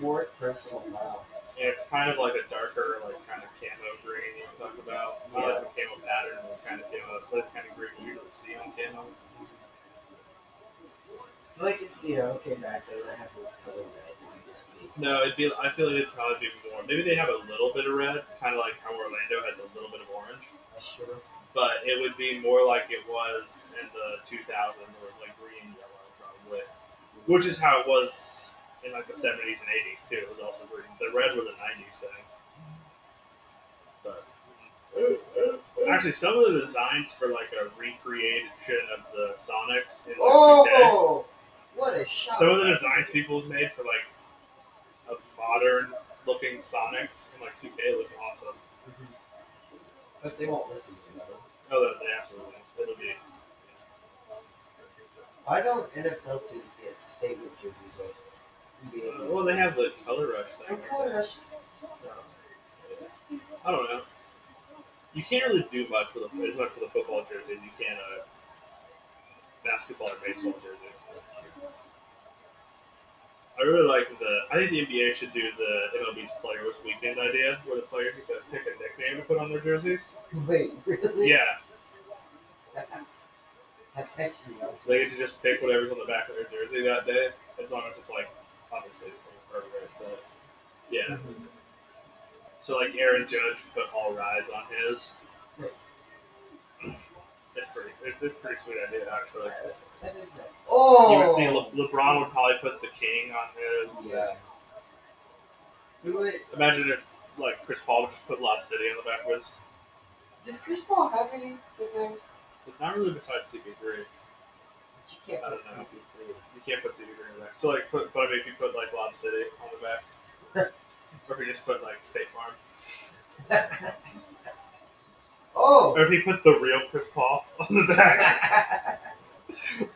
B: Fourth personal foul.
G: And it's kind of like a darker, like kind of camo green you talk about. Not like a camo pattern, but kind of camo, like kind of green you don't see on camo.
B: I feel like it's, you know, came back, they would have the color red and this week.
G: No, it'd be. I feel like it'd probably be more. Maybe they have a little bit of red, kind of like how Orlando has a little bit of orange.
B: That's sure.
G: But it would be more like it was in the 2000s, where it's like green, yellow, probably, which is how it was in like the seventies and eighties too. It was also green. The red was a nineties thing. But actually, some of the designs for like a recreation of the Sonics in like 2K,
B: Oh, what a shot!
G: some of the designs people have made for like a modern looking Sonics in like two K look awesome.
B: but they won't listen to you.
G: Oh, that they absolutely it'll be.
B: Why don't NFL teams get statement jerseys like NBA
G: Uh,
B: teams?
G: well, they have the color rush
B: I'm
G: thing.
B: kind of just
G: I don't know. You can't really do much with a, as much with a football jersey as you can a basketball or baseball jersey. I really like the. I think the NBA should do the MLB's Players Weekend idea, where the players get to pick a nickname to put on their jerseys.
B: wait. Really?
G: Yeah,
B: That's actually awesome.
G: they get to just pick whatever's on the back of their jersey that day, as long as it's like obviously appropriate. But yeah, so like Aaron Judge put all rise on his.
B: Right.
G: It's pretty. It's, it's a pretty sweet idea actually.
B: That is it. Oh,
G: You would see Le- LeBron would probably put the king on
B: oh!
G: his.
B: Yeah. Who would?
G: Imagine if like Chris Paul would just put Lob City on the back of his.
B: Does Chris Paul have any nicknames?
G: Not really besides CP3.
B: You can't
G: I
B: put
G: don't know.
B: CP3.
G: You can't put CP3 on the back. So like put but I mean, if you put like Lob City on the back. or if you just put like State Farm.
B: Oh.
G: Or if you put the real Chris Paul on the back.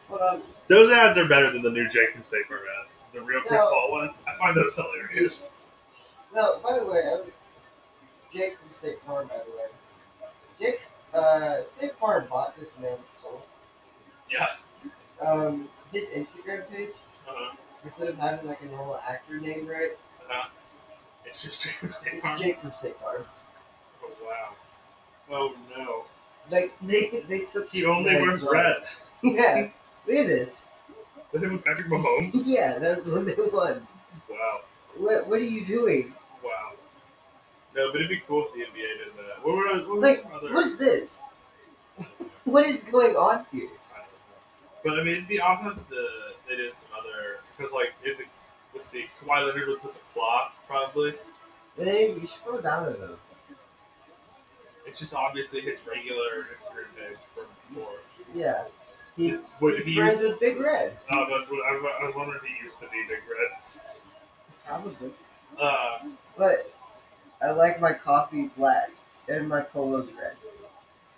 B: Hold on.
G: those ads are better than the new Jake from State Farm ads. The real Chris
B: No.
G: Paul ones. I find those hilarious.
B: No, by the way, I would- Jake from State Farm. By the way, Jake's uh, State Farm bought this man's soul.
G: Yeah.
B: Um, his Instagram page
G: Uh-huh.
B: instead of having like a normal actor name, right?
G: It's just Jake from State Farm.
B: It's Jake from State Farm.
G: Oh wow. Oh no.
B: Like they they took.
G: He
B: this
G: only
B: man's
G: wears
B: soul.
G: red.
B: Yeah. Look at this.
G: With him with Patrick Mahomes.
B: Yeah, that was when they won.
G: wow.
B: What What are you doing?
G: Wow. No, but it'd be cool if the NBA did that. What were what was
B: Like,
G: some other
B: what is this? What is going on here?
G: I don't know. But I mean, it'd be awesome if the, they did some other because like if it, let's see, Kawhi Leonard would put the clock probably.
B: And then you scroll down to them.
G: It's just obviously his regular Instagram page from before.
B: Yeah. He,
G: Would
B: he's
G: he
B: friends
G: use?
B: with Big Red.
G: Oh, that's what I, I was wondering if he used to be Big Red.
B: Probably.
G: Uh,
B: But I like my coffee black and my polos red.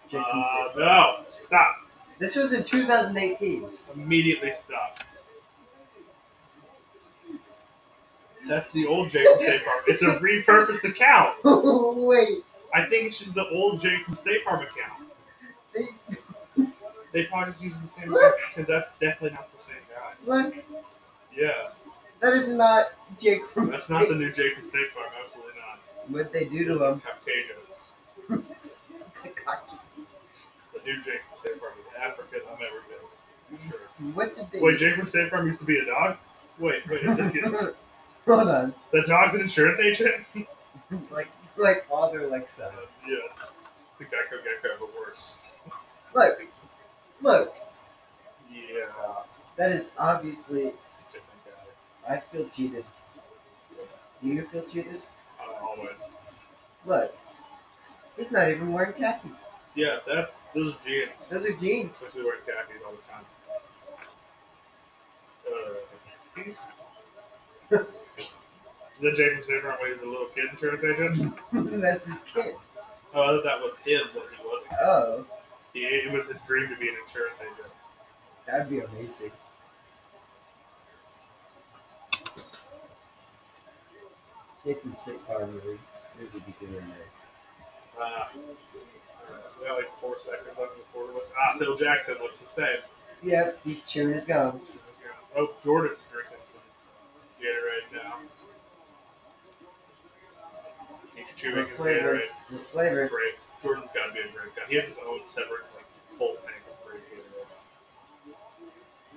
B: Chicken
G: uh,
B: fingers.
G: no, stop!
B: This was in 2018.
G: Immediately stop. That's the old Jake from State Farm. It's a repurposed account.
B: Wait.
G: I think it's just the old Jake from State Farm account.
B: They-
G: They probably just use the same
B: Look.
G: because that's definitely not the same guy.
B: Look,
G: Yeah,
B: that is not Jake from
G: that's
B: State.
G: not the new Jake from State Farm. Absolutely not.
B: What they do
G: It's
B: to him.
G: Caucasian.
B: It's a cocky.
G: The new Jake from State Farm is African American. Sure.
B: What did they
G: Wait, Jake from State Farm used to be a dog. Wait, wait a second.
B: Hold on.
G: the dog's an insurance agent. Uh,
B: Like, like father, like son.
G: yes, the Geico Gecko, but worse.
B: Look. Look.
G: Yeah,
B: That is obviously.
G: different guy.
B: I feel cheated. Do you feel cheated?
G: Uh, always.
B: Look. He's not even wearing khakis.
G: Yeah, that's those jeans.
B: Those are jeans.
G: since we wear khakis all the time. Uh, he's the Jacob Saber when he was a little kid insurance agent.
B: That's his kid.
G: Oh, I thought that was him when he wasn't.
B: Oh,
G: He, it was his dream to be an insurance agent.
B: that'd be amazing. Taking State Farm really, really be doing this.
G: Uh, uh, we got like four seconds left in the quarter. What's ah? Phil Jackson looks the same.
B: Yep, he's chewing his gum.
G: Oh, Jordan's drinking some Gatorade now. He's chewing his
B: Flavor.
G: Gatorade.
B: What flavor?
G: Great. Jordan's got to be a great guy. He has his own separate, like, full tank of great Gatorade.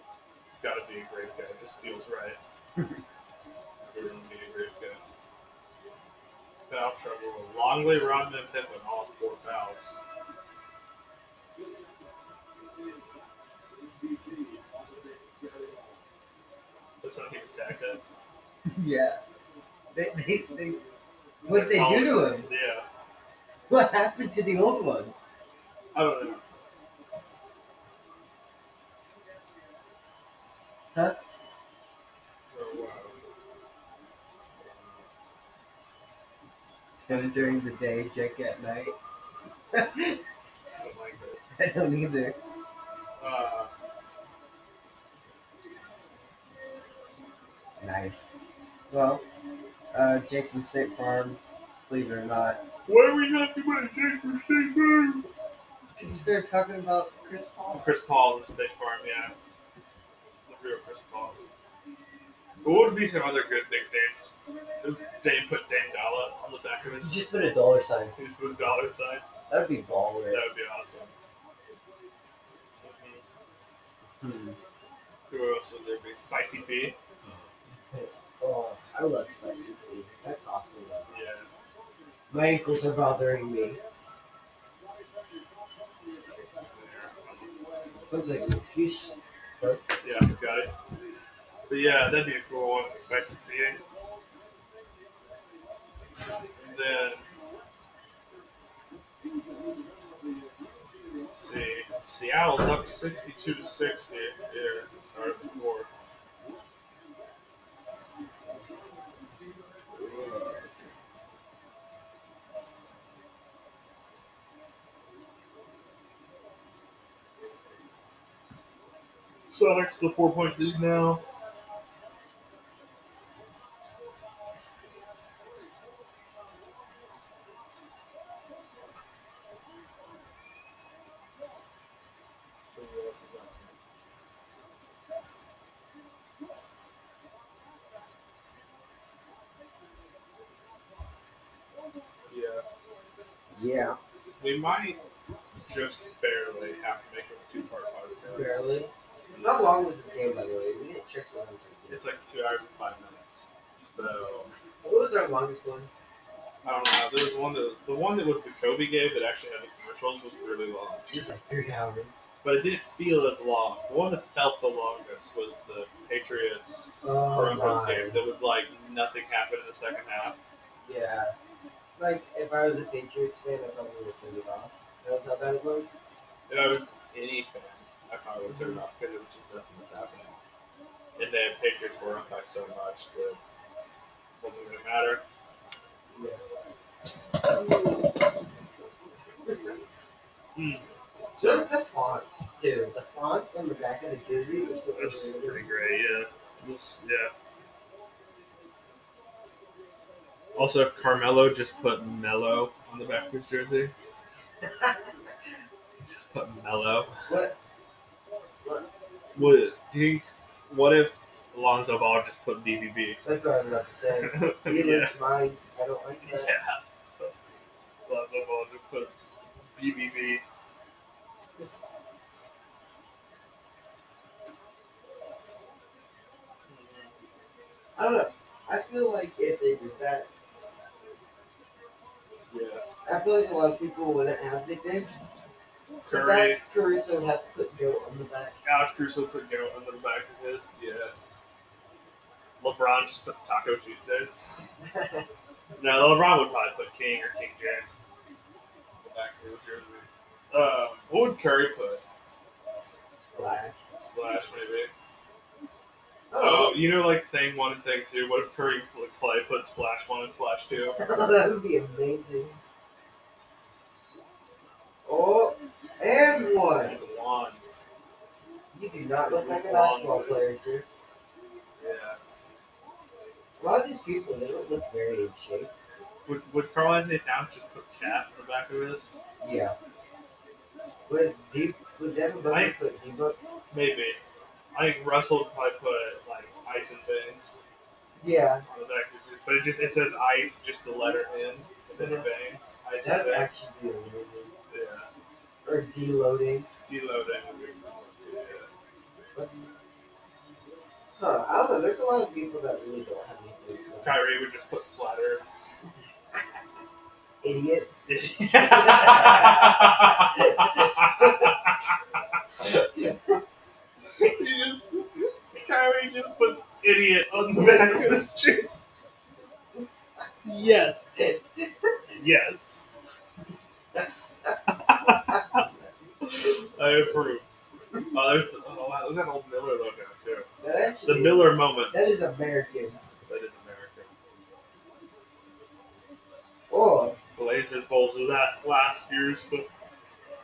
G: He's got to be a great guy. It just feels right. Jordan would be a great guy. Foul trouble. Longley, Rodman, and Pittman, all four fouls. That's not he was tagged at.
K: Yeah. They, they, they, what they do to him?
G: Yeah.
K: What happened to the old one?
G: I don't know.
K: Huh?
G: Oh, wow.
K: It's kind of during the day, Jake at night. I
G: I don't like it.
K: don't either.
G: Uh,
K: Nice. Well, uh, Jake from State Farm, believe it or not,
G: why are we talking about Jake from State Farm?
K: because he started talking about Chris Paul.
G: Chris Paul and State Farm, yeah. The real Chris Paul. What would be some other good nicknames? Dame put Dame Dollar on the back of his,
K: Just put a dollar sign.
G: his dollar sign.
K: That would be baller.
G: That would be awesome. Mhm.
K: Hmm.
G: Who else would there be? Spicy P?
B: Oh, I love spicy food. That's awesome. Though.
G: Yeah.
B: My ankles are bothering me. Sounds like an excuse.
G: Yeah, it's got it. But yeah, that'd be a cool one. Spicy feeding. And then. let's see. Seattle's up 62 to 60 here at the start of the fourth. Celtics with a four point lead now. Yeah,
B: Yeah,
G: we might just barely have to make it a two part podcast.
B: barely. How long was this game, by the way? We didn't check the longest game.
G: It's like two hours and five minutes. So
B: What was our longest one?
G: I don't know. There was one that the one that was the Kobe game that actually had the commercials was really long,
B: It was like three hours.
G: but it didn't feel as long. The one that felt the longest was the Patriots
B: Oh,
G: Broncos
B: my.
G: game. That was like nothing happened in the second half.
B: Yeah. Like, if I was a Patriots fan, I probably would have turned it off. That was how bad it was?
G: If I was anything, I probably would turn it off because it was just nothing was happening. And then Patriots were up by so much that it wasn't gonna matter.
B: Just the fonts, too. The fonts on the back of the jerseys is so
G: That's
B: weird.
G: pretty great, yeah. This- yeah. Also, if Carmelo just put Mello on the back of his jersey. just put Mello.
B: What?
G: Would do you think? What if Alonzo Ball just put BBB?
B: That's what I was about to say. You
G: yeah,
B: lose minds. I don't like that.
G: Alonzo Ball just put BBB.
B: I don't know. I feel like if they did that,
G: Yeah,
B: I feel like a lot of people wouldn't have nicknames. But
G: Curry.
B: that's Caruso would have to put Joe on the back.
G: Alex Crusoe put goat on the back of his. Yeah. LeBron just puts Taco Tuesdays. no, LeBron would probably put King or King James on the back of his jersey. Uh, what would Curry put?
B: Splash.
G: Splash, maybe.
B: Oh,
G: Oh, you know, like thing one and thing two. What if Curry and Clay put Splash one and Splash two?
B: that would be amazing. Oh, and one.
G: One.
B: You do not look like a basketball player, sir.
G: Yeah.
B: A lot of these people, they don't look very in shape.
G: Would Would Carl Anthony Towns just put Cat on the back of his?
B: Yeah. Would deep would Devin Booker
G: I-
B: put D-Book?
G: Maybe. I think Russell would probably put like Ice and Veins.
B: Yeah,
G: on the back of it, but it just it says ice, just the letter N, and then it bangs. Ice
B: that
G: and
B: would
G: bangs.
B: actually be amazing.
G: Yeah,
B: Or D-loading.
G: deloading. would be cool, Yeah.
B: What's Huh, I don't know. There's a lot of people that really don't have anything. So.
G: Kyrie would just put flat Earth.
B: Idiot.
G: he just Harry just puts idiot on the back of his jersey.
D: Yes.
G: Yes. I approve. Oh, there's the, oh, wow, look at that old Miller logo too.
B: That actually
G: The
B: is-
G: Miller moment.
B: That is American.
G: that is American.
B: Oh,
G: Blazers bolstered that last year's, but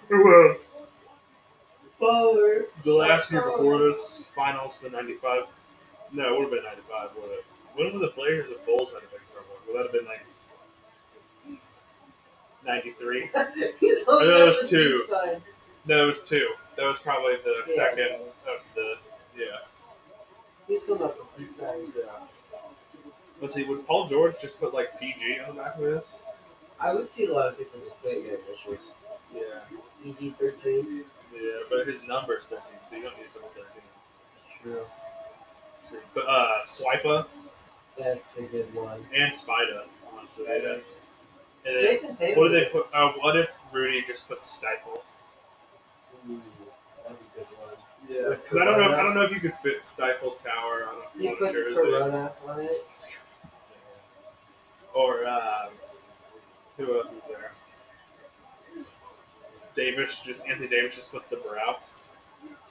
G: well,
B: baller.
G: the last year before this finals, the '95. No, it would have been '95. Would it? When would the Blazers and Bulls had a big trouble? Would that have been like '93?
B: He's on
G: know there's
B: the
G: two.
B: peace sign.
G: No, it was two. That was probably the
B: Yeah,
G: second
B: it was.
G: of the yeah.
B: He's on the peace sign.
G: Let's see, would Paul George just put like PG on the back of his?
B: I would see a lot of people just playing their initials.
G: Yeah.
B: PG thirteen.
G: Yeah, but his number's 13, so you don't need to put the 13.
B: True.
G: See, But uh, Swipa
B: That's a good one.
G: and Spida, honestly. Yeah. And then,
B: Jason Tatum.
G: what do they put? Uh, what if Rudy just put Stifle?
B: Ooh, that'd be a good one.
G: Yeah. Because I don't know. I don't know if you could fit Stifle Tower on a
B: He
G: on a
B: puts
G: jersey.
B: Corona on it.
G: Or um, who else is there? Davis, just, Anthony Davis just put the brow.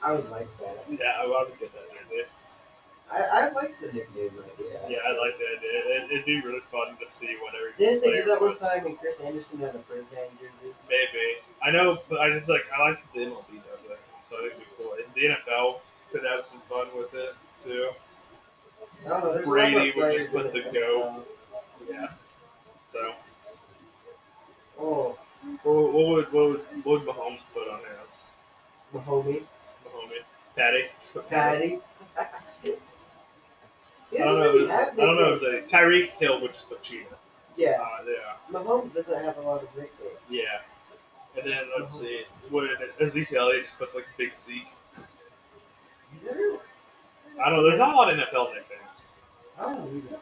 B: I would like that.
G: Yeah, I would get that jersey.
B: I, I like the nickname idea.
G: Yeah, I like the idea. It, it'd be really fun to see whatever.
B: Didn't they do that one time when Chris Anderson had a Birdman jersey?
G: Maybe I know, but I just like I like the MLB does it, so I think it'd be cool. And the NFL could have some fun with it too.
B: I don't know. There's
G: Brady
B: a lot of
G: would
B: players
G: just put
B: in
G: the
B: it.
G: go. Yeah. So
B: Oh,
G: what, what would what would what would Mahomes put on his?
B: Mahomie.
G: Mahomes, Patty. Just put
B: Patty. he doesn't
G: I don't know.
B: really
G: If
B: have
G: it's- I don't know. If
B: nicknames.
G: they, Tyreek Hill would just put Cheetah.
B: Yeah,
G: Uh, yeah.
B: Mahomes doesn't have a lot of nicknames.
G: Yeah. And then let's see. Would Ezekiel Elliott just puts like Big Zeke?
B: Is there really?
G: I don't know. There's not a lot of NFL nicknames.
B: I don't know either.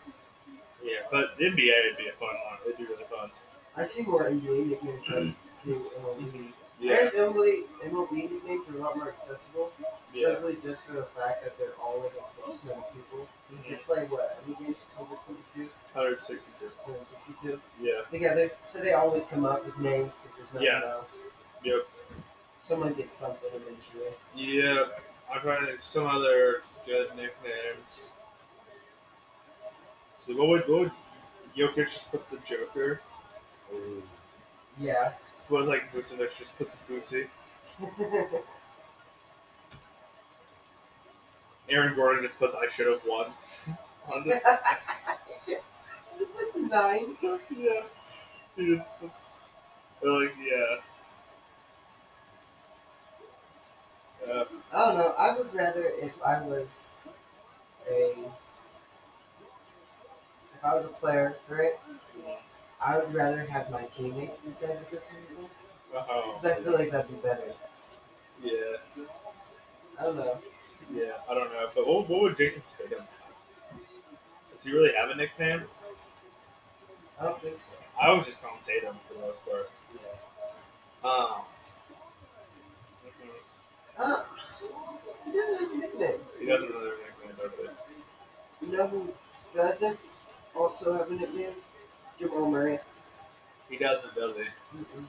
G: Yeah, but the NBA would be a fun one. It'd be really fun.
B: I see more NBA nicknames than do MLB. I
G: Mm-hmm. Yeah.
B: guess MLB, MLB nicknames are a lot more accessible,
G: Yeah.
B: simply just for the fact that they're all like a close number of people.
G: Mm-hmm.
B: Because They play what? How many games? 142,
G: 162.
B: 162
G: Yeah.
B: together. So they always come up with names because there's nothing
G: Yeah.
B: else.
G: Yep.
B: Someone gets something eventually.
G: Yeah. I'm trying to think of some other good nicknames. See, what would, what would Jokic just puts the Joker? Mm.
B: Yeah.
G: What would, like Vucevic just puts the Vucey? Aaron Gordon just puts I should have won. on the-
B: That's nine.
G: yeah. He just puts. Or like, yeah. Uh,
B: I don't know. I would rather if I was a if I was a player, right? I would rather have my teammates decide what the team is
G: oh,
B: because I feel like that'd be better.
G: yeah.
B: I don't know.
G: Yeah, I don't know. But what, what would Jason Tatum have? Does he really have a nickname?
B: I don't think so.
G: I would just call him Tatum for the most part.
B: Yeah.
G: Um,
B: Uh, he doesn't have a nickname.
G: he doesn't really have a nickname, does he?
B: You know who doesn't also have a nickname? Jamal Murray.
G: He doesn't, does he?
B: Mm-mm.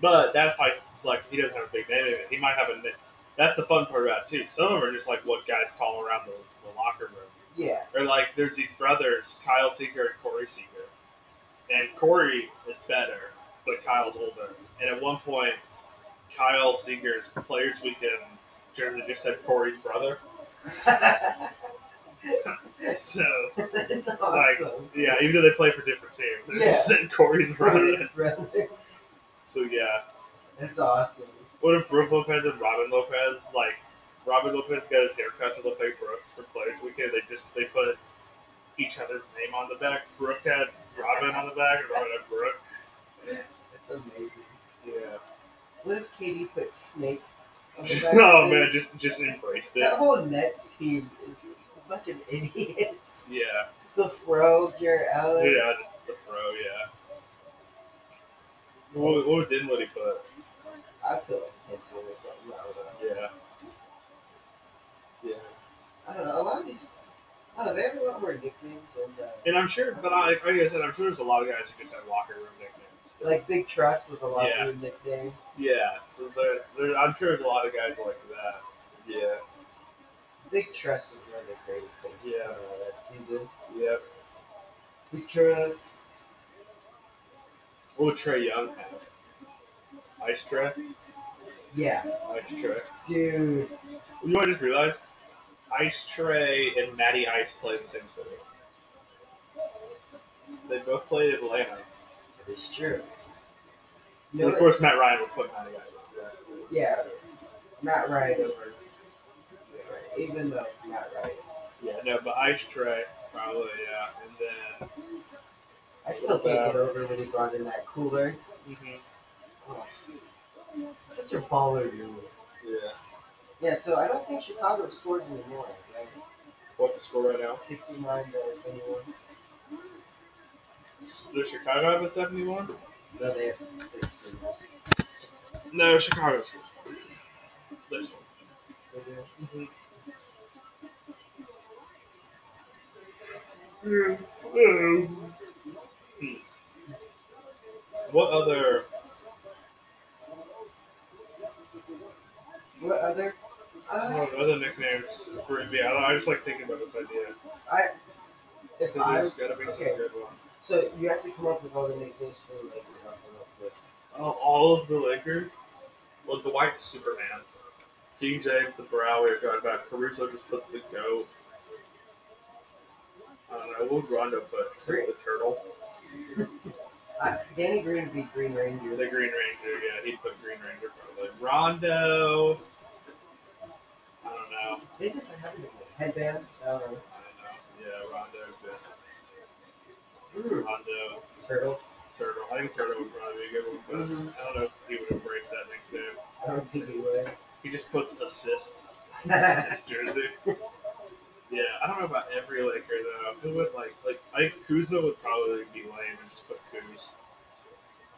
G: But that's like, like he doesn't have a big name. He might have a nick. That's the fun part about it, too. Some of them are just like what guys call around the, the locker room.
B: Yeah.
G: Or like there's these brothers, Kyle Seeger and Corey Seeger. And Corey is better, but Kyle's older. And at one point, Kyle Seeger's Players Weekend generally just said Corey's brother. So
B: That's awesome.
G: yeah, even though they play for different teams, they
B: Yeah.
G: just said Corey's brother.
B: Brothers, brother.
G: so yeah,
B: That's awesome.
G: what if Brooke Lopez and Robin Lopez like? Robin Lopez got his haircut to look like Brooks for Players Weekend. They just they put each other's name on the back. Brooke had Robin on the back, and Robin had Brooke.
B: That's amazing.
G: Yeah.
B: What if Katie put Snake on the back
G: oh
B: of
G: man,
B: his?
G: just just embraced it.
B: That whole Nets team is a bunch of idiots.
G: Yeah,
B: The Fro, Jared Allen.
G: yeah, just the pro. Yeah. What, what did Woody put?
B: I feel like Henson or something. I don't know.
G: Yeah. Yeah.
B: I don't know. A lot of these. Oh, they have a lot more nicknames and uh,
G: And I'm sure, but I, like I said, I'm sure there's a lot of guys who just have locker room nicknames.
B: like Big Trust was a lot
G: Yeah.
B: of a nickname.
G: yeah, so there's, there, I'm sure there's a lot of guys like that. Yeah,
B: Big Trust was one of the greatest things to
G: Yeah.
B: come out of that season.
G: yep.
B: Big Trust.
G: What would Trey Young have? Ice Trey?
B: Yeah,
G: Ice Trey.
B: dude.
G: You know what I just realized? Ice Trey and Matty Ice played in the same city. They both played Atlanta.
B: That is true. You
G: And
B: know
G: of
B: what-
G: course, Matt Ryan would put Matty Ice.
B: Yeah, Matt Ryan over. Even though Matt Ryan,
G: Yeah, no, but Ice Trey, probably, yeah. And then,
B: I still can't get over when he brought in that cooler. Such a baller move.
G: yeah.
B: Yeah, so I don't think Chicago scores anymore. Right?
G: What's the score right now?
B: 69 to 71.
G: Does Chicago have a 71?
B: No, they have 16.
G: No, Chicago scores. This one.
B: They do.
G: What other
B: What other? Uh,
G: what other nicknames for NBA? I I just like thinking about this idea.
B: if I,
G: There's got to be some
B: okay.
G: good one.
B: so you have to come up with all the nicknames for the Lakers. I'll come up with.
G: Oh, all of the Lakers? Well, Dwight's Superman. King James, the brow we were talking about. Caruso just puts the goat. I don't know. What would Rondo put? Just like the turtle.
B: Uh, Danny Green would be Green Ranger.
G: The Green Ranger. Yeah, he'd put Green Ranger probably. Rondo. I don't know.
B: They just have a nickname. Headband. I don't know.
G: I don't know. Yeah, Rondo just.
B: Mm,
G: Rondo.
B: turtle.
G: Turtle. I think Turtle would probably be a good one, but I don't know if he would embrace that nickname.
B: I don't think he would.
G: He just puts assist on his jersey. Yeah, I don't know about every Laker though. Who would like like I think Kuzma would probably be lame and just put Kuz.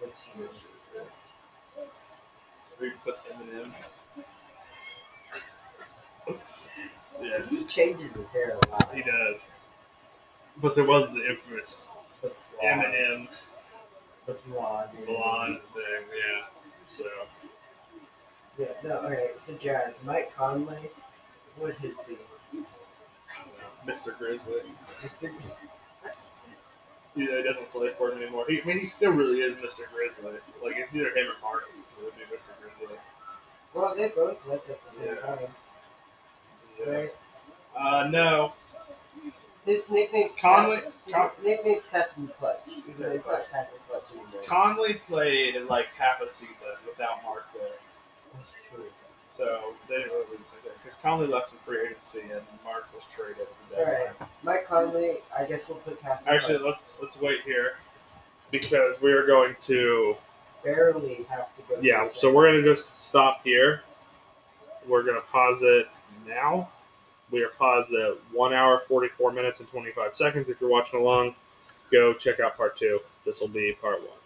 B: That's huge.
G: Or he puts Eminem. yeah,
B: He changes his hair a lot.
G: he does. But there was the infamous
B: The blonde.
G: Eminem
B: The blonde.
G: blonde thing, yeah. So
B: Yeah, no, alright. So, Jazz, Mike Conley, what would his be?
G: I don't know, Mr. Grizzly.
B: Mr.
G: Either he doesn't play for him anymore. He, I mean, he still really is Mr. Grizzly. Like, it's either him or Martin who would be Mr. Grizzly.
B: Well, they both lived at the same
G: Yeah.
B: time,
G: Yeah.
B: right?
G: Uh, no.
B: His nickname's
G: Conley,
B: Cap- his
G: Con-
B: nickname's Captain Clutch, even though he's not Captain Clutch anymore.
G: Conley played like half a season without Mark there.
B: That's true.
G: So they didn't really lose anything. Because Conley left in free agency and Mark was traded at the
B: All
G: deadline.
B: right. Mike Conley, I guess we'll put Captain.
G: Actually,
B: Clutch.
G: let's let's wait here because we are going to
B: barely have to go. to
G: yeah.
B: the
G: So we're gonna just stop here. We're gonna pause it now. We are paused at one hour forty four minutes and twenty five seconds. If you're watching along, go check out part two. This will be part one.